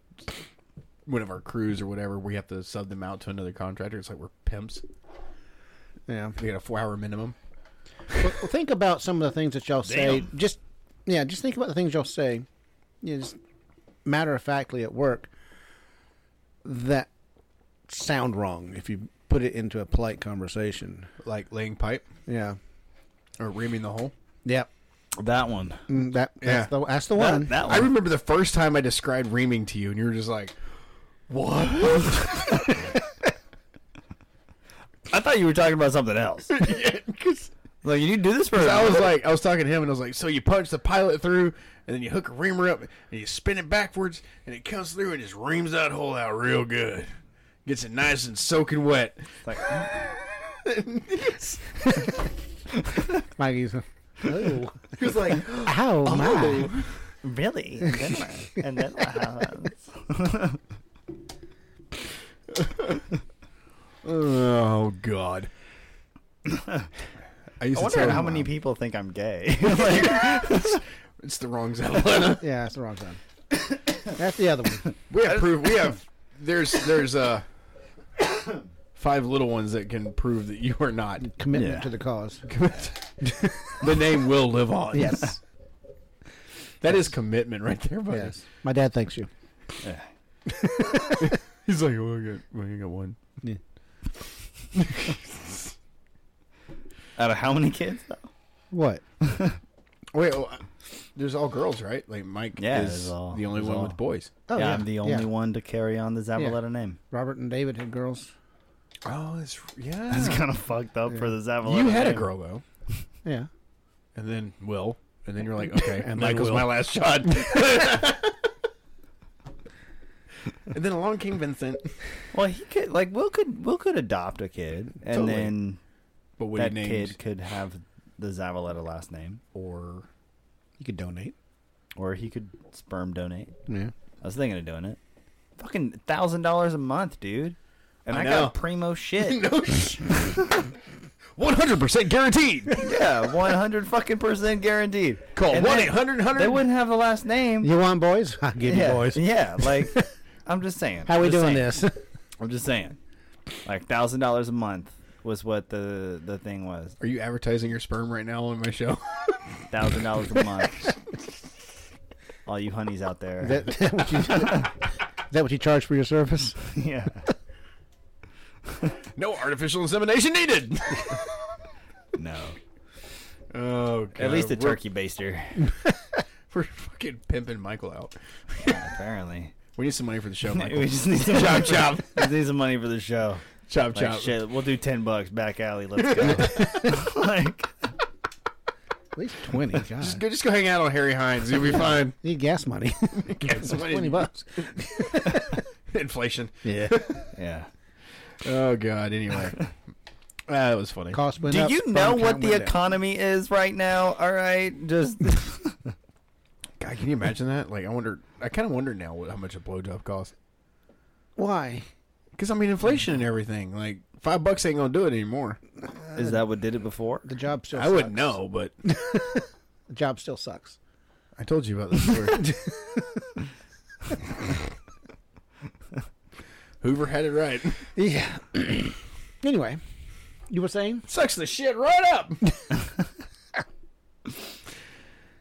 [SPEAKER 3] one of our crews or whatever, we have to sub them out to another contractor. It's like we're pimps.
[SPEAKER 1] Yeah.
[SPEAKER 3] We got a four hour minimum.
[SPEAKER 1] Well, well, think about some of the things that y'all say. Just yeah, just think about the things y'all say. You know, just matter of factly at work that sound wrong if you put it into a polite conversation.
[SPEAKER 3] Like laying pipe
[SPEAKER 1] Yeah.
[SPEAKER 3] or reaming the hole.
[SPEAKER 1] Yep.
[SPEAKER 2] That one.
[SPEAKER 1] Mm, That
[SPEAKER 3] Yeah.
[SPEAKER 1] that's the that's the one.
[SPEAKER 2] That, that
[SPEAKER 3] I
[SPEAKER 2] one.
[SPEAKER 3] remember the first time I described reaming to you, and you were just like, "What?"
[SPEAKER 2] I thought you were talking about something else.
[SPEAKER 3] Because
[SPEAKER 2] Like you do this for
[SPEAKER 3] I was like, I was talking to him, and I was like, "So you punch the pilot through, and then you hook a reamer up, and you spin it backwards, and it comes through and just reams that hole out real good, gets it nice and soaking wet."
[SPEAKER 2] like
[SPEAKER 1] Maggie's Oh.
[SPEAKER 2] he was like
[SPEAKER 1] Ow,
[SPEAKER 3] oh,
[SPEAKER 1] my.
[SPEAKER 2] really and then what- and then what happens?
[SPEAKER 3] Oh God. I used
[SPEAKER 2] I
[SPEAKER 3] to
[SPEAKER 2] wonder
[SPEAKER 3] tell
[SPEAKER 2] how
[SPEAKER 3] him,
[SPEAKER 2] many
[SPEAKER 3] uh,
[SPEAKER 2] people think I'm gay. like,
[SPEAKER 3] It's the wrong Zelda.
[SPEAKER 1] Yeah, that's the wrong time. That's the other one.
[SPEAKER 3] we have proof. We have there's there's uh five little ones that can prove that you are not.
[SPEAKER 1] Commitment
[SPEAKER 2] Yeah.
[SPEAKER 1] to the cause.
[SPEAKER 3] the name will live on.
[SPEAKER 1] Yes.
[SPEAKER 3] That is commitment right there, buddy.
[SPEAKER 1] yes. My dad thanks you.
[SPEAKER 2] yeah.
[SPEAKER 3] He's like, well, you got, well, you got one.
[SPEAKER 2] Out of how many kids though?
[SPEAKER 1] What?
[SPEAKER 3] Wait, oh, I- there's all girls, right? Like Mike
[SPEAKER 2] Yeah,
[SPEAKER 3] is
[SPEAKER 2] there's all-
[SPEAKER 3] the only
[SPEAKER 2] there's
[SPEAKER 3] one
[SPEAKER 2] all-
[SPEAKER 3] with boys.
[SPEAKER 1] Oh,
[SPEAKER 2] yeah, I'm the only
[SPEAKER 1] yeah.
[SPEAKER 2] one to carry on the Zavaleta name.
[SPEAKER 1] Robert and David had girls.
[SPEAKER 3] Oh, it's yeah.
[SPEAKER 2] It's kind of fucked up for the Zavaleta.
[SPEAKER 3] you had a
[SPEAKER 2] name.
[SPEAKER 3] girl though,
[SPEAKER 1] Yeah.
[SPEAKER 3] and then Will, and then you're like, okay,
[SPEAKER 1] And then
[SPEAKER 3] Michael's
[SPEAKER 1] Will.
[SPEAKER 3] my last shot. and then along came Vincent,
[SPEAKER 2] Well, he could like Will could Will could adopt a kid, and
[SPEAKER 3] Totally.
[SPEAKER 2] then
[SPEAKER 3] but what
[SPEAKER 2] that
[SPEAKER 3] he named
[SPEAKER 2] kid could have the Zavaleta last name,
[SPEAKER 3] or
[SPEAKER 1] You could donate.
[SPEAKER 2] or he could sperm donate.
[SPEAKER 1] Yeah.
[SPEAKER 2] I was thinking of doing it. Fucking thousand dollars a month, dude. And
[SPEAKER 3] I
[SPEAKER 2] I,
[SPEAKER 3] know.
[SPEAKER 2] got primo shit.
[SPEAKER 3] no, one hundred percent guaranteed.
[SPEAKER 2] yeah, one hundred fucking percent guaranteed.
[SPEAKER 3] Call
[SPEAKER 2] And
[SPEAKER 3] one
[SPEAKER 2] they-
[SPEAKER 3] eight hundred
[SPEAKER 2] They
[SPEAKER 3] hundred.
[SPEAKER 2] wouldn't have the last name.
[SPEAKER 1] You want boys? I'll give
[SPEAKER 2] yeah,
[SPEAKER 1] you boys.
[SPEAKER 2] yeah. Like, I'm just saying.
[SPEAKER 1] How
[SPEAKER 2] I'm
[SPEAKER 1] we
[SPEAKER 2] just
[SPEAKER 1] doing
[SPEAKER 2] saying.
[SPEAKER 1] this?
[SPEAKER 2] I'm just saying. Like thousand dollars a month was what the the thing was.
[SPEAKER 3] Are you advertising your sperm right now on my show?
[SPEAKER 2] Thousand dollars a month. All you honeys out there.
[SPEAKER 1] that, that what you, is that what you charge for your service?
[SPEAKER 2] yeah.
[SPEAKER 3] no artificial insemination needed.
[SPEAKER 2] No.
[SPEAKER 3] Oh, God.
[SPEAKER 2] At least a
[SPEAKER 3] We're-
[SPEAKER 2] turkey baster.
[SPEAKER 3] We're fucking pimping Michael out.
[SPEAKER 2] Yeah, apparently.
[SPEAKER 3] We need some money for the show, Michael.
[SPEAKER 2] we just need some
[SPEAKER 3] chop, chop,
[SPEAKER 2] we just need some money for the show.
[SPEAKER 3] chop,
[SPEAKER 2] Like,
[SPEAKER 3] chop.
[SPEAKER 2] shit, we'll do ten bucks back alley. Let's go. like,
[SPEAKER 1] At least 20. God.
[SPEAKER 3] Just go, just go hang out on Harry Hines. You'll be fine.
[SPEAKER 1] need gas money.
[SPEAKER 3] It's
[SPEAKER 1] Twenty bucks.
[SPEAKER 3] Inflation.
[SPEAKER 2] yeah, yeah.
[SPEAKER 3] Oh God. Anyway, Ah, that was funny.
[SPEAKER 1] Cost went
[SPEAKER 2] Do
[SPEAKER 1] up,
[SPEAKER 2] you
[SPEAKER 1] phone
[SPEAKER 2] know
[SPEAKER 1] count
[SPEAKER 2] what the
[SPEAKER 1] went down.
[SPEAKER 2] economy is right now? All right, just
[SPEAKER 3] God, can you imagine that? Like, I wonder. I kind of wonder now what, how much a blowjob costs.
[SPEAKER 1] Why?
[SPEAKER 3] Because I mean, inflation and everything. Like, five bucks ain't gonna do it anymore.
[SPEAKER 2] is that what did it before?
[SPEAKER 1] The job still
[SPEAKER 3] I
[SPEAKER 1] sucks.
[SPEAKER 3] wouldn't know, but
[SPEAKER 1] The job still sucks.
[SPEAKER 3] I told you about this story. Hoover had it right.
[SPEAKER 1] Yeah. anyway, you were saying?
[SPEAKER 3] Sucks the shit right up.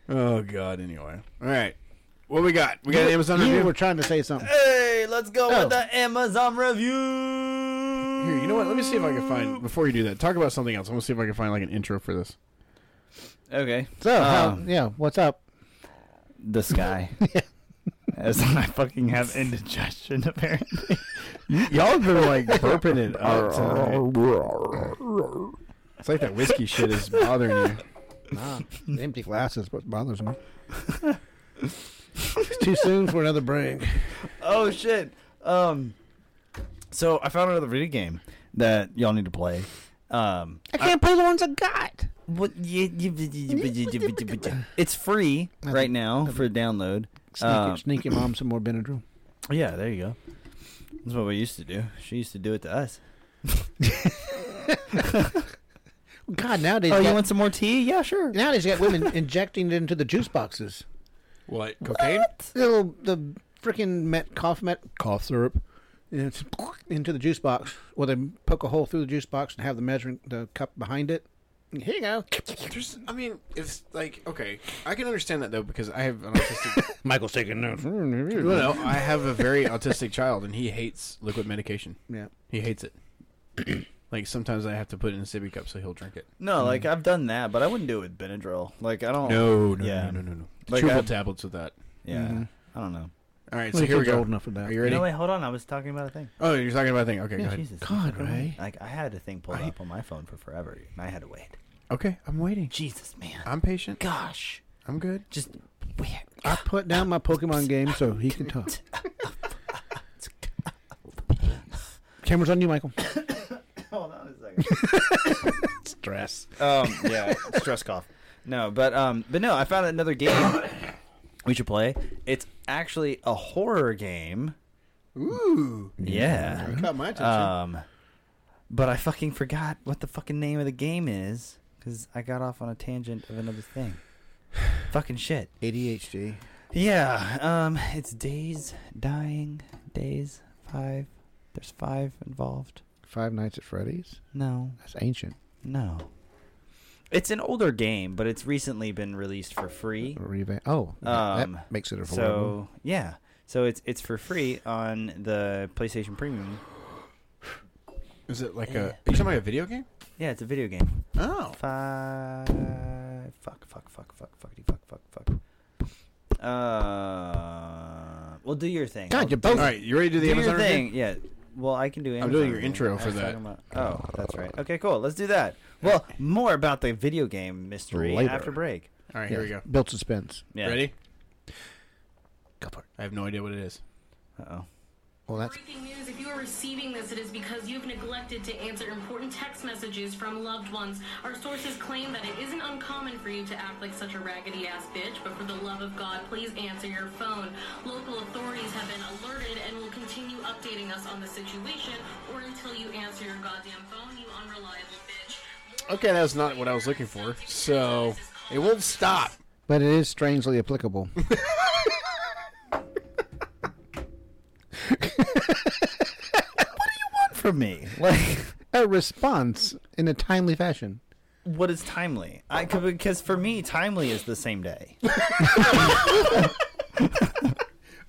[SPEAKER 3] oh God. Anyway. All right. What we got? We got an Amazon
[SPEAKER 1] you
[SPEAKER 3] review.
[SPEAKER 1] were trying to say something.
[SPEAKER 2] Hey, let's go
[SPEAKER 1] Oh.
[SPEAKER 2] with the Amazon review.
[SPEAKER 3] Here, you know what? Let me see if I can find before you do that. Talk about something else. I'm gonna see if I can find like an intro for this.
[SPEAKER 2] Okay,
[SPEAKER 1] So,
[SPEAKER 3] Uh-huh.
[SPEAKER 1] how-
[SPEAKER 2] Um,
[SPEAKER 1] yeah, what's up?
[SPEAKER 2] the sky. As I fucking have indigestion, apparently.
[SPEAKER 3] Y'all have been like burping it up. tonight. it's like that whiskey shit is bothering you.
[SPEAKER 1] Nah, the empty glass is what bothers me. it's too soon for another break.
[SPEAKER 2] oh shit. Um, so I found another video game that y'all need to play. Um,
[SPEAKER 5] I can't play the ones I got.
[SPEAKER 2] what? You, you, you, you, you, you- it's free right now for download.
[SPEAKER 1] Sneak,
[SPEAKER 2] Um,
[SPEAKER 3] Uh.
[SPEAKER 1] your, sneak your mom some more Benadryl.
[SPEAKER 2] Yeah, there you go. That's what we used to do. She used to do it to us.
[SPEAKER 1] God, nowadays,
[SPEAKER 2] Oh,
[SPEAKER 1] you
[SPEAKER 2] you
[SPEAKER 1] got,
[SPEAKER 2] want some more tea? Yeah, sure.
[SPEAKER 1] nowadays you got women injecting it into the juice boxes.
[SPEAKER 3] What? Cocaine?
[SPEAKER 1] The little, the freaking met cough met cough syrup. And it's into the juice box, or they poke a hole through the juice box and have the measuring the cup behind it. Here you go.
[SPEAKER 3] There's, I mean, it's like okay, I can understand that though because I have an autistic.
[SPEAKER 1] Michael's taking notes.
[SPEAKER 3] no, no, I have a very autistic child, and he hates liquid medication.
[SPEAKER 1] Yeah.
[SPEAKER 3] He hates it. like sometimes I have to put it in a sippy cup so he'll drink it.
[SPEAKER 2] No, like I've done that, but I wouldn't do it with Benadryl. Like I don't.
[SPEAKER 3] No, no,
[SPEAKER 2] Oh, Yeah.
[SPEAKER 3] no, no, no, no.
[SPEAKER 2] Like,
[SPEAKER 3] Triple
[SPEAKER 2] I-
[SPEAKER 3] tablets with that.
[SPEAKER 2] Yeah, I don't know.
[SPEAKER 3] All right, so
[SPEAKER 1] Well,
[SPEAKER 3] here we
[SPEAKER 1] kids are
[SPEAKER 3] go.
[SPEAKER 1] old enough for that.
[SPEAKER 3] Are you ready?
[SPEAKER 2] No, wait, hold on. I was talking about a thing.
[SPEAKER 3] oh, you're talking about a thing. Okay, go ahead.
[SPEAKER 2] Jesus,
[SPEAKER 1] God,
[SPEAKER 2] fucking
[SPEAKER 1] Ray.
[SPEAKER 2] wait. Like I had a thing pulled up on my phone for forever, and I had to wait.
[SPEAKER 3] Okay, I'm waiting.
[SPEAKER 2] Jesus, man.
[SPEAKER 3] I'm patient.
[SPEAKER 2] Gosh,
[SPEAKER 3] I'm good.
[SPEAKER 2] just wait.
[SPEAKER 1] I put down my Pokemon game so he can talk. Camera's on you, Michael.
[SPEAKER 2] Hold on a second.
[SPEAKER 1] Stress.
[SPEAKER 2] Um, yeah, stress cough. No, but um, but no, I found another game we should play. It's actually a horror game.
[SPEAKER 3] Ooh,
[SPEAKER 2] Yeah.
[SPEAKER 3] caught my attention.
[SPEAKER 2] Um, but I fucking forgot what the fucking name of the game is because I got off on a tangent of another thing. fucking shit.
[SPEAKER 1] ADHD.
[SPEAKER 2] Yeah. Um, it's days dying days five. There's five involved.
[SPEAKER 1] Five Nights at Freddy's.
[SPEAKER 2] No,
[SPEAKER 1] That's ancient.
[SPEAKER 2] no. It's an older game, but it's recently been released for free.
[SPEAKER 1] A revamp. Oh,
[SPEAKER 2] Um,
[SPEAKER 1] that makes it affordable.
[SPEAKER 2] So yeah, so it's it's for free on the PlayStation Premium.
[SPEAKER 3] Is it like a? Are you talking about a video game?
[SPEAKER 2] Yeah, it's a video game.
[SPEAKER 3] Oh,
[SPEAKER 2] Five. Fuck. Fuck. Fuck. Fuck. Fuckity. Fuck. Fuck. Fuck. Uh. Well, do your thing.
[SPEAKER 1] God,
[SPEAKER 2] I'll
[SPEAKER 1] you're
[SPEAKER 2] do-
[SPEAKER 1] both.
[SPEAKER 3] all right. You ready
[SPEAKER 2] Do
[SPEAKER 3] to do the
[SPEAKER 2] your
[SPEAKER 3] Amazon review?
[SPEAKER 2] thing. Yeah. Well, I can do. Amazon
[SPEAKER 3] doing your
[SPEAKER 2] review.
[SPEAKER 3] intro
[SPEAKER 2] I
[SPEAKER 3] for
[SPEAKER 2] was
[SPEAKER 3] that.
[SPEAKER 2] talking about- oh, that's right. Okay, cool. Let's do that. Well, more about the video game mystery
[SPEAKER 1] Later.
[SPEAKER 2] after break.
[SPEAKER 3] All right, here we
[SPEAKER 1] Yeah,
[SPEAKER 3] go.
[SPEAKER 1] Built suspense.
[SPEAKER 2] Yeah.
[SPEAKER 3] Ready?
[SPEAKER 1] Go for it.
[SPEAKER 3] I have no idea what it is.
[SPEAKER 2] Uh oh.
[SPEAKER 1] Well, that's
[SPEAKER 7] Breaking news, if you are receiving this, it is because you've neglected to answer important text messages from loved ones. Our sources claim that it isn't uncommon for you to act like such a raggedy ass bitch, but for the love of God, please answer your phone. Local authorities have been alerted and will continue updating us on the situation, or until you answer your goddamn phone, you unreliable bitch.
[SPEAKER 3] Okay, that's not what I was looking for. So it won't stop.
[SPEAKER 1] but it is strangely applicable.
[SPEAKER 2] For me, like.
[SPEAKER 1] a response in a timely fashion.
[SPEAKER 2] what is timely? I could, because for me, timely is the same day.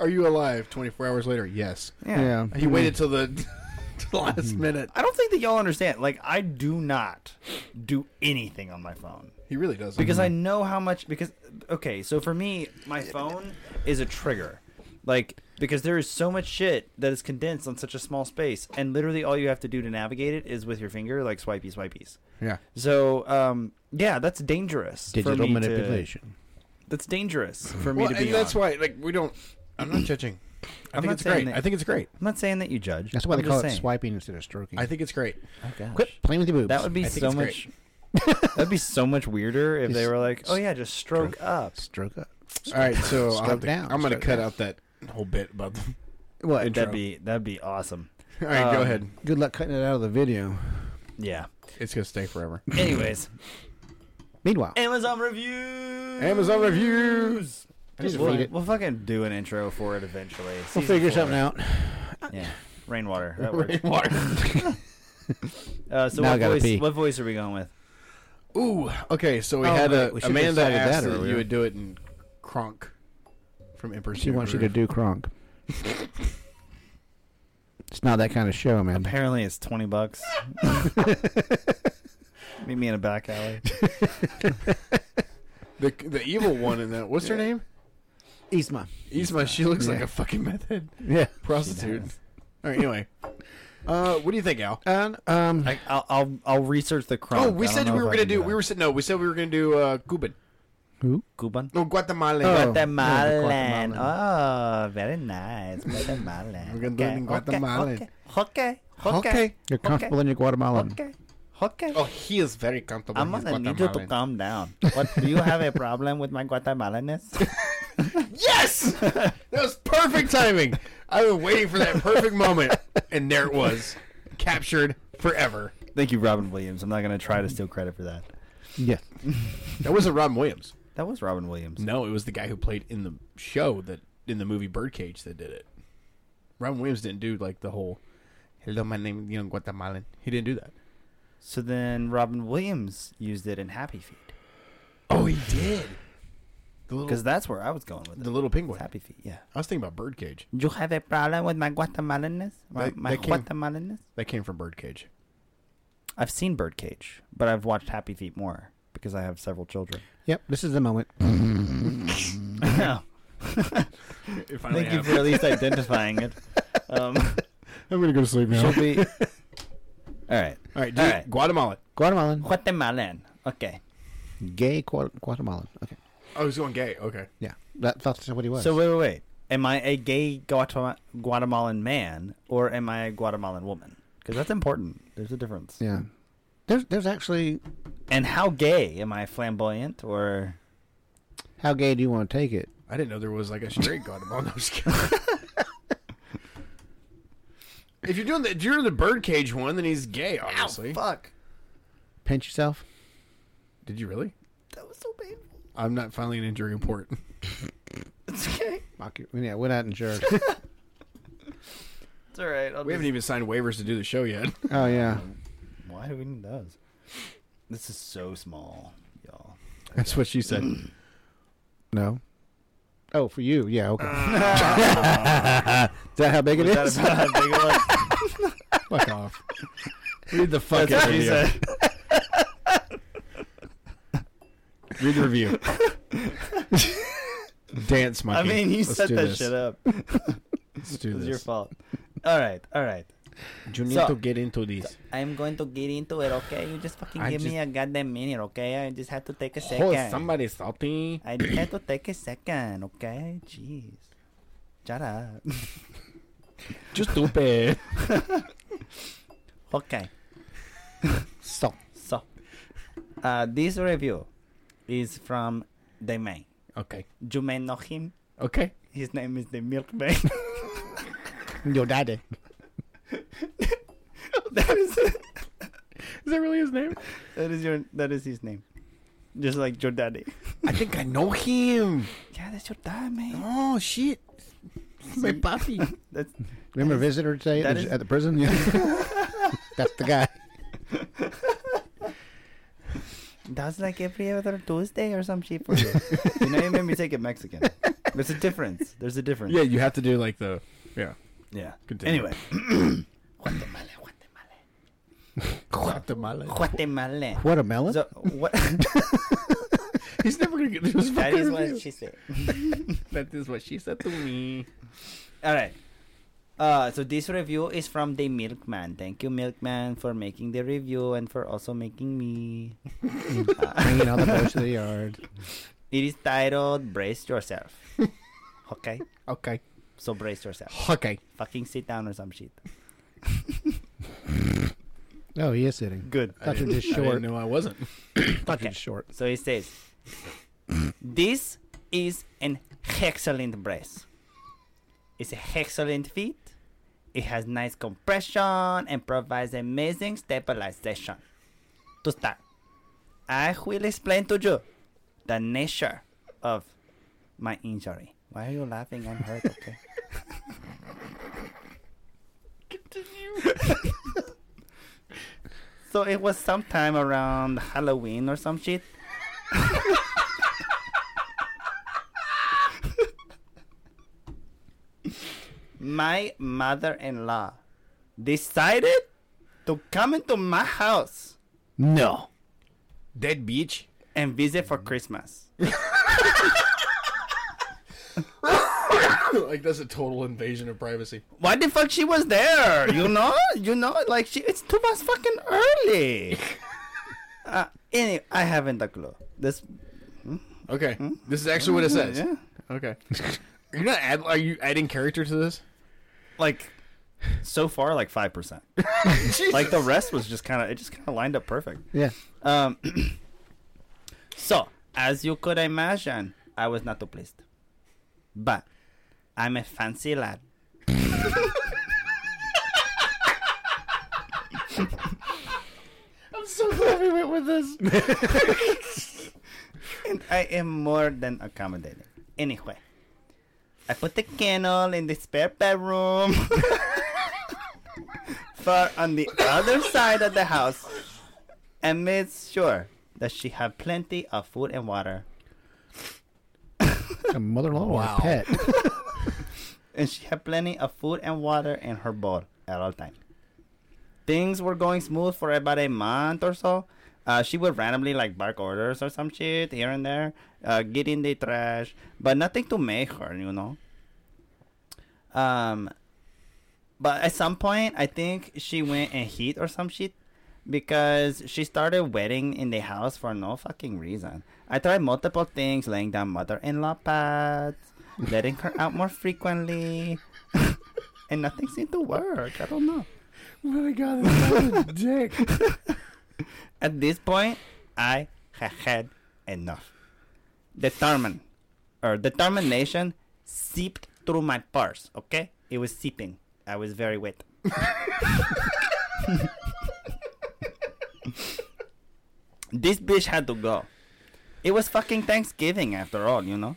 [SPEAKER 3] Are you alive? Twenty four hours later? Yes. Hmm.
[SPEAKER 1] Yeah.
[SPEAKER 3] He waited till the, till the last minute.
[SPEAKER 2] I don't think that y'all understand. Like, I do not do anything on my phone
[SPEAKER 3] He really
[SPEAKER 1] Mm-hmm.
[SPEAKER 3] doesn't.
[SPEAKER 2] because I know how much. Because okay, so for me, my phone is a trigger. Like because there is so much shit that is condensed on such a small space, and literally all you have to do to navigate it is with your finger, like swipey swipeys.
[SPEAKER 3] Yeah.
[SPEAKER 2] So um, yeah, that's dangerous. for
[SPEAKER 1] Digital
[SPEAKER 2] me to-
[SPEAKER 1] manipulation.
[SPEAKER 2] that's dangerous for me
[SPEAKER 3] Well,
[SPEAKER 2] to be.
[SPEAKER 3] and that's
[SPEAKER 2] on.
[SPEAKER 3] why, like, we don't. I'm not judging. I
[SPEAKER 2] I'm
[SPEAKER 3] think
[SPEAKER 2] not
[SPEAKER 3] it's
[SPEAKER 2] saying
[SPEAKER 3] great.
[SPEAKER 2] that-
[SPEAKER 3] I think it's great.
[SPEAKER 2] I'm not saying that you judge.
[SPEAKER 1] That's why they
[SPEAKER 2] I'm
[SPEAKER 1] call
[SPEAKER 2] just
[SPEAKER 1] it
[SPEAKER 2] saying.
[SPEAKER 1] swiping instead of stroking.
[SPEAKER 3] I think it's great.
[SPEAKER 2] Oh, gosh.
[SPEAKER 1] Quit playing with your boobs.
[SPEAKER 2] That would be
[SPEAKER 3] I think
[SPEAKER 2] so
[SPEAKER 3] it's
[SPEAKER 2] much. that'd be so much weirder if they
[SPEAKER 1] Just
[SPEAKER 2] were like, "Oh yeah, just stroke up."
[SPEAKER 1] stroke up.
[SPEAKER 3] All right, so
[SPEAKER 1] Slow
[SPEAKER 3] I'll have to-
[SPEAKER 1] down,
[SPEAKER 3] I'm going to
[SPEAKER 1] slow
[SPEAKER 3] cut
[SPEAKER 1] down.
[SPEAKER 3] out that whole bit about the.
[SPEAKER 1] What?
[SPEAKER 2] That'd be that'd be awesome.
[SPEAKER 3] All right, go
[SPEAKER 2] Um,
[SPEAKER 3] ahead.
[SPEAKER 1] Good luck cutting it out of the video.
[SPEAKER 2] Yeah.
[SPEAKER 3] It's going to stay forever.
[SPEAKER 2] Anyways,
[SPEAKER 1] Meanwhile,
[SPEAKER 2] Amazon reviews.
[SPEAKER 3] Amazon reviews.
[SPEAKER 1] I need to
[SPEAKER 2] We'll,
[SPEAKER 1] read it.
[SPEAKER 2] we'll fucking do an intro for it eventually.
[SPEAKER 1] We'll figure something out.
[SPEAKER 2] out. Yeah. Rainwater. That works. Uh, so
[SPEAKER 1] Now I
[SPEAKER 2] what
[SPEAKER 1] gotta
[SPEAKER 2] voice?
[SPEAKER 1] pee.
[SPEAKER 2] What voice are we going with?
[SPEAKER 3] Ooh, okay. So we
[SPEAKER 1] Oh,
[SPEAKER 3] had a,
[SPEAKER 1] right, we should've
[SPEAKER 3] Amanda
[SPEAKER 1] decided
[SPEAKER 3] asked
[SPEAKER 1] that
[SPEAKER 3] that, you
[SPEAKER 1] earlier.
[SPEAKER 3] would do it in Kronk from Emperor's
[SPEAKER 1] She
[SPEAKER 3] New
[SPEAKER 1] wants you to
[SPEAKER 3] Groove.
[SPEAKER 1] do Kronk. it's not that kind of show, man.
[SPEAKER 2] Apparently, it's twenty bucks. Meet me in a back alley.
[SPEAKER 3] the the evil one in that. What's her name?
[SPEAKER 1] Isma.
[SPEAKER 3] Isma. She looks like
[SPEAKER 1] Yeah.
[SPEAKER 3] a fucking method
[SPEAKER 1] Yeah.
[SPEAKER 3] prostitute. All right. Anyway, uh, what do you think, Al?
[SPEAKER 1] And um,
[SPEAKER 2] I, I'll, I'll I'll research the crime.
[SPEAKER 3] Oh, we said we were gonna do. We were said no. We said we were gonna do uh, Cuban.
[SPEAKER 2] Cuban.
[SPEAKER 3] No, Guatemala.
[SPEAKER 1] Oh.
[SPEAKER 2] Guatemalan.
[SPEAKER 1] Guatemalan.
[SPEAKER 2] Oh, very nice. Guatemalan.
[SPEAKER 3] We're gonna do it in Guatemalan.
[SPEAKER 2] Okay. Okay. Okay.
[SPEAKER 3] eh. Okay.
[SPEAKER 1] you're comfortable in your Guatemalan.
[SPEAKER 2] Okay. Okay.
[SPEAKER 3] Oh, he is very comfortable.
[SPEAKER 2] I'm
[SPEAKER 3] He's
[SPEAKER 2] gonna need you to
[SPEAKER 3] Guatemalan.
[SPEAKER 2] calm down. What do you have a problem with my Guatemalanness?
[SPEAKER 3] Yes, that was perfect timing. I've been waiting for that perfect moment, and there it was, captured forever.
[SPEAKER 2] Thank you, Robin Williams. I'm not gonna try to steal credit for that.
[SPEAKER 1] Yes.
[SPEAKER 3] That wasn't Robin Williams.
[SPEAKER 2] That was Robin Williams.
[SPEAKER 3] No, it was the guy who played in the show that in the movie Birdcage that did it. Robin Williams didn't do like the whole "Hello, my name is Young Guatemalan." He didn't do that.
[SPEAKER 2] So then Robin Williams used it in Happy Feet
[SPEAKER 3] Oh, he did. The
[SPEAKER 2] because
[SPEAKER 3] little,
[SPEAKER 2] that's where I was going with it.
[SPEAKER 3] the little penguin.
[SPEAKER 2] Happy Feet, yeah.
[SPEAKER 3] I was thinking about Birdcage.
[SPEAKER 2] You have a problem with my Guatemalanness? My,
[SPEAKER 3] That-
[SPEAKER 2] my
[SPEAKER 3] that came-
[SPEAKER 2] Guatemalanness?
[SPEAKER 3] That came from Birdcage.
[SPEAKER 2] I've seen Birdcage, but I've watched Happy Feet more because I have several children.
[SPEAKER 1] Yep. This is the moment.
[SPEAKER 2] Oh, Thank you for at least identifying it. Um,
[SPEAKER 3] I'm gonna go to sleep
[SPEAKER 2] should we? All right,
[SPEAKER 3] All right, dude,
[SPEAKER 2] All right.
[SPEAKER 3] Guatemala.
[SPEAKER 1] Guatemalan.
[SPEAKER 2] Guatemalan. Okay.
[SPEAKER 1] Gay Guat- Guatemalan. Okay.
[SPEAKER 3] Oh, he's going gay. Okay.
[SPEAKER 1] Yeah. That, that's what he was.
[SPEAKER 2] So wait, wait, wait. Am I a gay Guatem- Guatemalan man or am I a Guatemalan woman? Because that's important. There's a difference.
[SPEAKER 1] yeah. There's, there's actually
[SPEAKER 2] And how gay am I? Flamboyant or?
[SPEAKER 1] how gay do you want to take it?
[SPEAKER 3] I didn't know there was like a straight Guatemala. No, I'm just kidding. if you're doing the, if you're in the birdcage one, then he's gay, obviously.
[SPEAKER 2] Fuck.
[SPEAKER 1] Pinch yourself.
[SPEAKER 3] Did you really?
[SPEAKER 2] That was so painful.
[SPEAKER 3] I'm not filing an injury report.
[SPEAKER 2] It's okay.
[SPEAKER 1] Fuck you. Yeah, we're not insured.
[SPEAKER 2] It's all right. I'll
[SPEAKER 3] we haven't e- even signed waivers to do the show yet.
[SPEAKER 1] oh yeah,
[SPEAKER 2] Why do we need those? This is so small, y'all.
[SPEAKER 3] That's what she said.
[SPEAKER 1] no. Oh, for you, yeah, okay. is that how big it is?
[SPEAKER 3] fuck off. Read the fuck
[SPEAKER 2] That's
[SPEAKER 3] out
[SPEAKER 2] what
[SPEAKER 3] of
[SPEAKER 2] she
[SPEAKER 3] you.
[SPEAKER 2] said.
[SPEAKER 3] Read the review. Dance,
[SPEAKER 2] I
[SPEAKER 3] monkey.
[SPEAKER 2] mean, you
[SPEAKER 3] Let's
[SPEAKER 2] set
[SPEAKER 3] do
[SPEAKER 2] that
[SPEAKER 3] this.
[SPEAKER 2] shit up.
[SPEAKER 3] Let's do
[SPEAKER 2] It was
[SPEAKER 3] this.
[SPEAKER 2] your fault. All right, all right.
[SPEAKER 3] You need
[SPEAKER 2] So-
[SPEAKER 3] to get into this.
[SPEAKER 7] I'm going to get into it, okay? You just fucking
[SPEAKER 3] I
[SPEAKER 7] give me
[SPEAKER 3] just-
[SPEAKER 7] a goddamn minute, okay? I just have to take a
[SPEAKER 3] Oh,
[SPEAKER 7] second.
[SPEAKER 3] somebody salty.
[SPEAKER 7] I just have to take a second, okay? Jeez. Shut up.
[SPEAKER 3] Just stupid.
[SPEAKER 7] Okay.
[SPEAKER 1] Salt.
[SPEAKER 2] So, uh, this review is from the man.
[SPEAKER 3] okay.
[SPEAKER 7] You may know him.
[SPEAKER 3] Okay.
[SPEAKER 7] His name is the Milkman.
[SPEAKER 1] Your daddy.
[SPEAKER 2] that is
[SPEAKER 3] Is that really his name?
[SPEAKER 2] that is your that is his name, just like your daddy.
[SPEAKER 3] I think I know him.
[SPEAKER 7] yeah, that's your dad, man.
[SPEAKER 3] Oh shit. My puppy.
[SPEAKER 2] That's
[SPEAKER 1] Remember visitor today at
[SPEAKER 2] that
[SPEAKER 1] the- at
[SPEAKER 2] is-
[SPEAKER 1] the prison? Yeah. That's the guy.
[SPEAKER 7] That's like every other Tuesday or some shit for
[SPEAKER 2] you. you know, you made me take it Mexican. There's a difference. There's a difference.
[SPEAKER 3] yeah, you have to do like the yeah.
[SPEAKER 2] Yeah.
[SPEAKER 3] Continue.
[SPEAKER 2] Anyway,
[SPEAKER 7] Guatemala, Guatemala.
[SPEAKER 3] Guatemala.
[SPEAKER 7] Guatemala.
[SPEAKER 1] What a melon?
[SPEAKER 2] so what?
[SPEAKER 3] He's never gonna get this
[SPEAKER 4] That
[SPEAKER 3] fucking
[SPEAKER 4] is what
[SPEAKER 3] review.
[SPEAKER 4] she said.
[SPEAKER 3] That is what she said to me.
[SPEAKER 2] All right. Uh, so this review is from the Milkman. Thank you, Milkman, for making the review and for also making me.
[SPEAKER 3] uh,
[SPEAKER 1] Bringing all the boys to the yard.
[SPEAKER 2] It is titled "Brace Yourself." okay,
[SPEAKER 3] Okay.
[SPEAKER 2] so brace yourself.
[SPEAKER 3] Okay.
[SPEAKER 2] Fucking sit down or some shit.
[SPEAKER 1] Oh, he is sitting.
[SPEAKER 2] Good.
[SPEAKER 1] Thought you were just
[SPEAKER 3] Sure.
[SPEAKER 1] short.
[SPEAKER 3] No, I wasn't.
[SPEAKER 1] Thought you were just short.
[SPEAKER 2] So it says, "This is an excellent brace. It's an excellent fit. It has nice compression and provides amazing stabilization. To start, I will explain to you the nature of my injury. Why are you laughing? I'm hurt. Okay." So it was sometime around Halloween or some shit. my mother in law decided to come into my house
[SPEAKER 1] No.
[SPEAKER 3] Dead beach.
[SPEAKER 2] and visit for Christmas.
[SPEAKER 3] like that's a total invasion of privacy.
[SPEAKER 2] Why the fuck she was there? You know? You know? Like, she, it's too much fucking early. Uh, anyway, I haven't a clue. This,
[SPEAKER 3] Okay. This is actually what it says.
[SPEAKER 2] yeah.
[SPEAKER 3] Okay. You're not add, are you adding character to this?
[SPEAKER 2] like so far like 5% like the rest was just kind of it just kind of lined up perfect
[SPEAKER 1] Yeah.
[SPEAKER 2] um so as you could imagine i was not too pleased but i'm a fancy lad
[SPEAKER 3] I'm so glad we went with this.
[SPEAKER 2] and i am more than accommodating anyway i put the kennel in the spare bedroom far on the other side of the house and made sure that she had plenty of food and water
[SPEAKER 1] A mother-in-law
[SPEAKER 3] Wow.
[SPEAKER 1] or a pet.
[SPEAKER 3] Oh
[SPEAKER 2] and she had plenty of food and water in her bowl at all times. Things were going smooth for about a month or so. Uh, she would randomly like bark orders or some shit here and there, uh, get in the trash, but nothing to make her, you know. Um, but at some point, I think she went in heat or some shit because she started wetting in the house for no fucking reason. I tried multiple things, laying down mother-in-law pads, letting her out more frequently, and nothing seemed to work. I don't know.
[SPEAKER 3] my god, that's a dick.
[SPEAKER 2] At this point, I had had enough. Determined, or determination seeped through my pores. Okay, it was seeping. I was very wet. this bitch had to go. It was fucking Thanksgiving after all, you know.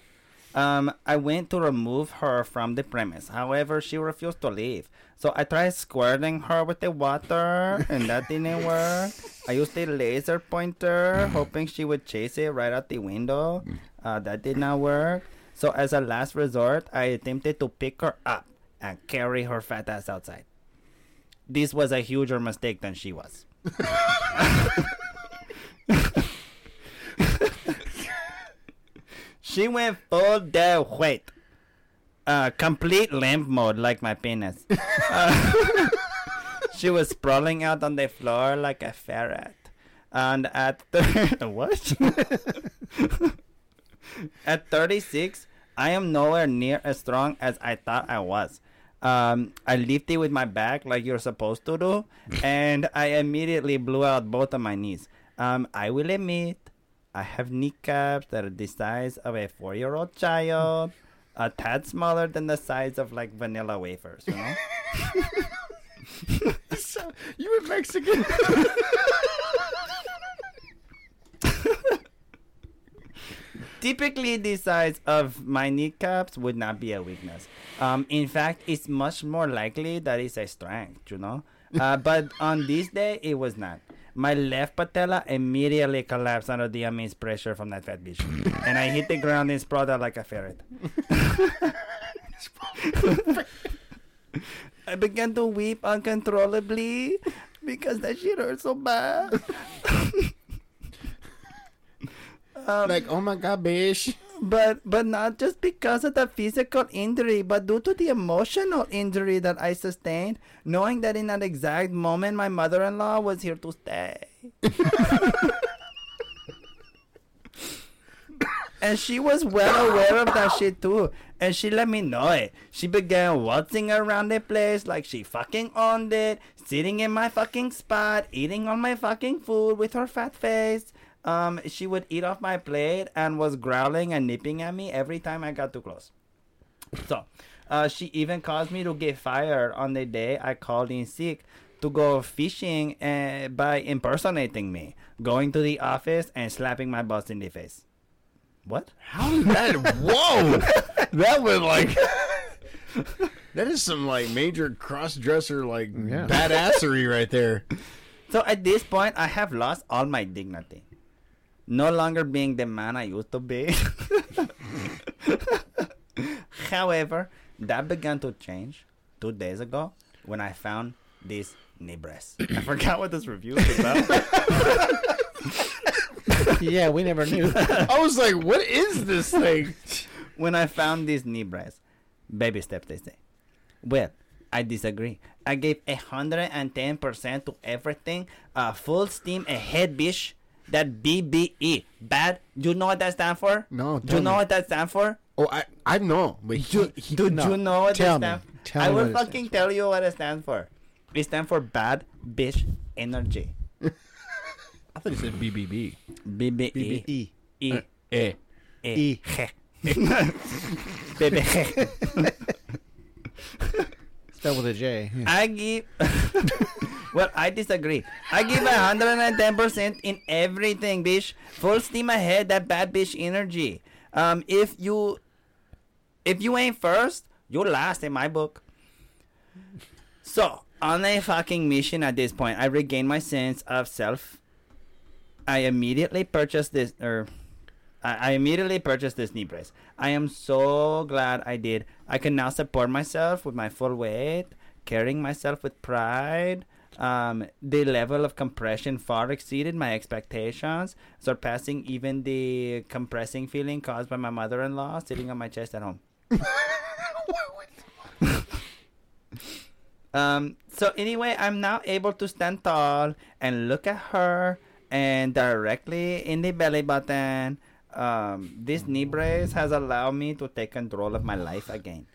[SPEAKER 2] Um, I went to remove her from the premise. However, she refused to leave. So I tried squirting her with the water, and that didn't work. I used a laser pointer, hoping she would chase it right out the window. Uh, that did not work. So as a last resort, I attempted to pick her up and carry her fat ass outside. This was a huger mistake than she was. She went full the weight. Uh, complete limp mode, like my penis. Uh, she was sprawling out on the floor like a ferret. And at th- what? at 36, I am nowhere near as strong as I thought I was. Um, I lifted with my back like you're supposed to do, and I immediately blew out both of my knees. Um, I will admit, I have kneecaps that are the size of a four-year-old child, a tad smaller than the size of like vanilla wafers. You know?
[SPEAKER 3] So, you were Mexican.
[SPEAKER 2] Typically, the size of my kneecaps would not be a weakness. Um, in fact, it's much more likely that it's a strength, you know? Uh, but on this day, it was not. My left patella immediately collapsed under the immense pressure from that fat bitch. and I hit the ground and sprawled out like a ferret. I began to weep uncontrollably because that shit hurt so bad.
[SPEAKER 1] like, oh my god, bitch.
[SPEAKER 2] But but not just because of the physical injury, but due to the emotional injury that I sustained, knowing that in that exact moment my mother-in-law was here to stay. and she was well aware of that shit too, and she let me know it. She began waltzing around the place like she fucking owned it, sitting in my fucking spot, eating all my fucking food with her fat face. Um, she would eat off my plate and was growling and nipping at me every time I got too close. So, uh, she even caused me to get fired on the day I called in sick to go fishing uh, by impersonating me, going to the office and slapping my boss in the face. What?
[SPEAKER 3] How did that? Whoa! That was like. That is some like major cross dresser like
[SPEAKER 1] Yeah.
[SPEAKER 3] badassery right there.
[SPEAKER 2] So at this point, I have lost all my dignity. No longer being the man I used to be. However, that began to change two days ago when I found this knee brace. I forgot what this review was about.
[SPEAKER 1] yeah, we never knew.
[SPEAKER 3] I was like, what is this thing?
[SPEAKER 2] when I found this knee brace. Baby steps, they say. Well, I disagree. I gave 110% to everything. Uh, full steam ahead, bitch. That BBE. Bad. Do you know what that stands for?
[SPEAKER 1] No,
[SPEAKER 2] Do you
[SPEAKER 1] tell
[SPEAKER 2] know
[SPEAKER 1] me.
[SPEAKER 2] what that stands for?
[SPEAKER 3] Oh, I I know, but he, he
[SPEAKER 2] Do
[SPEAKER 1] No,
[SPEAKER 2] you know what
[SPEAKER 1] tell
[SPEAKER 2] it
[SPEAKER 1] me.
[SPEAKER 2] stands
[SPEAKER 1] Tell
[SPEAKER 2] I
[SPEAKER 1] me
[SPEAKER 2] will
[SPEAKER 1] what it
[SPEAKER 2] fucking tell you what it stands for. It stands for bad bitch energy.
[SPEAKER 8] I thought you said BBB.
[SPEAKER 2] BBE. BBE. E.
[SPEAKER 1] Uh,
[SPEAKER 3] eh.
[SPEAKER 2] E. Baby.
[SPEAKER 1] Spelled with a J. Yeah.
[SPEAKER 2] I give. well, I disagree. I give 110% in everything, bitch. Full steam ahead, that bad bitch energy. Um, if you, if you ain't first, you're last in my book. So on a fucking mission at this point, I regain my sense of self. I immediately purchased this, or I, I immediately purchased this knee brace. I am so glad I did. I can now support myself with my full weight, carrying myself with pride. Um, the level of compression far exceeded my expectations, surpassing even the compressing feeling caused by my mother-in-law sitting on my chest at home. Um, so anyway, I'm now able to stand tall and look at her and directly in the belly button. Um, this knee brace has allowed me to take control of my life again.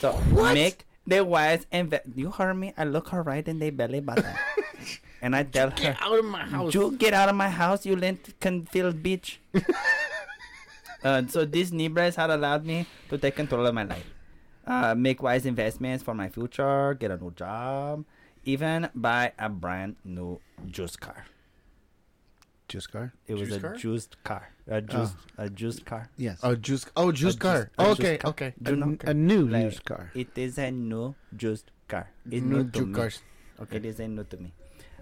[SPEAKER 2] So make the wise and you heard me. I look her right in the belly button, and I tell her,
[SPEAKER 3] out of my house.
[SPEAKER 2] "You get out of my house, you lint can feel bitch." uh, so this knee brace had allowed me to take control of my life uh, make wise investments for my future, get a new job, even buy a brand new juice car.
[SPEAKER 1] Just car?
[SPEAKER 2] It was
[SPEAKER 3] Juice
[SPEAKER 2] a
[SPEAKER 3] car?
[SPEAKER 2] juiced car, a juiced a juiced car.
[SPEAKER 1] Yes.
[SPEAKER 3] Oh, juice. Oh, juice car.
[SPEAKER 2] a juice
[SPEAKER 3] okay,
[SPEAKER 2] car.
[SPEAKER 3] okay.
[SPEAKER 2] Do you know?
[SPEAKER 1] a new
[SPEAKER 2] Like,
[SPEAKER 1] used car.
[SPEAKER 2] It is a new juiced car. It's
[SPEAKER 3] No
[SPEAKER 2] new, to
[SPEAKER 3] juice
[SPEAKER 2] me.
[SPEAKER 3] cars.
[SPEAKER 2] It is a new to me.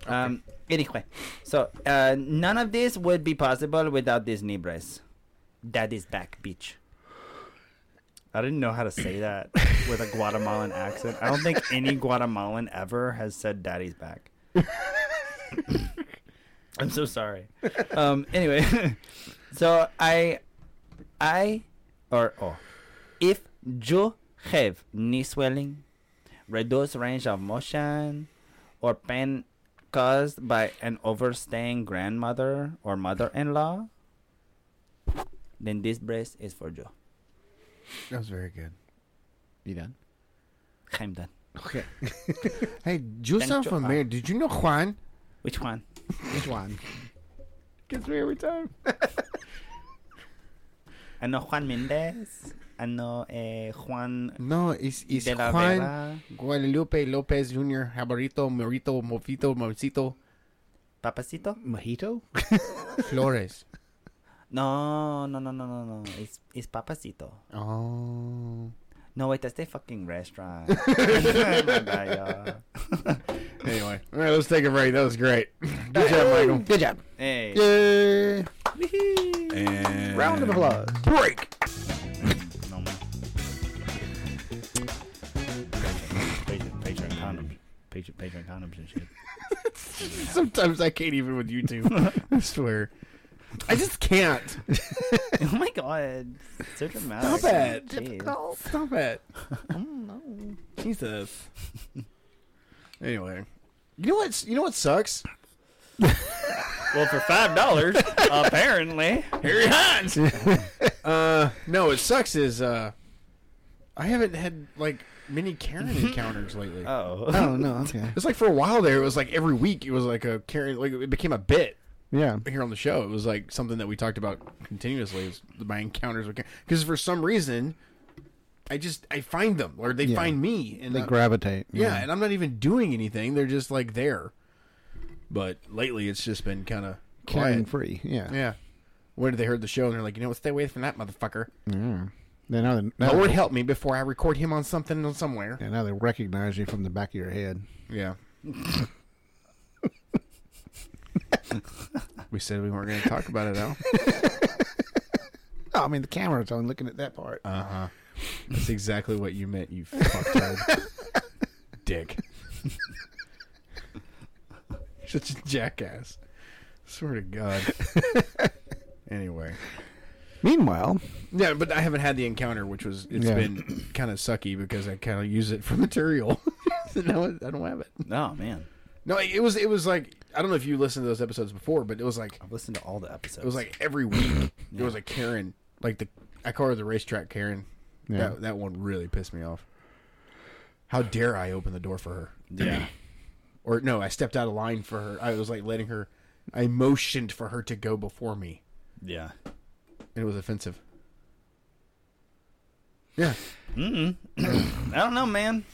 [SPEAKER 2] Um. Anyway, so uh, none of this would be possible without this knee brace. That is back, bitch. I didn't know how to say that with a Guatemalan accent. I don't think any Guatemalan ever has said "Daddy's back." I'm so sorry. Um. Anyway, so I, I, or oh, if you have knee swelling, reduced range of motion, or pain caused by an overstaying grandmother or mother-in-law, then this brace is for you.
[SPEAKER 3] That was very good.
[SPEAKER 1] you done?
[SPEAKER 2] I'm done.
[SPEAKER 1] Okay.
[SPEAKER 3] Hey, you sound
[SPEAKER 2] you.
[SPEAKER 3] familiar. Did you know Juan?
[SPEAKER 2] Which one?
[SPEAKER 1] Which one?
[SPEAKER 3] Gets me every time.
[SPEAKER 2] I know Juan Mendez. I know uh, Juan
[SPEAKER 3] No, it's it's
[SPEAKER 2] de la
[SPEAKER 3] Juan
[SPEAKER 2] Vera,
[SPEAKER 3] Guadalupe Lopez Jr. Jabarito Morito Mofito Mofito
[SPEAKER 2] Papacito.
[SPEAKER 1] Mojito?
[SPEAKER 3] Flores.
[SPEAKER 2] No, no, no, no, no, no. It's it's Papacito.
[SPEAKER 3] Oh.
[SPEAKER 2] No, wait, that's the fucking restaurant. My bad, y'all.
[SPEAKER 3] Anyway, all right, let's take a break. That was great. Good job, Michael.
[SPEAKER 1] Good job.
[SPEAKER 2] hey.
[SPEAKER 1] Yay.
[SPEAKER 9] And
[SPEAKER 1] Round of applause.
[SPEAKER 3] Break.
[SPEAKER 2] No man.
[SPEAKER 8] Patron, patron condoms. Patron, patron condoms and shit.
[SPEAKER 3] Sometimes I can't even with you two. I swear. I just can't.
[SPEAKER 4] oh my god. So dramatic.
[SPEAKER 3] Stop it.
[SPEAKER 4] Jeez.
[SPEAKER 3] Stop it. Jesus. Anyway, you know what's you know what sucks?
[SPEAKER 2] Well, for five dollars, apparently.
[SPEAKER 3] Harry Hines. uh, no, what sucks is uh, I haven't had like many Karen encounters lately.
[SPEAKER 2] Oh,
[SPEAKER 1] Oh no, okay,
[SPEAKER 3] It's like for a while there, it was like every week it was like a Karen. Like it became a bit
[SPEAKER 1] yeah.
[SPEAKER 3] here on the show. It was like something that we talked about continuously. Was my encounters with Karen because for some reason, I just I find them or they
[SPEAKER 1] Yeah.
[SPEAKER 3] find me and
[SPEAKER 1] They
[SPEAKER 3] I-
[SPEAKER 1] gravitate.
[SPEAKER 3] Yeah, and I'm not even doing anything. They're just like there. But lately, it's just been kind of
[SPEAKER 1] Karen
[SPEAKER 3] quiet.
[SPEAKER 1] free. Yeah,
[SPEAKER 3] yeah. When they heard the show and they're like, you know what, stay away from that motherfucker.
[SPEAKER 1] They now they, now,
[SPEAKER 3] Lord
[SPEAKER 1] they-
[SPEAKER 3] help me before I record him on something or somewhere.
[SPEAKER 1] yeah, now they recognize you from the back of your head.
[SPEAKER 3] Yeah. we said we weren't going to talk about it, Al.
[SPEAKER 1] Oh, I mean the camera's on looking at that part.
[SPEAKER 3] Uh huh. That's exactly what you meant, you fucktard. Dick. Such a jackass. Swear to God. anyway.
[SPEAKER 1] Meanwhile,
[SPEAKER 3] Yeah, but I haven't had the encounter, which was it's
[SPEAKER 1] Yeah.
[SPEAKER 3] been kind of sucky because I kind of use it for material. So now I I don't have it.
[SPEAKER 2] oh man,
[SPEAKER 3] No, it was it was like I don't know if you listened to those episodes before, but it was like
[SPEAKER 2] I've listened to all the episodes.
[SPEAKER 3] it was like every week there was a Karen, like the I call her the racetrack Karen.
[SPEAKER 1] Yeah.
[SPEAKER 3] That that one really pissed me off. How dare I open the door for her?
[SPEAKER 2] yeah,
[SPEAKER 3] Or no, I stepped out of line for her. I was like letting her. I motioned for her to go before me.
[SPEAKER 2] yeah.
[SPEAKER 3] It was offensive. Yeah.
[SPEAKER 2] I don't know, man.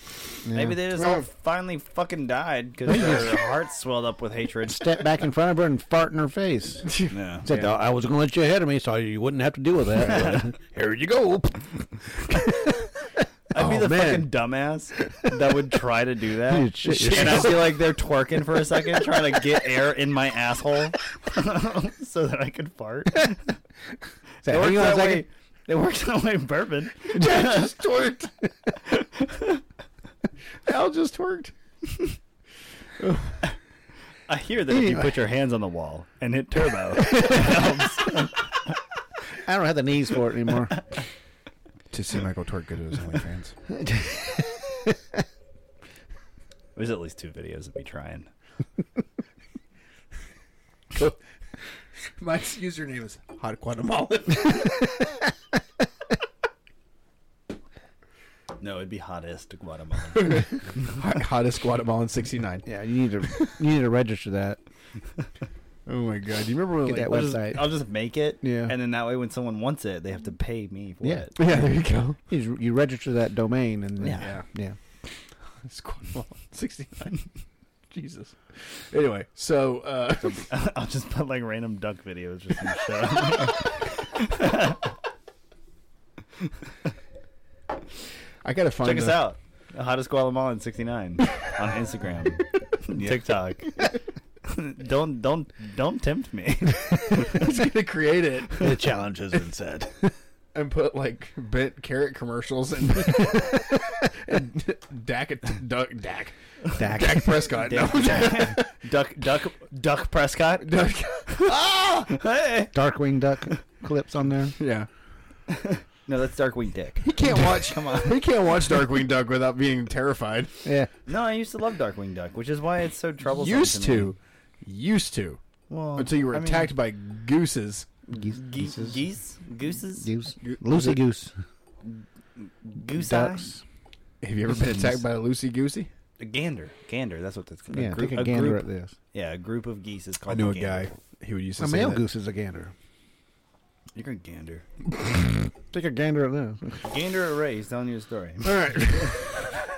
[SPEAKER 2] Maybe they just all finally fucking died because their hearts swelled up with hatred.
[SPEAKER 1] step back in front of her and fart in her face.
[SPEAKER 2] Yeah.
[SPEAKER 1] Said, I was going to let you ahead of me, so you wouldn't have to deal with that.
[SPEAKER 3] Here you go.
[SPEAKER 2] I'd be
[SPEAKER 3] Oh,
[SPEAKER 2] the
[SPEAKER 3] man.
[SPEAKER 2] fucking dumbass that would try to do that.
[SPEAKER 1] You'd shit
[SPEAKER 2] and I'd be like there twerking for a second, trying to get air in my asshole so that I could fart. It
[SPEAKER 1] Say,
[SPEAKER 2] works
[SPEAKER 1] Hang on a
[SPEAKER 2] that
[SPEAKER 1] second.
[SPEAKER 2] way. It works that way in bourbon.
[SPEAKER 3] Dad just twerked. Al just twerked.
[SPEAKER 2] I hear that if you put your hands on the wall and hit turbo, it helps.
[SPEAKER 1] I don't have the knees for it anymore.
[SPEAKER 3] To see Michael twerk, go to his OnlyFans.
[SPEAKER 2] There's at least two videos of me trying.
[SPEAKER 3] My username is Hot Guatemala.
[SPEAKER 2] No, it'd be hottest Guatemala.
[SPEAKER 3] Hottest Guatemalan '69.
[SPEAKER 1] yeah, you need to you need to register that.
[SPEAKER 3] Oh my god! Do you remember when?
[SPEAKER 1] Get that
[SPEAKER 3] like,
[SPEAKER 2] I'll just,
[SPEAKER 1] website.
[SPEAKER 2] I'll just make it,
[SPEAKER 1] Yeah.
[SPEAKER 2] and then that way when someone wants it, they have to pay me for
[SPEAKER 1] Yeah.
[SPEAKER 2] it.
[SPEAKER 3] yeah, there you go.
[SPEAKER 1] You, just- you register that domain and then,
[SPEAKER 2] Yeah.
[SPEAKER 1] yeah.
[SPEAKER 3] It's Guatemalan '69. Jesus. Anyway, so uh,
[SPEAKER 2] I'll just put like random duck videos just in the show.
[SPEAKER 3] I gotta find.
[SPEAKER 2] Check us
[SPEAKER 3] the-
[SPEAKER 2] out. Hottest Guatemalan 69 on Instagram, TikTok. don't don't don't tempt me.
[SPEAKER 3] I'm just gonna create it
[SPEAKER 6] The challenge has been said.
[SPEAKER 3] and put like bent carrot commercials and, and Dak Duck Dak
[SPEAKER 1] Dak.
[SPEAKER 3] Dak Prescott. No,
[SPEAKER 2] duck duck duck Prescott.
[SPEAKER 3] Duck. Ah!
[SPEAKER 2] Hey.
[SPEAKER 1] Darkwing Duck clips on there.
[SPEAKER 3] Yeah.
[SPEAKER 2] No, that's Darkwing Dick.
[SPEAKER 3] He can't watch. Come on. He can't watch Darkwing Duck without being terrified.
[SPEAKER 1] Yeah.
[SPEAKER 2] No, I used to love Darkwing Duck, which is why it's so troublesome.
[SPEAKER 3] used
[SPEAKER 2] me.
[SPEAKER 3] to, used to,
[SPEAKER 2] Well,
[SPEAKER 3] until you were
[SPEAKER 2] I mean,
[SPEAKER 3] attacked by gooses.
[SPEAKER 1] Geese.
[SPEAKER 2] Geese,
[SPEAKER 1] geese-
[SPEAKER 2] geese, gooses,
[SPEAKER 1] Goose.
[SPEAKER 3] Go-
[SPEAKER 1] Lucy Goose.
[SPEAKER 2] goose
[SPEAKER 1] Ducks.
[SPEAKER 3] Have you ever been attacked by a loosey goosey?
[SPEAKER 2] A gander, gander. That's what that's called.
[SPEAKER 1] Yeah,
[SPEAKER 2] group-
[SPEAKER 1] take a gander
[SPEAKER 2] group-
[SPEAKER 1] at this.
[SPEAKER 2] Yeah, a group of geese is
[SPEAKER 3] I
[SPEAKER 2] called.
[SPEAKER 3] knew a
[SPEAKER 2] gander.
[SPEAKER 3] guy who would use to
[SPEAKER 1] A
[SPEAKER 3] say
[SPEAKER 1] male
[SPEAKER 3] that.
[SPEAKER 1] goose is a gander.
[SPEAKER 2] You're a gander.
[SPEAKER 1] Take a gander at this.
[SPEAKER 2] Gander or Ray? He's telling you a story.
[SPEAKER 3] All right.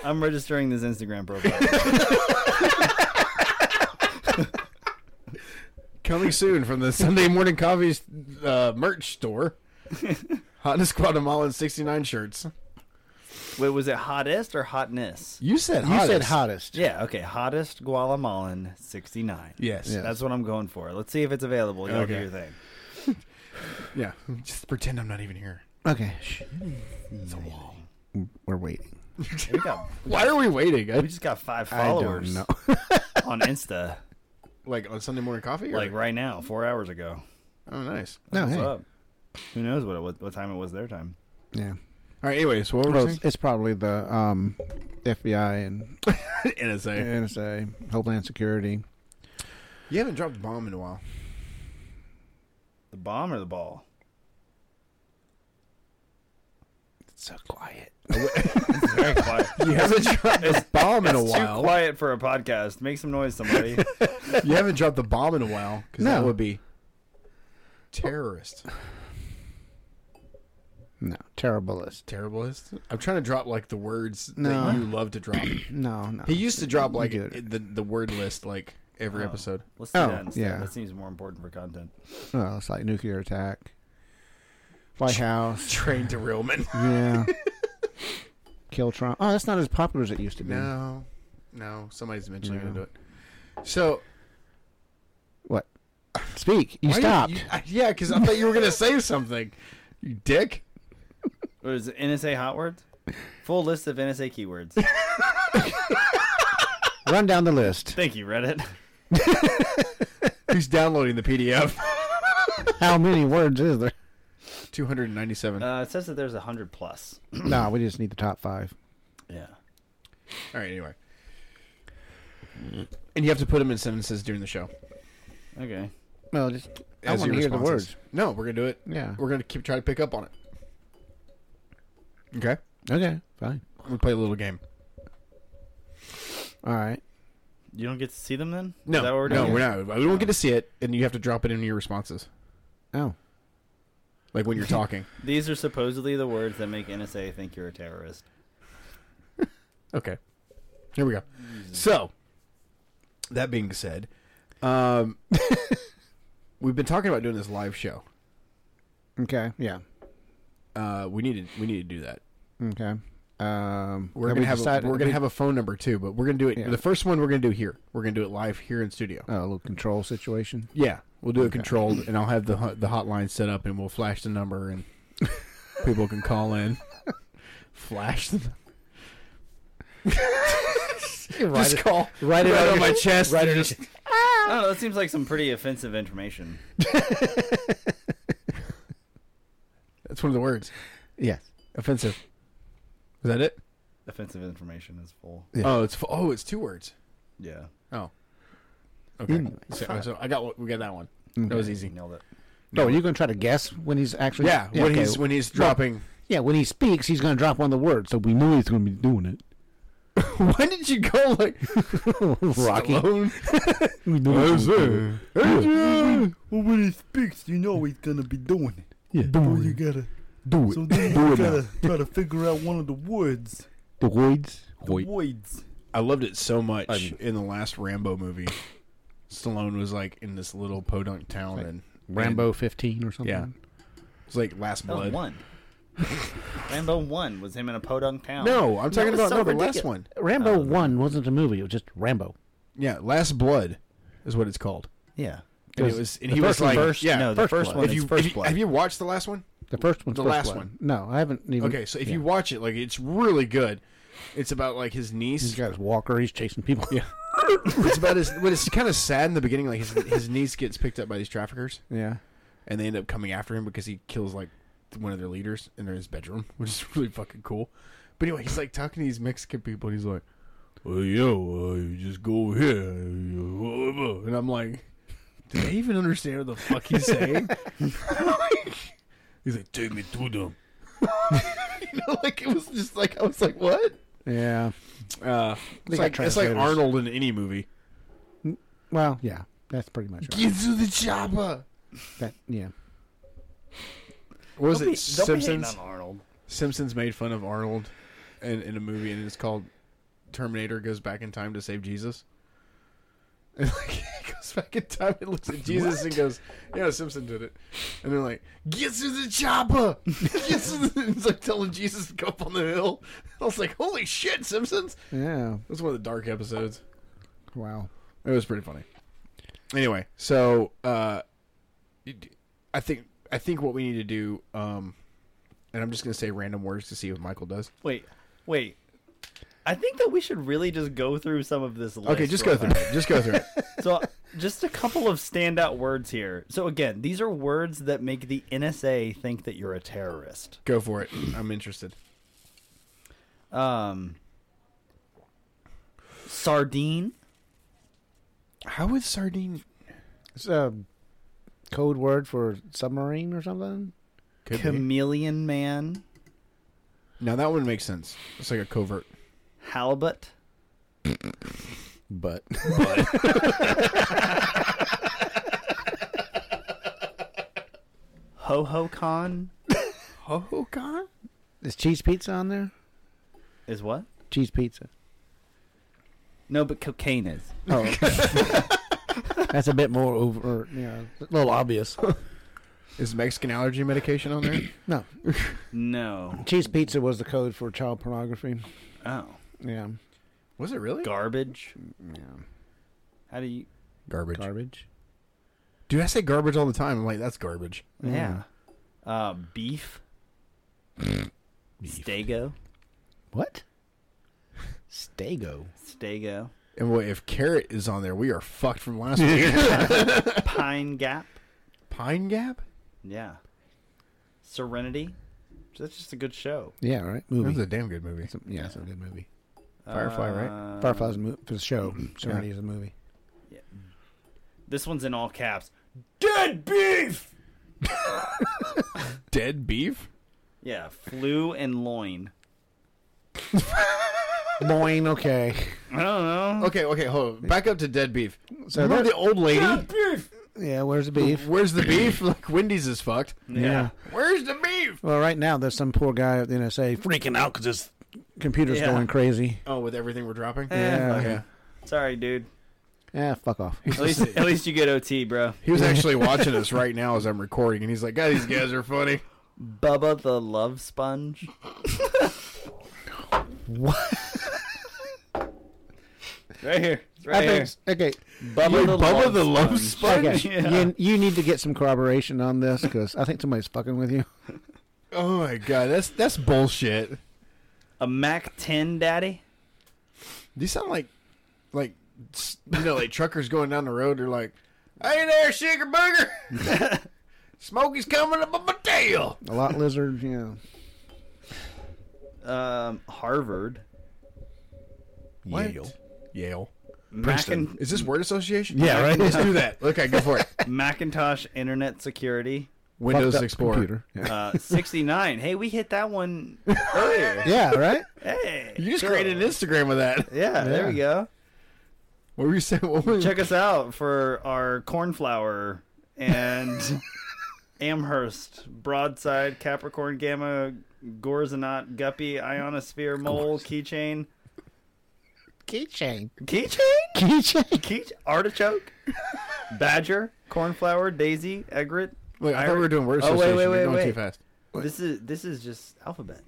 [SPEAKER 2] I'm registering this Instagram profile.
[SPEAKER 3] Coming soon from the Sunday Morning Coffee's uh, merch store. Hottest Guatemalan 69 shirts.
[SPEAKER 2] Wait, was it hottest or hotness?
[SPEAKER 3] You said
[SPEAKER 1] You
[SPEAKER 3] hottest.
[SPEAKER 1] said hottest.
[SPEAKER 2] Yeah, okay. Hottest Guatemalan 69.
[SPEAKER 3] Yes.
[SPEAKER 1] Yeah.
[SPEAKER 2] That's what I'm going for. Let's see if it's available. Y'all do
[SPEAKER 3] Okay.
[SPEAKER 2] your thing.
[SPEAKER 3] yeah. Just pretend I'm not even here.
[SPEAKER 1] Okay. Shh. We're waiting.
[SPEAKER 2] We, got,
[SPEAKER 3] Why are we waiting?
[SPEAKER 2] we just got five followers
[SPEAKER 1] I don't know.
[SPEAKER 2] on Insta,
[SPEAKER 3] like on Sunday Morning Coffee? or-
[SPEAKER 2] like right now, four hours ago.
[SPEAKER 3] Oh, nice.
[SPEAKER 1] No,
[SPEAKER 2] What's
[SPEAKER 1] hey.
[SPEAKER 2] up? Who knows what, it was, what time it was their time?
[SPEAKER 1] Yeah.
[SPEAKER 3] All right. Anyway, so what were
[SPEAKER 1] Well,
[SPEAKER 3] we
[SPEAKER 1] it's, it's probably the um, FBI and
[SPEAKER 3] saying? NSA.
[SPEAKER 1] NSA, Homeland Security.
[SPEAKER 3] You haven't dropped a bomb in a while.
[SPEAKER 2] The bomb or the ball?
[SPEAKER 1] It's so quiet.
[SPEAKER 2] It's very quiet.
[SPEAKER 3] You haven't dropped a bomb in a
[SPEAKER 2] It's too
[SPEAKER 3] while.
[SPEAKER 2] quiet for a podcast. Make some noise, somebody.
[SPEAKER 3] You haven't dropped the bomb in a while because that
[SPEAKER 1] No.
[SPEAKER 3] would be terrorist,
[SPEAKER 1] No, terriblest.
[SPEAKER 3] terriblest. I'm trying to drop like the words
[SPEAKER 1] No.
[SPEAKER 3] that you love to drop.
[SPEAKER 1] No, no.
[SPEAKER 3] He used to drop like
[SPEAKER 1] Get it.
[SPEAKER 3] the the word list like every
[SPEAKER 2] Oh.
[SPEAKER 3] episode.
[SPEAKER 2] Let's do
[SPEAKER 1] Oh,
[SPEAKER 2] that instead.
[SPEAKER 1] yeah.
[SPEAKER 2] That seems more important for content.
[SPEAKER 1] Well, it's like nuclear attack, White House.
[SPEAKER 3] Train derailment.
[SPEAKER 1] Yeah. Kill Trump. Oh, that's not as popular as it used to be.
[SPEAKER 3] no, no. Somebody's eventually
[SPEAKER 1] No.
[SPEAKER 3] gonna do it. So
[SPEAKER 1] What? Speak. You
[SPEAKER 3] why
[SPEAKER 1] stopped.
[SPEAKER 3] you- I- yeah, because I thought you were gonna say something. You dick.
[SPEAKER 2] What is it, NSA hot words? Full list of NSA keywords.
[SPEAKER 1] Run down the list.
[SPEAKER 2] Thank you, Reddit.
[SPEAKER 3] Who's downloading the PDF?
[SPEAKER 1] How many words is there?
[SPEAKER 3] Two hundred and ninety-seven.
[SPEAKER 2] Uh, it says that there's a hundred plus.
[SPEAKER 1] no, we just need the top five.
[SPEAKER 2] Yeah.
[SPEAKER 3] All right. Anyway. And you have to put them in sentences during the show.
[SPEAKER 2] Okay.
[SPEAKER 1] No, just I
[SPEAKER 3] as
[SPEAKER 1] want to
[SPEAKER 3] your
[SPEAKER 1] hear the
[SPEAKER 3] responses.
[SPEAKER 1] words.
[SPEAKER 3] No, we're gonna do it.
[SPEAKER 1] Yeah.
[SPEAKER 3] We're gonna keep trying to pick up on it. Okay.
[SPEAKER 1] Okay, fine.
[SPEAKER 3] We play a little game.
[SPEAKER 1] All right.
[SPEAKER 2] You don't get to see them then?
[SPEAKER 3] No,
[SPEAKER 2] Is that what we're
[SPEAKER 3] no,
[SPEAKER 2] doing?
[SPEAKER 3] we're not. We don't get to see it, and you have to drop it in your responses,
[SPEAKER 1] Oh,
[SPEAKER 3] like when you're talking.
[SPEAKER 2] These are supposedly the words that make NSA think you're a terrorist.
[SPEAKER 3] okay. Here we go. So, that being said, um, we've been talking about doing this live show.
[SPEAKER 1] okay. Yeah.
[SPEAKER 3] Uh, we need to we need to do that.
[SPEAKER 1] Okay. Um, have
[SPEAKER 3] We're gonna
[SPEAKER 1] we
[SPEAKER 3] have
[SPEAKER 1] decided-
[SPEAKER 3] a, we're gonna
[SPEAKER 1] we-
[SPEAKER 3] have a phone number too, but we're gonna do it.
[SPEAKER 1] Yeah. Uh,
[SPEAKER 3] The first one we're gonna do here. We're gonna do it live here in studio.
[SPEAKER 1] Oh, a little control situation.
[SPEAKER 3] Yeah, we'll do it controlled, and I'll have the hot- the hotline set up, and we'll flash the number, and people can call in. flash the. just call
[SPEAKER 1] write it on
[SPEAKER 3] on
[SPEAKER 1] your-
[SPEAKER 3] my chest. Right just
[SPEAKER 2] I don't know. That seems like some pretty offensive information.
[SPEAKER 3] that's one of the words.
[SPEAKER 1] Yes.
[SPEAKER 3] Offensive. Is that it?
[SPEAKER 2] offensive information is full.
[SPEAKER 1] Yeah.
[SPEAKER 3] Oh, it's fu- oh, it's two words.
[SPEAKER 2] Yeah.
[SPEAKER 3] Oh. Okay. So, so I got one- we got that one. That was easy.
[SPEAKER 2] Nailed it.
[SPEAKER 1] No, oh, you're gonna try to guess when he's actually.
[SPEAKER 3] Yeah, when
[SPEAKER 1] okay.
[SPEAKER 3] he's when he's dropping.
[SPEAKER 1] yeah when he speaks, he's gonna drop one of the words, so we know he's gonna be doing it.
[SPEAKER 3] Why did you go like
[SPEAKER 1] Rocky.
[SPEAKER 3] Stallone?
[SPEAKER 1] We know he's gonna do it.
[SPEAKER 10] Well, when he speaks, you know he's gonna be doing it.
[SPEAKER 1] Yeah,
[SPEAKER 10] So
[SPEAKER 1] do
[SPEAKER 10] you
[SPEAKER 1] it.
[SPEAKER 10] gotta,
[SPEAKER 1] Do it.
[SPEAKER 10] so then
[SPEAKER 1] Do
[SPEAKER 10] you
[SPEAKER 1] it now.
[SPEAKER 10] gotta try to figure out one of the words.
[SPEAKER 1] The words.
[SPEAKER 10] The words.
[SPEAKER 3] I loved it so much in the last Rambo movie. Stallone was like in this little podunk town and
[SPEAKER 1] Rambo 15 or something.
[SPEAKER 3] Yeah. It's like Last
[SPEAKER 2] That was
[SPEAKER 3] Blood.
[SPEAKER 2] one. Rambo one was him in a podunk town.
[SPEAKER 3] No, I'm talking
[SPEAKER 2] That was
[SPEAKER 3] about
[SPEAKER 2] so Um,
[SPEAKER 3] no, the
[SPEAKER 2] ridiculous.
[SPEAKER 3] last one.
[SPEAKER 1] Rambo 1 wasn't a movie. It was just Rambo.
[SPEAKER 3] Yeah, Last Blood is what it's called.
[SPEAKER 2] Yeah.
[SPEAKER 3] And it
[SPEAKER 1] It
[SPEAKER 3] was
[SPEAKER 1] was
[SPEAKER 3] and
[SPEAKER 1] the
[SPEAKER 3] he was
[SPEAKER 1] first
[SPEAKER 3] like
[SPEAKER 1] one.
[SPEAKER 3] yeah,
[SPEAKER 2] No, the first,
[SPEAKER 1] Blood.
[SPEAKER 2] one
[SPEAKER 3] if you,
[SPEAKER 2] is first
[SPEAKER 3] if you
[SPEAKER 2] blood.
[SPEAKER 3] have you watched the last one?
[SPEAKER 1] The first one's
[SPEAKER 3] The
[SPEAKER 1] First
[SPEAKER 3] last
[SPEAKER 1] Blood.
[SPEAKER 3] one.
[SPEAKER 1] No, I haven't even.
[SPEAKER 3] Okay, so if
[SPEAKER 1] yeah.
[SPEAKER 3] you watch it, like it's really good. It's about like his
[SPEAKER 1] He's
[SPEAKER 3] niece.
[SPEAKER 1] got his walker. He's chasing people. Yeah.
[SPEAKER 3] it's about his. But it's kind of sad in the beginning. Like his his niece gets picked up by these traffickers,
[SPEAKER 1] Yeah.
[SPEAKER 3] and they end up coming after him because he kills like one of their leaders in his bedroom, which is really fucking cool. But anyway, he's like talking to these Mexican people, and he's like, "Well, you know, uh, you just go over here," and I'm like, "Do they even understand what the fuck he's saying?"
[SPEAKER 10] He's like, take me to them.
[SPEAKER 3] you know, like it was just like I was like, "What?"
[SPEAKER 1] Yeah.
[SPEAKER 3] Uh,
[SPEAKER 1] got
[SPEAKER 3] it's like it's like
[SPEAKER 1] translators.
[SPEAKER 3] Arnold in any movie.
[SPEAKER 1] Well, yeah. That's pretty much right.
[SPEAKER 3] Get to the chopper.
[SPEAKER 1] That, yeah.
[SPEAKER 3] What was
[SPEAKER 2] Don't be-
[SPEAKER 3] it?
[SPEAKER 2] don't be hating
[SPEAKER 3] Simpsons.
[SPEAKER 2] on Arnold.
[SPEAKER 3] Simpsons made fun of Arnold, in, in a movie, and it's called Terminator goes back in time to save Jesus. And like he goes back in time and looks at Jesus and goes, "Yeah, Simpson did it." And they're like, "Get to the chopper!" Get to the... It's like telling Jesus to go up on the hill. I was like, "Holy shit, Simpsons!"
[SPEAKER 1] Yeah.
[SPEAKER 3] It was one of the dark episodes.
[SPEAKER 1] Wow.
[SPEAKER 3] It was pretty funny. Anyway, so uh, it- I think I think what we need to do, um, and I'm just gonna say random words to see what Michael does.
[SPEAKER 2] Wait, wait. I think that we should really just go through some of this list.
[SPEAKER 3] Okay, just go
[SPEAKER 2] real
[SPEAKER 3] through
[SPEAKER 2] fast.
[SPEAKER 3] it. Just go through it.
[SPEAKER 2] So just a couple of standout words here. So again, these are words that make the NSA think that you're a terrorist.
[SPEAKER 3] Go for it. I'm interested.
[SPEAKER 2] Um, sardine.
[SPEAKER 3] How is sardine?
[SPEAKER 1] It's a code word for submarine or something.
[SPEAKER 3] Could be.
[SPEAKER 2] Chameleon Man,
[SPEAKER 3] Now that one makes sense. It's like a covert.
[SPEAKER 2] Halibut,
[SPEAKER 1] But
[SPEAKER 2] Ho Ho Con
[SPEAKER 3] Oh God!
[SPEAKER 1] is cheese pizza on there?
[SPEAKER 2] is what?
[SPEAKER 1] Cheese pizza.
[SPEAKER 2] No, but cocaine is.
[SPEAKER 1] Oh, that's a bit more over. You know, a little obvious.
[SPEAKER 3] Is Mexican allergy medication on there?
[SPEAKER 1] No,
[SPEAKER 2] No.
[SPEAKER 1] cheese pizza was the code for child pornography.
[SPEAKER 2] Oh.
[SPEAKER 1] Yeah,
[SPEAKER 3] Was it really
[SPEAKER 2] Garbage. How do you?
[SPEAKER 3] garbage?
[SPEAKER 1] garbage.
[SPEAKER 3] Dude, I say garbage all the time. I'm like, that's garbage.
[SPEAKER 2] Yeah. Uh, beef. Stego.
[SPEAKER 1] What? Stego.
[SPEAKER 2] Stego.
[SPEAKER 3] And boy, if carrot is on there, we are fucked from last week.
[SPEAKER 2] Pine Gap.
[SPEAKER 3] Pine Gap.
[SPEAKER 2] Yeah. Serenity. That's just a good show.
[SPEAKER 1] Yeah, right.
[SPEAKER 3] That was
[SPEAKER 1] Movie.
[SPEAKER 3] a damn good movie.
[SPEAKER 1] yeah, it's a good movie.
[SPEAKER 3] Firefly, right?
[SPEAKER 2] Uh,
[SPEAKER 1] Firefly's a, mo- it's a show. Serenity is a movie.
[SPEAKER 2] This one's in all caps.
[SPEAKER 3] Dead beef. Dead beef.
[SPEAKER 2] Yeah, flu and loin.
[SPEAKER 1] Boing. Okay.
[SPEAKER 2] I don't know.
[SPEAKER 3] Okay, okay, hold on. Back up to dead beef.
[SPEAKER 1] So
[SPEAKER 3] Remember
[SPEAKER 1] that-
[SPEAKER 3] the old lady?
[SPEAKER 1] Yeah. Where's the beef?
[SPEAKER 3] Where's the beef? Like Wendy's is fucked.
[SPEAKER 2] Yeah.
[SPEAKER 3] Where's the beef?
[SPEAKER 1] Well, right now there's some poor guy at the NSA freaking out because his computer's
[SPEAKER 2] Yeah.
[SPEAKER 1] going crazy.
[SPEAKER 3] Oh, with everything we're dropping.
[SPEAKER 1] Yeah.
[SPEAKER 3] Okay.
[SPEAKER 2] Sorry, dude.
[SPEAKER 1] Yeah. Fuck off.
[SPEAKER 2] At least, at least you get OT, bro.
[SPEAKER 3] He was actually watching us right now as I'm recording, and he's like, "God, these guys are funny."
[SPEAKER 2] Bubba the Love Sponge. what? Right here. It's right
[SPEAKER 1] I
[SPEAKER 2] here.
[SPEAKER 1] think. Okay.
[SPEAKER 2] Bubba, the, love
[SPEAKER 3] Sponge.
[SPEAKER 1] Okay.
[SPEAKER 2] Yeah.
[SPEAKER 1] You, you need to get some corroboration on this because I think somebody's fucking with you.
[SPEAKER 3] Oh my god, that's that's bullshit.
[SPEAKER 2] A Mac 10 daddy.
[SPEAKER 3] These sound like, like, s- you know, like truckers going down the road. They're like, "Hey there, sugar booger, Smokey's coming up my tail."
[SPEAKER 1] A lot lizard. You know.
[SPEAKER 2] Um, Harvard.
[SPEAKER 3] What? Yale.
[SPEAKER 2] Macin-
[SPEAKER 3] Is this word association?
[SPEAKER 1] Yeah, right.
[SPEAKER 3] Let's do that. Okay, go for it.
[SPEAKER 2] Macintosh Internet Security.
[SPEAKER 3] Windows
[SPEAKER 1] Fucked up
[SPEAKER 3] Explorer.
[SPEAKER 1] computer. Yeah.
[SPEAKER 2] Uh, 69. hey, we hit that one earlier.
[SPEAKER 1] yeah. Right.
[SPEAKER 2] Hey.
[SPEAKER 3] You just
[SPEAKER 2] cool.
[SPEAKER 3] created an Instagram with that.
[SPEAKER 2] Yeah, there we go.
[SPEAKER 3] What were you saying? What were
[SPEAKER 2] Check us out for our cornflower and Amherst broadside Capricorn Gamma Gorzonaut Guppy Ionosphere Mole Keychain
[SPEAKER 1] Keychain.
[SPEAKER 2] Keychain
[SPEAKER 1] Keychain.
[SPEAKER 2] Key Artichoke Badger Cornflower Daisy Egret.
[SPEAKER 3] Wait, I thought we were doing word
[SPEAKER 2] Oh, wait,
[SPEAKER 3] association.
[SPEAKER 2] wait, wait,
[SPEAKER 3] You're going too
[SPEAKER 2] wait.
[SPEAKER 3] fast.
[SPEAKER 2] This is this is just alphabet.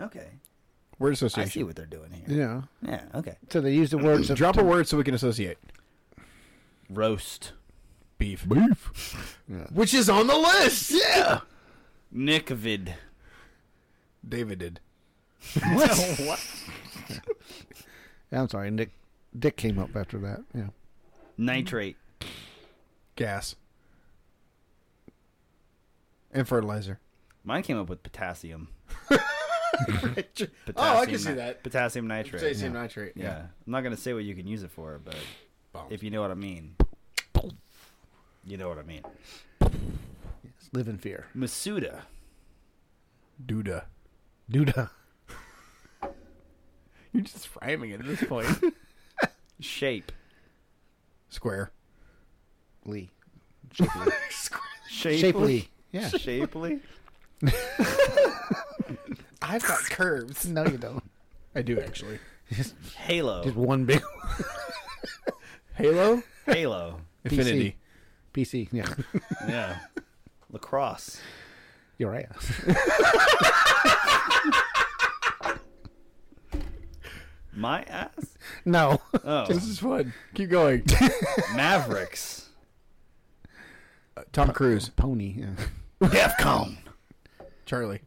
[SPEAKER 2] Okay,
[SPEAKER 3] Word
[SPEAKER 2] I
[SPEAKER 3] association.
[SPEAKER 2] see what they're doing here.
[SPEAKER 1] Yeah.
[SPEAKER 2] Yeah, okay.
[SPEAKER 1] So they use the words of
[SPEAKER 3] Drop a word so we can associate.
[SPEAKER 2] Roast
[SPEAKER 3] Beef. Beef. Which is on the list. Yeah.
[SPEAKER 2] Nickvid.
[SPEAKER 3] David did.
[SPEAKER 2] what?
[SPEAKER 1] I'm sorry, Nick. Dick came up after that. Yeah.
[SPEAKER 2] Nitrate.
[SPEAKER 3] Gas. And fertilizer.
[SPEAKER 2] Mine came up with potassium.
[SPEAKER 3] oh, I can
[SPEAKER 2] Potassium
[SPEAKER 3] see
[SPEAKER 2] ni-
[SPEAKER 3] that.
[SPEAKER 2] Potassium nitrate.
[SPEAKER 3] Potassium nitrate.
[SPEAKER 2] Yeah. I'm not going to say what you can use it for, but if you know what I mean. You know what I mean.
[SPEAKER 1] Yes. Live in fear.
[SPEAKER 2] Masuda.
[SPEAKER 3] Duda.
[SPEAKER 1] Duda.
[SPEAKER 3] You're just rhyming it at this point.
[SPEAKER 2] Shape.
[SPEAKER 3] Square.
[SPEAKER 1] Lee.
[SPEAKER 2] Shapely.
[SPEAKER 1] Shapely. Yeah.
[SPEAKER 2] Shapely?
[SPEAKER 3] I've got curves.
[SPEAKER 1] No, you don't.
[SPEAKER 3] I do actually.
[SPEAKER 1] Just
[SPEAKER 2] Halo.
[SPEAKER 1] one big
[SPEAKER 3] Halo.
[SPEAKER 2] Halo.
[SPEAKER 3] Infinity.
[SPEAKER 1] PC. Yeah.
[SPEAKER 2] Yeah. Lacrosse.
[SPEAKER 1] You're right.
[SPEAKER 2] My ass?
[SPEAKER 1] No.
[SPEAKER 2] Oh.
[SPEAKER 3] This is fun. Keep going. Uh,
[SPEAKER 2] Mavericks.
[SPEAKER 3] Tom Cruise.
[SPEAKER 1] Pony. Yeah.
[SPEAKER 2] Defcon.
[SPEAKER 3] Charlie.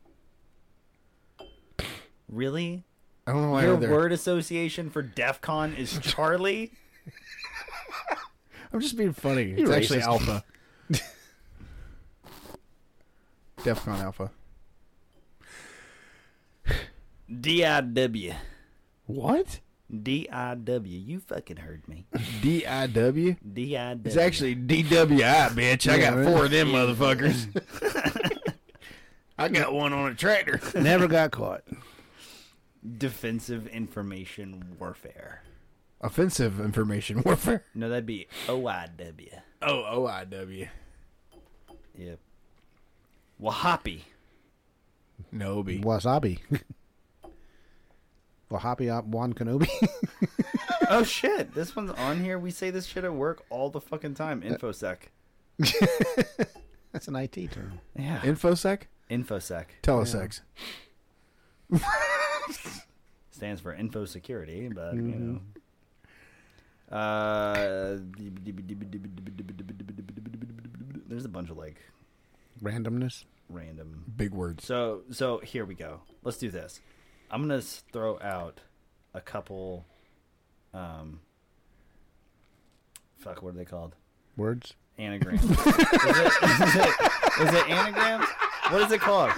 [SPEAKER 2] Really?
[SPEAKER 3] I don't know why
[SPEAKER 2] Your
[SPEAKER 3] either.
[SPEAKER 2] word association for DEFCON is Charlie?
[SPEAKER 3] I'm just being funny.
[SPEAKER 1] You
[SPEAKER 3] it's actually
[SPEAKER 1] racist.
[SPEAKER 3] alpha. Defcon alpha.
[SPEAKER 2] D I W.
[SPEAKER 3] What?
[SPEAKER 2] D I W. You fucking heard me.
[SPEAKER 3] D I W.
[SPEAKER 2] D I W.
[SPEAKER 3] It's actually DWI, bitch. I
[SPEAKER 1] Yeah,
[SPEAKER 3] got
[SPEAKER 1] right.
[SPEAKER 3] four of them motherfuckers. I got one on a tractor.
[SPEAKER 1] Never got caught.
[SPEAKER 2] defensive information warfare.
[SPEAKER 3] Offensive information warfare.
[SPEAKER 2] No, that'd be O I W.
[SPEAKER 3] Oh, OIW.
[SPEAKER 2] Yep. Wahapi.
[SPEAKER 3] Nobi.
[SPEAKER 1] Wasabi. Wahabi Op Wan Kenobi.
[SPEAKER 2] Oh shit! This one's on here. We say this shit at work all the fucking time.
[SPEAKER 3] Uh,
[SPEAKER 2] Infosec.
[SPEAKER 1] That's an IT term.
[SPEAKER 2] Yeah.
[SPEAKER 3] Infosec?
[SPEAKER 2] Infosec
[SPEAKER 3] Telesex.
[SPEAKER 2] stands for info security, but you know. Uh, there's a bunch of like
[SPEAKER 1] Randomness.
[SPEAKER 2] random
[SPEAKER 3] Big words.
[SPEAKER 2] So so here we go. Let's do this. I'm gonna s- throw out a couple. Um, fuck, what are they called?
[SPEAKER 1] Words.
[SPEAKER 2] Anagrams. is, it, is, it, is it anagrams? What is it called?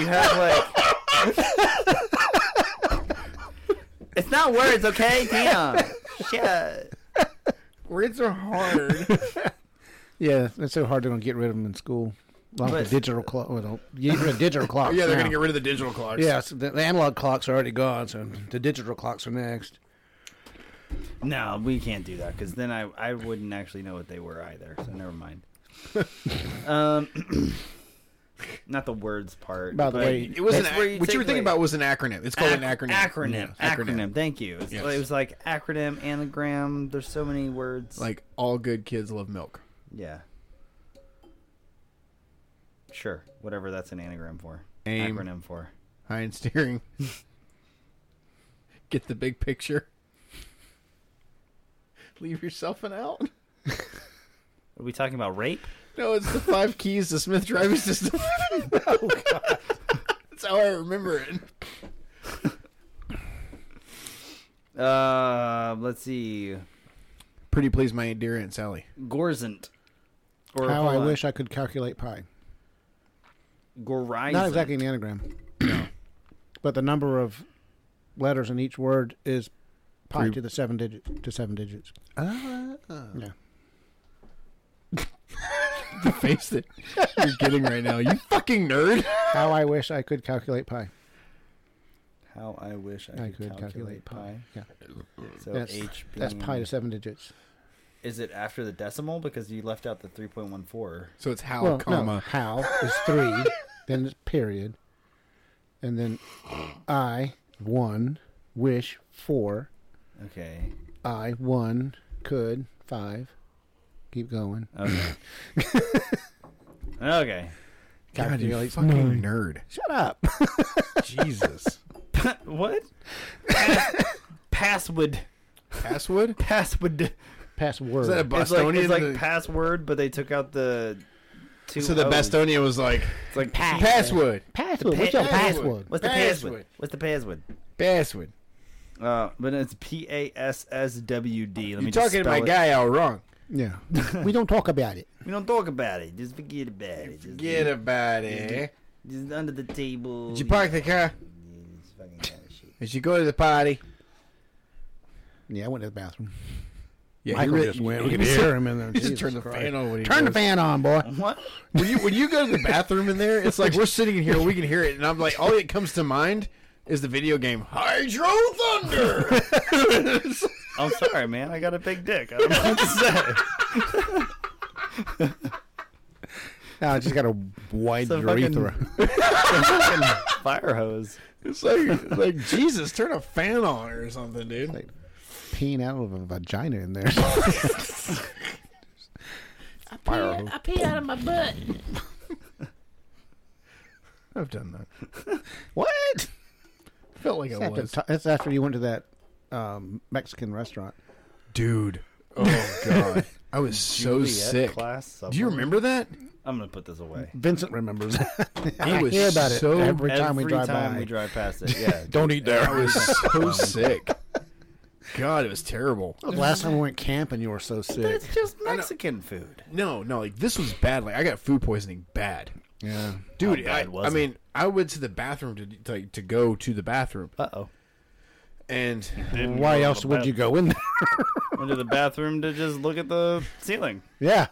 [SPEAKER 2] You have like
[SPEAKER 4] It's not words, okay? Damn. Shit.
[SPEAKER 3] Words are hard.
[SPEAKER 1] Yeah, it's so hard they're going to get rid of them in school. Along with
[SPEAKER 2] But-
[SPEAKER 1] the digital clock. Well, don't- you get rid of digital clocks.
[SPEAKER 3] Oh, yeah, they're
[SPEAKER 1] now.
[SPEAKER 3] going to get rid of the digital clocks.
[SPEAKER 1] Yeah, so the, the analog clocks are already gone, so the digital clocks are next.
[SPEAKER 2] no, we can't do that because then I I wouldn't actually know what they were either. So never mind. um, not the words part.
[SPEAKER 1] By the
[SPEAKER 2] but-
[SPEAKER 1] way,
[SPEAKER 3] It was an
[SPEAKER 2] That's
[SPEAKER 3] ac-
[SPEAKER 2] where you
[SPEAKER 3] what you were
[SPEAKER 2] segue.
[SPEAKER 3] thinking about was an acronym. It's called an
[SPEAKER 2] Ac-
[SPEAKER 3] acronym.
[SPEAKER 2] Acronym.
[SPEAKER 3] Yeah,
[SPEAKER 2] acronym. Thank you. It's-
[SPEAKER 3] Yes.
[SPEAKER 2] It was like acronym, anagram. There's so many words.
[SPEAKER 3] Like all good kids love milk.
[SPEAKER 2] yeah. Sure. Whatever that's an anagram for.
[SPEAKER 3] Aim.
[SPEAKER 2] Acronym for.
[SPEAKER 3] Hind steering. Get the big picture. Leave yourself an out.
[SPEAKER 2] Are we talking about rape?
[SPEAKER 3] No, it's the five keys to Smith driving system. That's how I remember it.
[SPEAKER 2] Uh, let's see.
[SPEAKER 3] Pretty please, my dear Aunt Sally.
[SPEAKER 2] Gorzant. Or
[SPEAKER 1] How
[SPEAKER 2] hold
[SPEAKER 1] I
[SPEAKER 2] on.
[SPEAKER 1] wish I could calculate pi.
[SPEAKER 2] Gorizant.
[SPEAKER 1] Not exactly an anagram. No. But the number of letters in each word is pi to the seven digit to seven digits.
[SPEAKER 2] Oh.
[SPEAKER 1] yeah.
[SPEAKER 3] The face that you're getting right now. You fucking nerd.
[SPEAKER 1] How I wish I could calculate pi.
[SPEAKER 2] How I wish I,
[SPEAKER 1] I
[SPEAKER 2] could, calculate, pi.
[SPEAKER 1] Yeah.
[SPEAKER 2] So
[SPEAKER 1] That's,
[SPEAKER 2] H.
[SPEAKER 1] that's
[SPEAKER 2] being-
[SPEAKER 1] pi to seven digits.
[SPEAKER 2] Is it after the decimal? Because you left out the 3.14.
[SPEAKER 3] So it's how,
[SPEAKER 1] well, no,
[SPEAKER 3] comma.
[SPEAKER 1] how is three, then it's period, and then I one wish four,
[SPEAKER 2] Okay.
[SPEAKER 1] I one could five. Keep going.
[SPEAKER 2] Okay. okay.
[SPEAKER 3] God, you
[SPEAKER 1] Calculates
[SPEAKER 3] fucking nerd.
[SPEAKER 1] Shut up.
[SPEAKER 3] Jesus.
[SPEAKER 2] What? Password.
[SPEAKER 3] Passwood?
[SPEAKER 2] Password.
[SPEAKER 1] Password.
[SPEAKER 3] Is that a
[SPEAKER 2] It's like,
[SPEAKER 3] Bostonian?
[SPEAKER 2] it's like
[SPEAKER 3] The-
[SPEAKER 2] password, but they took out the two.
[SPEAKER 3] so the
[SPEAKER 2] O's.
[SPEAKER 3] Bostonian was like,
[SPEAKER 2] It's like
[SPEAKER 3] Passwood.
[SPEAKER 1] password. What's your
[SPEAKER 3] password.
[SPEAKER 1] password?
[SPEAKER 2] What's the password? What's the password?
[SPEAKER 3] Passwood.
[SPEAKER 2] Uh, but it's P A S S W D. Let
[SPEAKER 3] You're
[SPEAKER 2] me just
[SPEAKER 3] talking to
[SPEAKER 2] spell
[SPEAKER 3] my
[SPEAKER 2] it.
[SPEAKER 3] guy all wrong.
[SPEAKER 1] Yeah. we don't talk about it.
[SPEAKER 2] We don't talk about it. Just forget about it. Just,
[SPEAKER 3] Get about it.
[SPEAKER 2] just under the table.
[SPEAKER 3] Did you park the car?
[SPEAKER 2] It's fucking kind of shit.
[SPEAKER 3] Did you go to the party?
[SPEAKER 1] Yeah, I went to the bathroom.
[SPEAKER 3] Yeah,
[SPEAKER 1] Michael just went. We could hear him in there.
[SPEAKER 3] He just
[SPEAKER 1] Jesus
[SPEAKER 3] turned the
[SPEAKER 1] Christ.
[SPEAKER 3] fan on when he
[SPEAKER 1] Turn the
[SPEAKER 3] goes.
[SPEAKER 1] fan on, boy.
[SPEAKER 2] What?
[SPEAKER 3] When you when you go to the bathroom in there, it's like we're sitting in here, we can hear it, and I'm like, all that comes to mind is the video game Hydro Thunder.
[SPEAKER 2] I'm sorry, man. I got a big dick. I don't know what to say.
[SPEAKER 1] No, I just got a wide
[SPEAKER 2] So fucking-
[SPEAKER 1] urethra.
[SPEAKER 2] Fire hose.
[SPEAKER 3] it's like it's like Jesus, turn a fan on or something, dude.
[SPEAKER 1] Like, peeing out of a vagina in there. Fire hose.
[SPEAKER 5] I pee out of my butt.
[SPEAKER 3] I've done that.
[SPEAKER 1] What?
[SPEAKER 3] Felt like I
[SPEAKER 1] That's after,
[SPEAKER 3] was,
[SPEAKER 1] t- that's after you went to that um, Mexican restaurant.
[SPEAKER 3] dude. Oh god, I was so
[SPEAKER 2] Juliet
[SPEAKER 3] sick.
[SPEAKER 2] Class
[SPEAKER 3] Do you
[SPEAKER 2] supplement.
[SPEAKER 3] remember that?
[SPEAKER 2] I'm gonna put this away.
[SPEAKER 1] Vincent remembers. I
[SPEAKER 3] I was
[SPEAKER 1] hear about
[SPEAKER 3] so-
[SPEAKER 1] it every time we drive
[SPEAKER 2] time
[SPEAKER 1] by.
[SPEAKER 2] we drive past it, yeah.
[SPEAKER 1] Don't eat there.
[SPEAKER 3] I was so sick. God, it was terrible.
[SPEAKER 1] The last time we went camping, you were so sick.
[SPEAKER 2] It's just Mexican food.
[SPEAKER 3] No, no, like this was bad. Like I got food poisoning bad.
[SPEAKER 1] Yeah.
[SPEAKER 3] Dude,
[SPEAKER 2] How bad
[SPEAKER 3] I,
[SPEAKER 2] was
[SPEAKER 3] I
[SPEAKER 2] it?
[SPEAKER 3] mean, I went to the bathroom to to, like, to go to the bathroom,
[SPEAKER 2] Uh oh.
[SPEAKER 3] and
[SPEAKER 1] Why else would you go in there?
[SPEAKER 2] Went to the bathroom to just look at the ceiling.
[SPEAKER 1] yeah.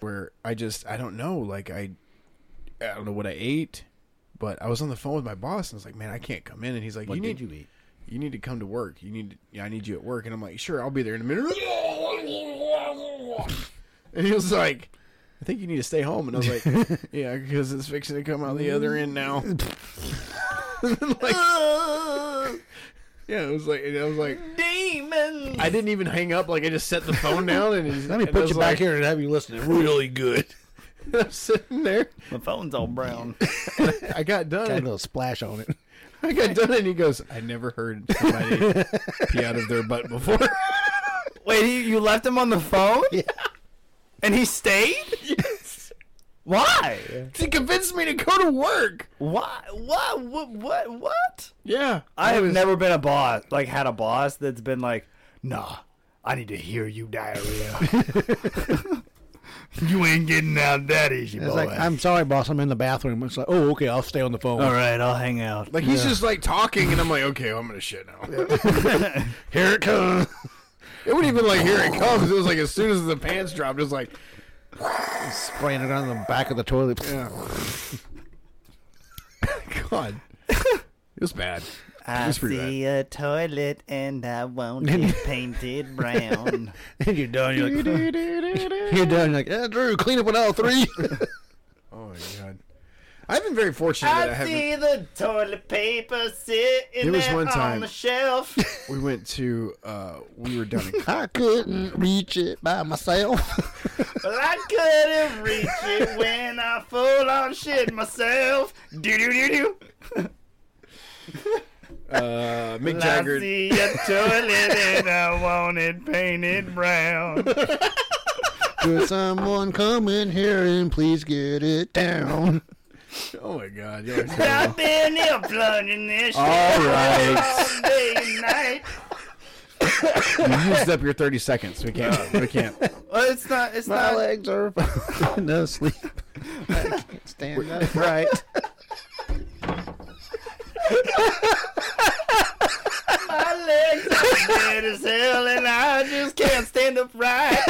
[SPEAKER 3] where I just I don't know, like I I don't know what I ate, but I was on the phone with my boss and I was like, man, I can't come in, and he's like, you need
[SPEAKER 2] eat?
[SPEAKER 3] you need to come to work. You need yeah, I need you at work, and I'm like, sure, I'll be there in a minute. and he was like. I think you need to stay home, and I was like, "Yeah, because it's fixing to come out the other end now." like, yeah, it was like, and I was like,
[SPEAKER 2] Demon.
[SPEAKER 3] I didn't even hang up. Like I just set the phone down and he's-
[SPEAKER 1] Let me
[SPEAKER 3] and I
[SPEAKER 1] put
[SPEAKER 3] was
[SPEAKER 1] you
[SPEAKER 3] like-
[SPEAKER 1] back here and have you listening. Really good.
[SPEAKER 3] I'm sitting there.
[SPEAKER 2] My phone's all brown.
[SPEAKER 3] I got done.
[SPEAKER 1] Got a
[SPEAKER 3] and-
[SPEAKER 1] little splash on it.
[SPEAKER 3] I got done, and he goes, "I never heard somebody pee out of their butt before."
[SPEAKER 4] Wait, you, you left him on the phone?
[SPEAKER 1] Yeah.
[SPEAKER 4] And he stayed? Why?
[SPEAKER 3] he convinced me to go to work.
[SPEAKER 4] Why? What? What? What? What?
[SPEAKER 3] Yeah,
[SPEAKER 4] I have never been a boss, like had a boss that's been like, nah, I need to hear you diarrhea. you ain't getting out that easy, boy.
[SPEAKER 1] It's like, I'm sorry, boss. I'm in the bathroom. It's like, oh, okay. I'll stay on the phone.
[SPEAKER 4] All right, I'll hang out.
[SPEAKER 3] Like he's just like talking, and I'm like, "Okay, I'm gonna shit now."
[SPEAKER 1] Here it comes.
[SPEAKER 3] It wouldn't even like here it comes. It was like as soon as the pants dropped, it was like,
[SPEAKER 1] Spraying it on the back of the toilet.
[SPEAKER 3] "God, it was bad." It
[SPEAKER 4] I
[SPEAKER 3] was pretty
[SPEAKER 4] see a toilet and I want it painted brown.
[SPEAKER 1] and you're done. You're like, you're done. You're like, eh, Drew, clean up with all three.
[SPEAKER 3] bad. Oh my god, I've been very fortunate. that I
[SPEAKER 4] I
[SPEAKER 3] haven't.
[SPEAKER 4] see the toilet paper sitting
[SPEAKER 3] There was
[SPEAKER 4] there
[SPEAKER 3] one
[SPEAKER 4] on
[SPEAKER 3] time-
[SPEAKER 4] the shelf.
[SPEAKER 3] We went to. uh We were down in
[SPEAKER 1] I couldn't reach it by myself.
[SPEAKER 4] Well, I couldn't reach it when I full on shit myself. Do do do do.
[SPEAKER 3] uh, Mick
[SPEAKER 4] I
[SPEAKER 3] Jagger.
[SPEAKER 4] see a toilet and I want it painted brown.
[SPEAKER 1] Could someone come in here and please get it down?
[SPEAKER 3] Oh my god. y'all are terrible.
[SPEAKER 4] I've been here plunging this shit
[SPEAKER 2] Oh,
[SPEAKER 3] All right.
[SPEAKER 4] all day and night.
[SPEAKER 3] You used up your 30 seconds. We can't. We can't.
[SPEAKER 2] Well, it's not. It's
[SPEAKER 1] My
[SPEAKER 2] not.
[SPEAKER 1] legs are no sleep. I can't stand up.
[SPEAKER 3] Right.
[SPEAKER 4] My legs are dead as hell and I just can't stand up right.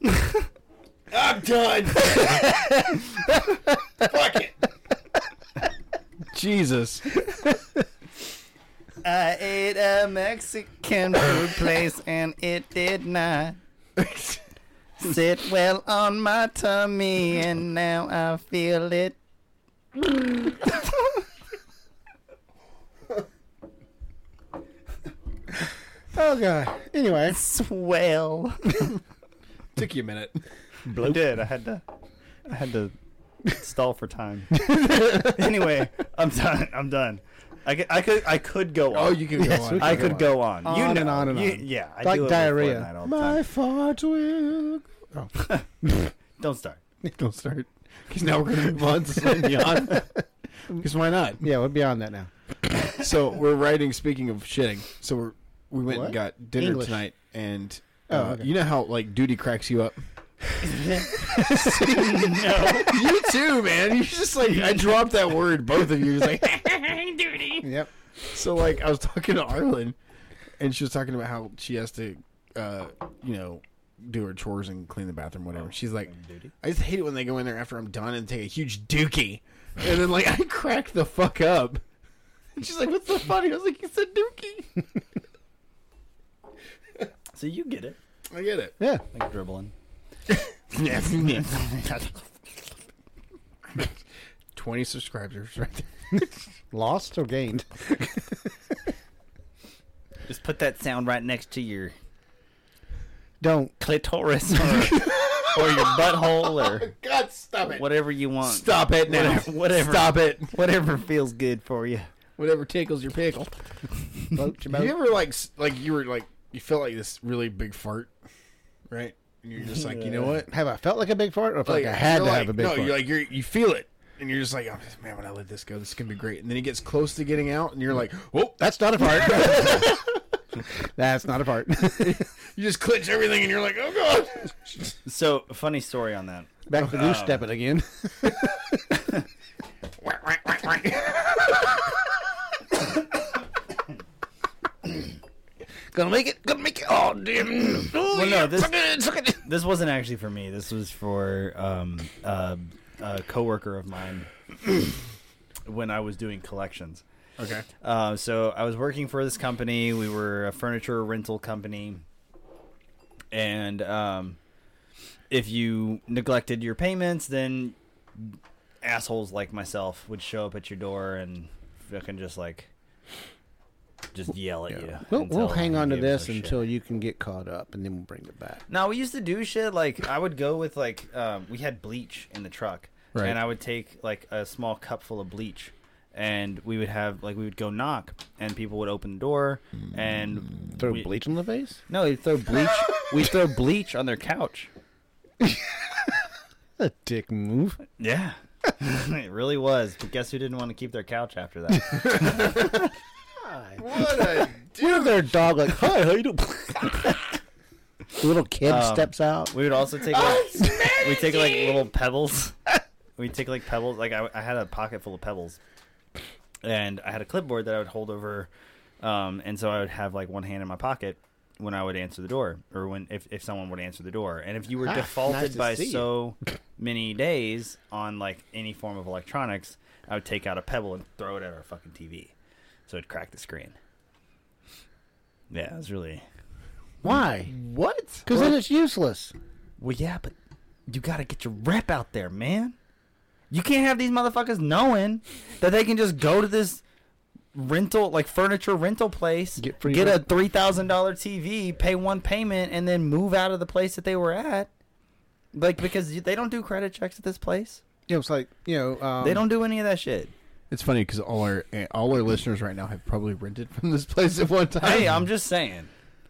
[SPEAKER 3] I'm done. Fuck it. Jesus.
[SPEAKER 4] I ate
[SPEAKER 2] uh,
[SPEAKER 4] a Mexican food place and it did not sit well on my tummy, and now I feel it.
[SPEAKER 1] Oh god. Anyway,
[SPEAKER 4] Swell.
[SPEAKER 3] Took you a minute.
[SPEAKER 2] I did. I had to. I had to stall for time. anyway, I'm done. I'm done. I could. I could. I could go on.
[SPEAKER 3] Oh, you can go on.
[SPEAKER 2] I could go on. you
[SPEAKER 1] On
[SPEAKER 2] know,
[SPEAKER 1] and on and
[SPEAKER 2] you-
[SPEAKER 1] on.
[SPEAKER 2] Yeah, I
[SPEAKER 1] like
[SPEAKER 2] do it with Fortnite
[SPEAKER 1] diarrhea.
[SPEAKER 2] all the
[SPEAKER 1] My
[SPEAKER 2] time.
[SPEAKER 1] farts will.
[SPEAKER 2] Don't start.
[SPEAKER 3] Don't start. Because now we're gonna move on to Celine Dion. Because why not?
[SPEAKER 1] Yeah, we're beyond that now.
[SPEAKER 3] So we're writing. Speaking of shitting, so we're we went
[SPEAKER 1] What?
[SPEAKER 3] and got dinner
[SPEAKER 1] English.
[SPEAKER 3] tonight, and
[SPEAKER 1] Oh,
[SPEAKER 3] uh,
[SPEAKER 1] okay.
[SPEAKER 3] you know how like duty cracks you up. You too, man. You just like I dropped that word. Both of you, It's like
[SPEAKER 1] Yep.
[SPEAKER 3] So like I was talking to Arlen, and she was talking about how she has to, uh, you know, do her chores and clean the bathroom,
[SPEAKER 1] Oh,
[SPEAKER 3] whatever. She's like, I just hate it when they go in there after I'm done and take a huge dookie, and then like I crack the fuck up. And she's like, "What's so funny?" I was like, "You said dookie."
[SPEAKER 2] So you get it.
[SPEAKER 3] I get it.
[SPEAKER 1] Yeah.
[SPEAKER 2] Like dribbling.
[SPEAKER 3] Twenty subscribers right there.
[SPEAKER 1] Lost or gained?
[SPEAKER 2] Just put that sound right next to your
[SPEAKER 1] Don't.
[SPEAKER 2] clitoris or, or your butthole or
[SPEAKER 3] God, stop it!
[SPEAKER 2] whatever you want.
[SPEAKER 3] Stop it now!
[SPEAKER 2] Whatever- whatever.
[SPEAKER 3] Stop it!
[SPEAKER 2] Whatever feels good for you.
[SPEAKER 3] Whatever tickles your pickle.
[SPEAKER 1] Vote your
[SPEAKER 3] Have you
[SPEAKER 1] boat.
[SPEAKER 3] ever like s- like you were like you felt like this really big fart, right? And you're just like, you know what?
[SPEAKER 1] Have Oh, I felt like a big fart, or felt like, I had
[SPEAKER 3] you're
[SPEAKER 1] to
[SPEAKER 3] like-
[SPEAKER 1] have a big
[SPEAKER 3] no,
[SPEAKER 1] fart?
[SPEAKER 3] you're like you're you feel it, and you're just like, oh, man, when I let this go, this is gonna be great. And then he gets close to getting out, and you're like, whoa, that's not a fart.
[SPEAKER 1] That's not a part.
[SPEAKER 3] you just clench everything, and you're like, oh god.
[SPEAKER 2] So funny story on that.
[SPEAKER 1] Back to goose stepping again.
[SPEAKER 6] Gonna make it. Gonna make it. Oh damn! Oh,
[SPEAKER 2] Well, no,
[SPEAKER 6] yeah,
[SPEAKER 2] this-
[SPEAKER 6] suck it in, suck it in.
[SPEAKER 2] This wasn't actually for me. This was for um, uh, a coworker of mine when I was doing collections.
[SPEAKER 3] Okay.
[SPEAKER 2] Uh, so I was working for this company. We were a furniture rental company, and um, if you neglected your payments, then assholes like myself would show up at your door and fucking just like just yell at you.
[SPEAKER 1] We'll,
[SPEAKER 2] until
[SPEAKER 1] we'll hang
[SPEAKER 2] you
[SPEAKER 1] on to
[SPEAKER 2] give them
[SPEAKER 1] this
[SPEAKER 2] shit.
[SPEAKER 1] until you can get caught up, and then we'll bring it back.
[SPEAKER 2] No, we used to do shit like I would go with like um, we had bleach in the truck,
[SPEAKER 3] Right.
[SPEAKER 2] and I would take like a small cup full of bleach, and we would have like we would go knock, and people would open the door, and
[SPEAKER 1] Throw
[SPEAKER 2] we-
[SPEAKER 1] bleach in the face.
[SPEAKER 2] No, we would throw bleach. we would throw bleach on their couch.
[SPEAKER 1] A dick move.
[SPEAKER 2] Yeah, it really was. But guess who didn't want to keep their couch after that?
[SPEAKER 3] What a
[SPEAKER 1] You're their dog. Like, hi, how you doing? the little kid steps out.
[SPEAKER 2] we would also take
[SPEAKER 1] Oh,
[SPEAKER 2] like we take like little pebbles. We take like pebbles. Like I, I had a pocket full of pebbles, and I had a clipboard that I would hold over, um, and so I would have like one hand in my pocket when I would answer the door, or when if, if someone would answer the door. And if you were
[SPEAKER 1] Ah,
[SPEAKER 2] defaulted
[SPEAKER 1] nice to
[SPEAKER 2] by
[SPEAKER 1] see you.
[SPEAKER 2] so many days on like any form of electronics, I would take out a pebble and throw it at our fucking TV, so it'd crack the screen. Yeah, it was really
[SPEAKER 1] Why?
[SPEAKER 3] what?
[SPEAKER 1] Because then it's useless.
[SPEAKER 2] well, yeah, but you got to get your rep out there, man. You can't have these motherfuckers knowing that they can just go to this rental, like furniture rental place,
[SPEAKER 1] Get free
[SPEAKER 2] a
[SPEAKER 1] rent.
[SPEAKER 2] three thousand dollar TV, pay one payment, and then move out of the place that they were at. Like because you- they don't do credit checks at this place.
[SPEAKER 1] You know, it's like you know. Um,
[SPEAKER 2] They don't do any of that shit.
[SPEAKER 3] It's funny because all our all our listeners right now have probably rented from this place at one time.
[SPEAKER 2] Hey, I'm just saying.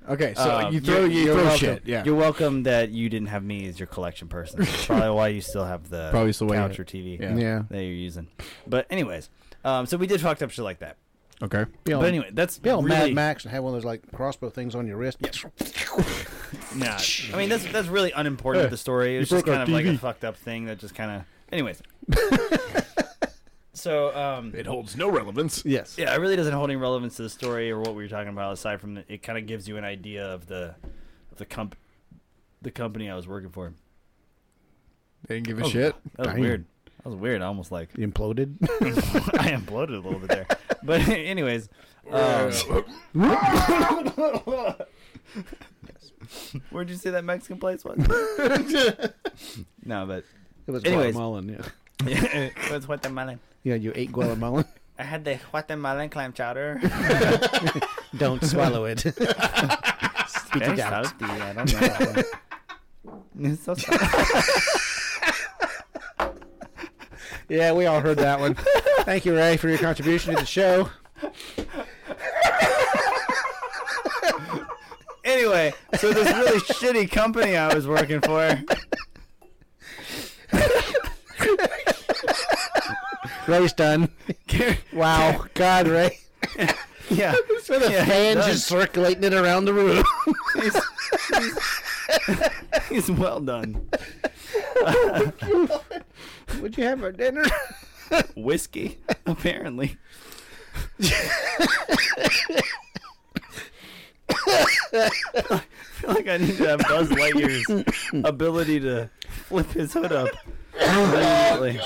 [SPEAKER 3] okay. So
[SPEAKER 6] uh,
[SPEAKER 2] Um,
[SPEAKER 3] you throw
[SPEAKER 2] you're-
[SPEAKER 3] you
[SPEAKER 2] you're
[SPEAKER 3] throw
[SPEAKER 2] welcome.
[SPEAKER 3] shit. Yeah.
[SPEAKER 2] You're welcome that you didn't have me as your collection person. That's probably why you still have the
[SPEAKER 3] Probably it's the way
[SPEAKER 2] couch
[SPEAKER 3] it-
[SPEAKER 2] or TV.
[SPEAKER 3] yeah.
[SPEAKER 1] Yeah.
[SPEAKER 2] that you're using. But anyways, um, so we did fucked up shit like that.
[SPEAKER 3] Okay.
[SPEAKER 1] Be all,
[SPEAKER 2] But anyway, that's
[SPEAKER 1] be all
[SPEAKER 2] really,
[SPEAKER 1] Mad Max and have one of those like crossbow things on your wrist.
[SPEAKER 2] Nah, I mean that's that's really unimportant
[SPEAKER 3] Eh.
[SPEAKER 2] to the story. It was just
[SPEAKER 1] broke
[SPEAKER 2] kind
[SPEAKER 1] our
[SPEAKER 2] of like a
[SPEAKER 1] TV.
[SPEAKER 2] fucked up thing that just kind of. Anyways, so um,
[SPEAKER 3] It holds no relevance.
[SPEAKER 1] Yes.
[SPEAKER 2] yeah, it really doesn't hold any relevance to the story or what we were talking about. Aside from the, it, kind of gives you an idea of the of the comp the company I was working for.
[SPEAKER 3] They didn't give
[SPEAKER 6] Oh,
[SPEAKER 3] a shit.
[SPEAKER 2] That was
[SPEAKER 1] Damn.
[SPEAKER 2] weird. That was weird. I almost like
[SPEAKER 1] Imploded.
[SPEAKER 2] I imploded a little bit there. But anyways, um, where'd you say that Mexican place was? no, but
[SPEAKER 1] it was
[SPEAKER 2] Anyways.
[SPEAKER 1] Guatemalan. Yeah.
[SPEAKER 2] it was Guatemalan.
[SPEAKER 1] Yeah, you ate Guatemalan.
[SPEAKER 2] I had the Guatemalan clam chowder.
[SPEAKER 1] don't swallow it. Spit
[SPEAKER 2] Very
[SPEAKER 1] it out.
[SPEAKER 2] salty. I don't know. that one. It's so salty.
[SPEAKER 1] Yeah, we all heard that one. Thank you, Ray, for your contribution to the show.
[SPEAKER 2] anyway, so this really shitty company I was working for.
[SPEAKER 1] Ray's done. wow. God, Ray.
[SPEAKER 2] Yeah.
[SPEAKER 1] So the
[SPEAKER 2] Yeah,
[SPEAKER 1] fan
[SPEAKER 2] done.
[SPEAKER 1] just circulating it around the room.
[SPEAKER 2] he's, he's- he's well done.
[SPEAKER 1] Would you have for dinner?
[SPEAKER 2] Whiskey, apparently. I feel like I need to have Buzz Lightyear's ability to flip his hood up. immediately.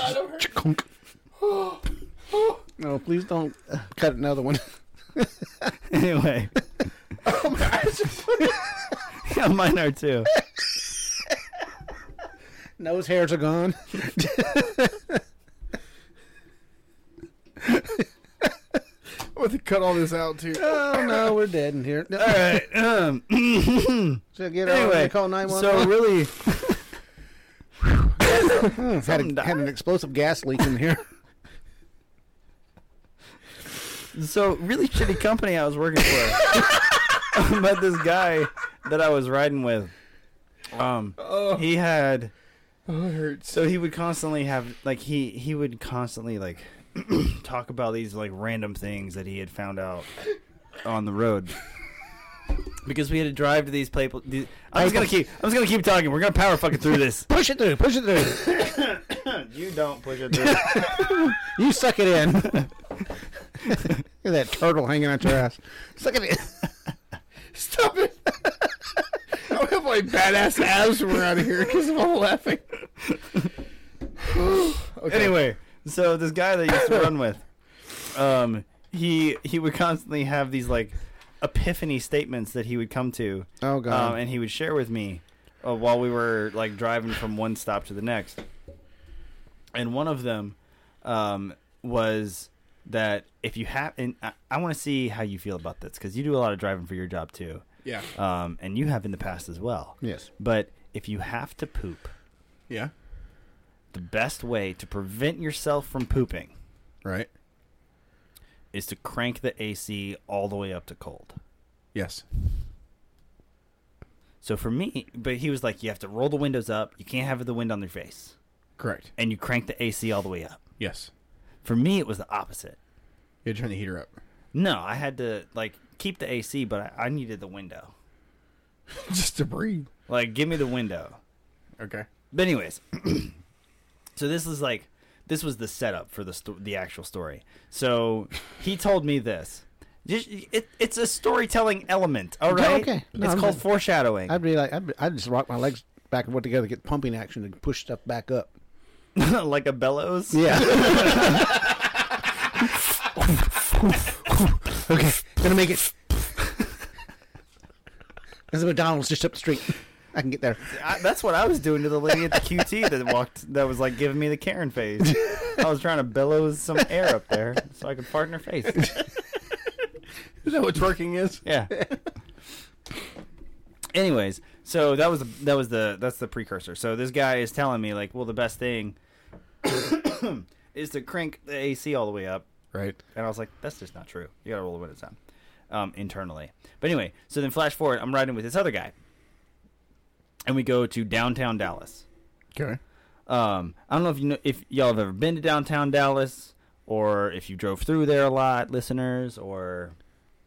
[SPEAKER 1] No, please don't uh, cut another one.
[SPEAKER 2] Anyway. yeah, mine are too.
[SPEAKER 1] Nose hairs are gone.
[SPEAKER 3] I'm gonna cut all this out too.
[SPEAKER 1] Oh no, we're dead in here.
[SPEAKER 2] All right. Um,
[SPEAKER 1] So get anyway,
[SPEAKER 2] anyway,
[SPEAKER 1] call nine one
[SPEAKER 2] so
[SPEAKER 1] one.
[SPEAKER 2] really,
[SPEAKER 1] Hmm, Had, a- had an explosive gas leak in here.
[SPEAKER 2] so really shitty company I was working for. Oh. but this guy that I was riding with, um, he had
[SPEAKER 3] Oh, it hurts.
[SPEAKER 2] So he would constantly have like he he would constantly like talk about these like random things that he had found out on the road. Because we had to drive to these people. These, I'm just gonna keep. I'm just gonna keep talking. We're gonna power fucking through this.
[SPEAKER 1] Push it through. Push it through.
[SPEAKER 2] you don't push it through.
[SPEAKER 1] you suck it in. Look at that turtle hanging out your ass. Suck it in.
[SPEAKER 3] Stop it. I have like badass abs when we're out of here because of all the laughing. okay.
[SPEAKER 2] Anyway, so this guy that I used to run with, um, he he would constantly have these like epiphany statements that he would come to.
[SPEAKER 1] Oh, God.
[SPEAKER 2] Um, and he would share with me uh, while we were like driving from one stop to the next. And one of them um, was that if you have, and I, I want to see how you feel about this because you do a lot of driving for your job too,
[SPEAKER 3] Yeah.
[SPEAKER 2] um, and you have in the past as well.
[SPEAKER 1] Yes.
[SPEAKER 2] But if you have to poop,
[SPEAKER 3] Yeah.
[SPEAKER 2] the best way to prevent yourself from pooping
[SPEAKER 3] Right.
[SPEAKER 2] is to crank the AC all the way up to cold.
[SPEAKER 3] Yes.
[SPEAKER 2] So for me, but he was like, you have to roll the windows up. You can't have the wind on your face,
[SPEAKER 3] Correct.
[SPEAKER 2] and you crank the AC all the way up.
[SPEAKER 3] Yes.
[SPEAKER 2] For me, it was the opposite.
[SPEAKER 3] You had to turn the heater up.
[SPEAKER 2] No, I had to like keep the AC, but I, I needed the window.
[SPEAKER 3] Just to breathe.
[SPEAKER 2] Like, give me the window.
[SPEAKER 3] Okay.
[SPEAKER 2] But anyways, so this is like this was the setup for the sto- the actual story. So he told me this. Just, it, it's a storytelling element, all
[SPEAKER 1] Yeah,
[SPEAKER 2] right.
[SPEAKER 1] okay. No,
[SPEAKER 2] it's
[SPEAKER 1] I'm
[SPEAKER 2] called
[SPEAKER 1] just-
[SPEAKER 2] foreshadowing.
[SPEAKER 1] I'd be like, I'd, be- I'd just rock my legs back and forth together, get pumping action, and push stuff back up.
[SPEAKER 2] like a bellows.
[SPEAKER 1] Yeah. okay, gonna make it. There's a McDonald's just up the street. I can get there.
[SPEAKER 2] I, that's what I was doing to the lady at the QT that walked. That was like giving me the Karen face. I was trying to bellows some air up there so I could fart in her face.
[SPEAKER 3] Is that what twerking is?
[SPEAKER 2] Yeah. Anyways, so that was that was the that's the precursor. So this guy is telling me like, well, the best thing is to crank the AC all the way up,
[SPEAKER 3] Right.
[SPEAKER 2] and I was like, that's just not true. You gotta roll the windows down um, internally. But anyway, so then flash forward, I'm riding with this other guy, and we go to downtown Dallas.
[SPEAKER 3] Okay.
[SPEAKER 2] Um, I don't know if you know if y'all have ever been to downtown Dallas or if you drove through there a lot, listeners, or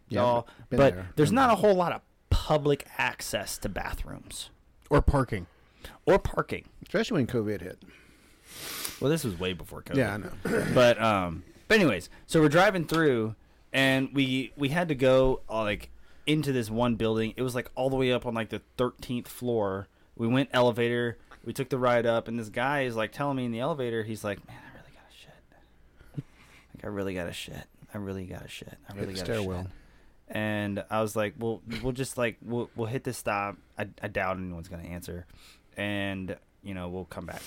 [SPEAKER 1] Yeah,
[SPEAKER 2] y'all.
[SPEAKER 1] been
[SPEAKER 2] but
[SPEAKER 1] there.
[SPEAKER 2] there's not a whole lot of public access to bathrooms
[SPEAKER 3] Or parking.
[SPEAKER 2] or parking.
[SPEAKER 1] Especially when COVID hit.
[SPEAKER 2] Well, this was way before COVID.
[SPEAKER 1] Yeah, I know.
[SPEAKER 2] but um but anyways so we're driving through and we we had to go uh, like into this one building it was like all the way up on like the 13th floor we went elevator we took the ride up and this guy is like telling me in the elevator he's like man i really gotta shit like i really gotta shit i really gotta shit i really
[SPEAKER 1] the
[SPEAKER 2] gotta
[SPEAKER 1] stairwell.
[SPEAKER 2] shit and i was like well we'll just like we'll, we'll hit this stop I, I doubt anyone's gonna answer and you know we'll come back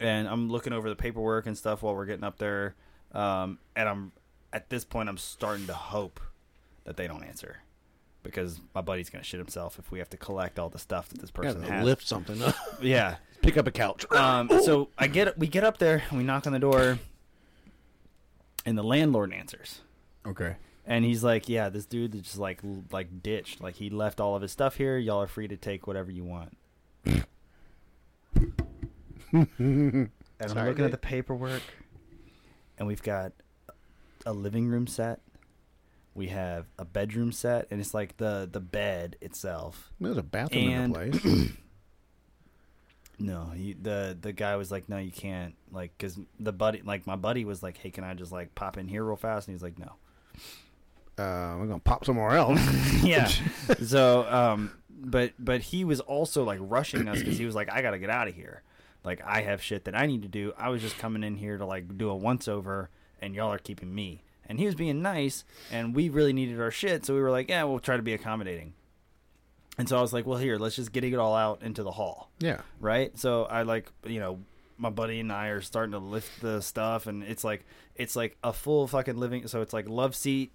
[SPEAKER 2] and I'm looking over the paperwork and stuff while we're getting up there. Um, and I'm at this point, I'm starting to hope that they don't answer because my buddy's gonna shit himself if we have to collect all the stuff that this person
[SPEAKER 1] Gotta
[SPEAKER 2] has.
[SPEAKER 1] lift something up.
[SPEAKER 2] Yeah.
[SPEAKER 1] Pick up a couch.
[SPEAKER 2] Um, so I get we get up there, and we knock on the door, and the landlord answers.
[SPEAKER 3] Okay.
[SPEAKER 2] And he's like, "Yeah, this dude is just like l- like ditched. Like he left all of his stuff here. Y'all are free to take whatever you want." and I'm looking at the paperwork, and we've got a living room set. We have a bedroom set, and it's like the the bed itself.
[SPEAKER 1] There's a bathroom
[SPEAKER 2] and-
[SPEAKER 1] in the place.
[SPEAKER 2] No, he, the the guy was like, "No, you can't." Like, cause the buddy, like my buddy, was like, "Hey, can I just like pop in here real fast?" And he's like, "No."
[SPEAKER 1] Uh, we're gonna pop somewhere else.
[SPEAKER 2] yeah. So, um, but but he was also like rushing us because he was like, I gotta get out of here. Like I have shit that I need to do. I was just coming in here to like do a once over, and y'all are keeping me. And he was being nice, and we really needed our shit, so we were like, yeah, we'll try to be accommodating. And so I was like, well, here, let's just get it all out into the hall
[SPEAKER 1] Yeah.
[SPEAKER 2] right? So I like you know my buddy and I are starting to lift the stuff, and it's like it's like a full fucking living. So it's like love seat,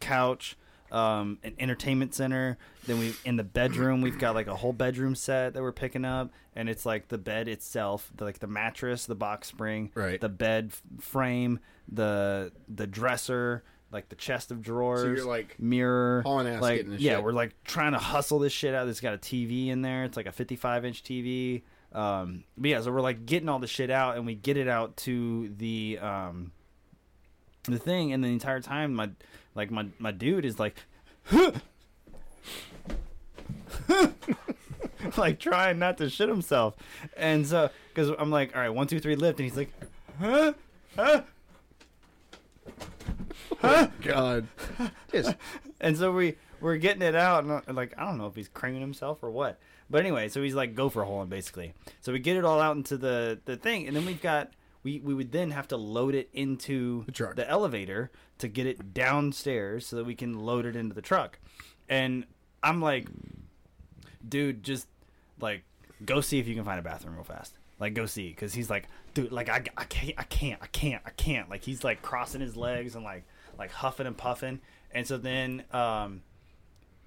[SPEAKER 2] couch, um, an entertainment center. Then we in the bedroom we've got like a whole bedroom set that we're picking up, and it's like the bed itself, the, like the mattress, the box spring,
[SPEAKER 3] Right.
[SPEAKER 2] The bed f- frame, the the dresser. Like the chest of drawers,
[SPEAKER 3] like,
[SPEAKER 2] mirror,
[SPEAKER 3] hauling ass
[SPEAKER 2] like
[SPEAKER 3] getting this
[SPEAKER 2] yeah,
[SPEAKER 3] shit.
[SPEAKER 2] we're like trying to hustle this shit out. It's got a TV in there. It's like a 55 inch TV. Um, but yeah, so we're like getting all the shit out, and we get it out to the um, the thing, and the entire time, my like my my dude is like, like trying not to shit himself, and so because I'm like, all right, one, two, three, lift, and he's like, huh, huh,
[SPEAKER 3] God.
[SPEAKER 1] Just
[SPEAKER 2] and so we we're getting it out and uh, like i don't know if he's creaming himself or what but anyway so he's like gopher holing basically so we get it all out into the the thing and then we've got we, we would then have to load it into the,
[SPEAKER 3] truck.
[SPEAKER 2] elevator to get it downstairs so that we can load it into the truck and i'm like dude just like go see if you can find a bathroom real fast like go see because he's like dude like I, I can't i can't i can't i can't like he's like crossing his legs and like like huffing and puffing and so then um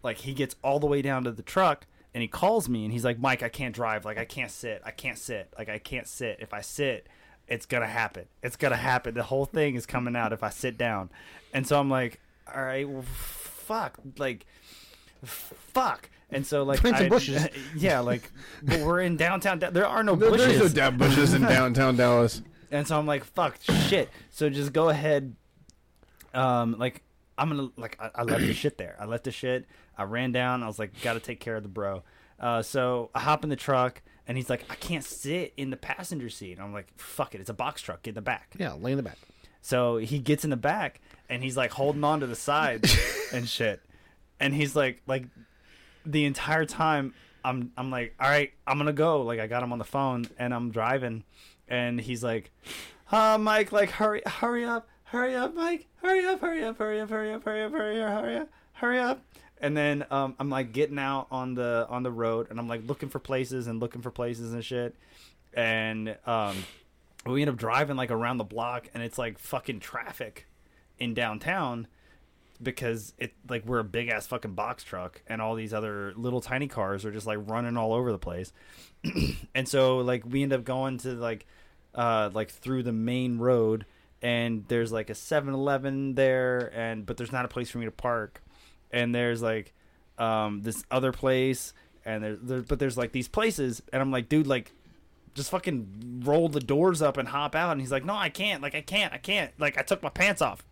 [SPEAKER 2] like he gets all the way down to the truck and he calls me and he's like mike i can't drive like i can't sit i can't sit like i can't sit if i sit it's gonna happen it's gonna happen the whole thing is coming out if i sit down and so i'm like all right well, fuck like fuck and so like
[SPEAKER 1] Find some
[SPEAKER 2] I-
[SPEAKER 1] bushes.
[SPEAKER 2] yeah like but we're in downtown Da- there are no
[SPEAKER 3] There-
[SPEAKER 2] bushes
[SPEAKER 3] There's no damn bushes in downtown Dallas.
[SPEAKER 2] and so I'm like, fuck, shit. So just go ahead. Um, like I'm gonna like I, I left the shit there. I left the shit. I ran down. I was like, gotta take care of the bro. Uh, so I hop in the truck, and he's like, I can't sit in the passenger seat. And I'm like, fuck it, it's a box truck. Get in the back.
[SPEAKER 1] yeah, lay in the back.
[SPEAKER 2] So he gets in the back and he's like holding on to the side and shit. And he's like like the entire time I'm I'm like, all right, I'm gonna go. Like I got him on the phone and I'm driving and he's like, uh Mike, like hurry hurry up, hurry up, Mike, hurry up, hurry up, hurry up, hurry up, hurry up, hurry up, hurry up, hurry up. And then um, I'm like getting out on the on the road and I'm like looking for places and looking for places and shit. And um we end up driving like around the block and it's like fucking traffic in downtown because it like we're a big ass fucking box truck and all these other little tiny cars are just like running all over the place and so like we end up going to like uh like through the main road and there's like a 7-eleven there and but there's not a place for me to park and there's like um this other place and there's there, but there's like these places and i'm like dude like just fucking roll the doors up and hop out and he's like no i can't like i can't i can't like i took my pants off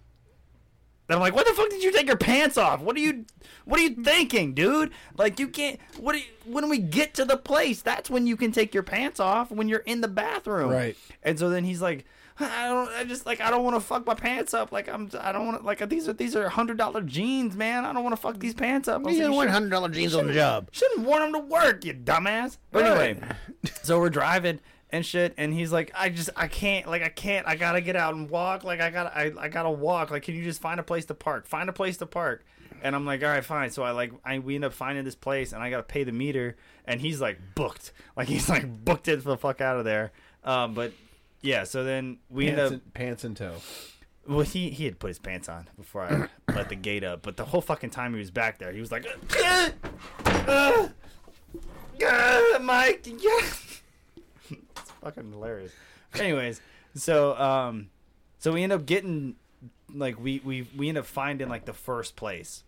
[SPEAKER 2] and I'm like, what the fuck did you take your pants off? What are you, what are you thinking, dude? Like you can't. What? Are you, when we get to the place, that's when you can take your pants off when you're in the bathroom.
[SPEAKER 3] Right.
[SPEAKER 2] And so then he's like, I don't. I just like I don't want to fuck my pants up. Like I'm. I don't want to. Like these are these are hundred dollar jeans, man. I don't want to fuck these pants up. I was
[SPEAKER 1] You
[SPEAKER 2] like,
[SPEAKER 1] don't
[SPEAKER 2] "You
[SPEAKER 1] want
[SPEAKER 2] should-
[SPEAKER 1] hundred dollar jeans on the job.
[SPEAKER 2] Shouldn't want him to work, you dumbass. But anyway, so we're driving and shit, and he's like, I just, I can't, like, I can't, I gotta get out and walk. Like, I gotta, I, I gotta walk. Like, can you just find a place to park? Find a place to park. And I'm like, all right, fine. So I like, I we end up finding this place, and I gotta pay the meter, and he's like booked, like he's like booked it the fuck out of there. Um, but yeah, so then we end up
[SPEAKER 3] pants and toe.
[SPEAKER 2] well, he he had put his pants on before I let the gate up, but the whole fucking time he was back there, he was like, "Uh, uh, uh, Mike, yeah. it's fucking hilarious. Anyways, so um, so we end up getting like we we we end up finding like the first place,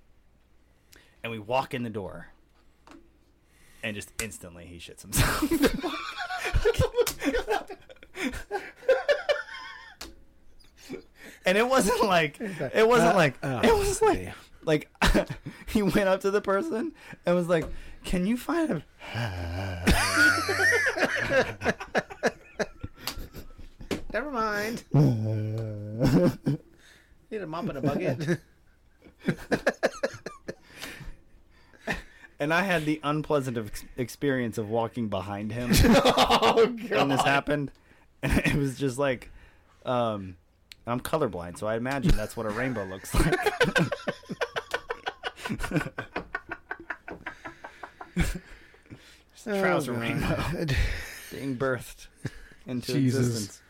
[SPEAKER 2] and we walk in the door, and just instantly he shits himself. and it wasn't like it
[SPEAKER 3] uh,
[SPEAKER 2] wasn't like it was like like he went up to the person and was like, "Can you find him?"
[SPEAKER 1] Never mind. Need a mop and a bucket.
[SPEAKER 2] And I had the unpleasant ex- experience of walking behind him
[SPEAKER 3] Oh God.
[SPEAKER 2] when this happened, and it was just like, um, I'm colorblind, so I imagine that's what a rainbow looks like. Just
[SPEAKER 1] Oh,
[SPEAKER 2] a trouser rainbow being birthed into
[SPEAKER 3] Jesus.
[SPEAKER 2] existence.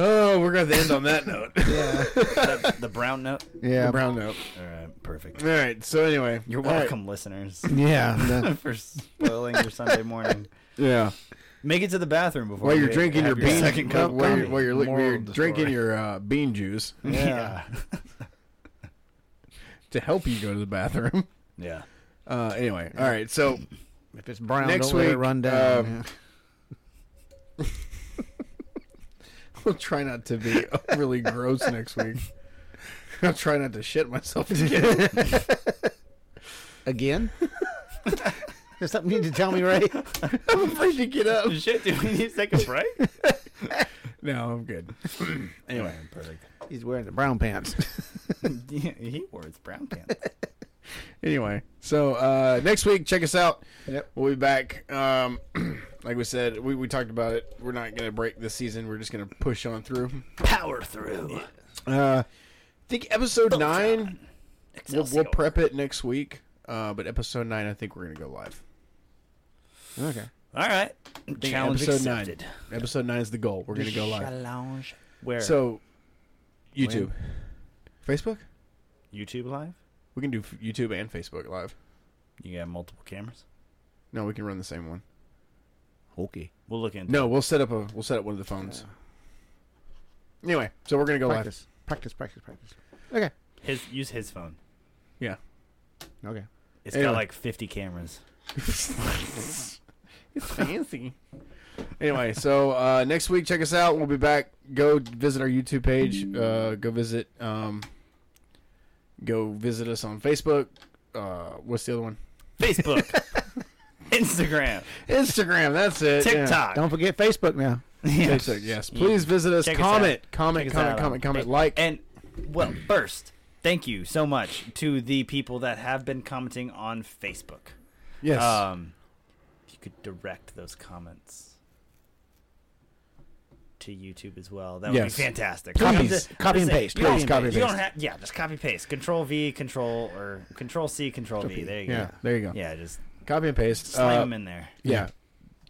[SPEAKER 3] Oh, we're gonna have to end on that note.
[SPEAKER 1] yeah.
[SPEAKER 2] the, the brown note.
[SPEAKER 1] Yeah.
[SPEAKER 3] Brown note.
[SPEAKER 2] All right, perfect.
[SPEAKER 3] All right. So anyway,
[SPEAKER 2] You're
[SPEAKER 3] All right.
[SPEAKER 2] welcome, listeners,
[SPEAKER 1] Yeah. no.
[SPEAKER 2] for spoiling your Sunday morning.
[SPEAKER 3] Yeah.
[SPEAKER 2] Make it to the bathroom before
[SPEAKER 3] While
[SPEAKER 2] we
[SPEAKER 3] you're drinking your
[SPEAKER 2] have
[SPEAKER 3] bean,
[SPEAKER 2] second cup.
[SPEAKER 3] while you're,
[SPEAKER 2] coffee.
[SPEAKER 3] while you're, li- while
[SPEAKER 1] Moral
[SPEAKER 3] you're
[SPEAKER 1] of the
[SPEAKER 3] drinking
[SPEAKER 1] story.
[SPEAKER 3] your uh, bean juice
[SPEAKER 2] yeah,
[SPEAKER 3] to help you go to the bathroom.
[SPEAKER 2] yeah.
[SPEAKER 3] Uh, anyway, all right. So
[SPEAKER 1] If it's brown,
[SPEAKER 3] Next
[SPEAKER 1] don't let it
[SPEAKER 3] week,
[SPEAKER 1] run down.
[SPEAKER 3] um,
[SPEAKER 1] yeah.
[SPEAKER 3] I'll try not to be overly gross next week. I'll try not to shit myself again.
[SPEAKER 1] Again? There's something you need to tell me, Ray?
[SPEAKER 3] I'm afraid to get up.
[SPEAKER 2] Shit, do we need to take a break?
[SPEAKER 3] No, I'm good.
[SPEAKER 2] anyway, perfect.
[SPEAKER 1] He's wearing the brown pants.
[SPEAKER 2] he wore his brown pants.
[SPEAKER 3] Anyway, so uh, next week, check us out.
[SPEAKER 1] Yep.
[SPEAKER 3] We'll be back. Um, like we said, we, we talked about it. We're not going to break this season. We're just going to push on through.
[SPEAKER 4] Power through.
[SPEAKER 3] Uh, I think episode nine, we'll, we'll prep it next week. Uh, but episode nine, I think we're going to go live.
[SPEAKER 1] Okay.
[SPEAKER 2] All right. Challenge
[SPEAKER 3] episode
[SPEAKER 2] accepted.
[SPEAKER 3] nine. Episode nine is the goal. We're going to go live.
[SPEAKER 4] Challenge.
[SPEAKER 2] Where?
[SPEAKER 3] So, YouTube, Facebook.
[SPEAKER 2] YouTube live?
[SPEAKER 3] We can do f- YouTube and Facebook live.
[SPEAKER 2] You got multiple cameras?
[SPEAKER 3] No, we can run the same one.
[SPEAKER 1] Okay.
[SPEAKER 2] We'll look into
[SPEAKER 3] No, we'll set up a we'll set up one of the phones. Anyway, so we're gonna go
[SPEAKER 1] Practice. Practice, practice, practice. Okay.
[SPEAKER 2] his use his phone.
[SPEAKER 3] live. Yeah.
[SPEAKER 1] Okay.
[SPEAKER 2] It's
[SPEAKER 3] Anyway.
[SPEAKER 2] got like 50 cameras.
[SPEAKER 3] It's fancy. anyway, so uh, next week, check us out. We'll be back. Go visit our YouTube page. Uh, go visit. Um, go visit us on Facebook. Uh, what's the other one?
[SPEAKER 2] Facebook, Instagram,
[SPEAKER 3] Instagram. That's it. yeah.
[SPEAKER 2] TikTok.
[SPEAKER 1] Don't forget Facebook now.
[SPEAKER 2] Yes.
[SPEAKER 3] TikTok. Yes. Please visit us.
[SPEAKER 2] Check us
[SPEAKER 3] comment,
[SPEAKER 2] out.
[SPEAKER 3] comment.
[SPEAKER 2] Check us
[SPEAKER 3] Comment.
[SPEAKER 2] out
[SPEAKER 3] Comment.
[SPEAKER 2] on-
[SPEAKER 3] Comment. Like.
[SPEAKER 2] And well, first, thank you so much to the people that have been commenting on Facebook.
[SPEAKER 3] yes.
[SPEAKER 2] Um, if you could direct those comments to YouTube as well, that would
[SPEAKER 3] Yes.
[SPEAKER 2] be fantastic.
[SPEAKER 1] Copy,
[SPEAKER 2] Just-
[SPEAKER 1] copy and
[SPEAKER 2] just say-
[SPEAKER 1] paste.
[SPEAKER 2] you don't-
[SPEAKER 1] Please copy and
[SPEAKER 2] You don't
[SPEAKER 1] paste.
[SPEAKER 2] have, yeah, just copy paste. Control V, Control or Control C, Control V. There you
[SPEAKER 3] yeah,
[SPEAKER 2] go.
[SPEAKER 3] There you go.
[SPEAKER 2] Yeah, just
[SPEAKER 3] Copy and paste.
[SPEAKER 2] slam
[SPEAKER 3] Uh,
[SPEAKER 2] them in there.
[SPEAKER 3] yeah.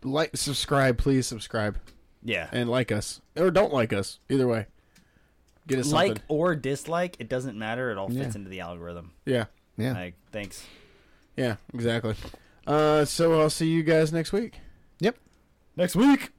[SPEAKER 3] Like. Subscribe. Please subscribe
[SPEAKER 2] Yeah.
[SPEAKER 3] and like us, or don't like us. Either way. Get us
[SPEAKER 2] like
[SPEAKER 3] something.
[SPEAKER 2] or dislike, it doesn't matter. It all fits
[SPEAKER 1] Yeah.
[SPEAKER 2] into the algorithm.
[SPEAKER 3] Yeah.
[SPEAKER 1] Yeah.
[SPEAKER 2] Like, thanks.
[SPEAKER 3] Yeah. Exactly. Uh, so I'll see you guys next week.
[SPEAKER 1] Yep.
[SPEAKER 2] Next week.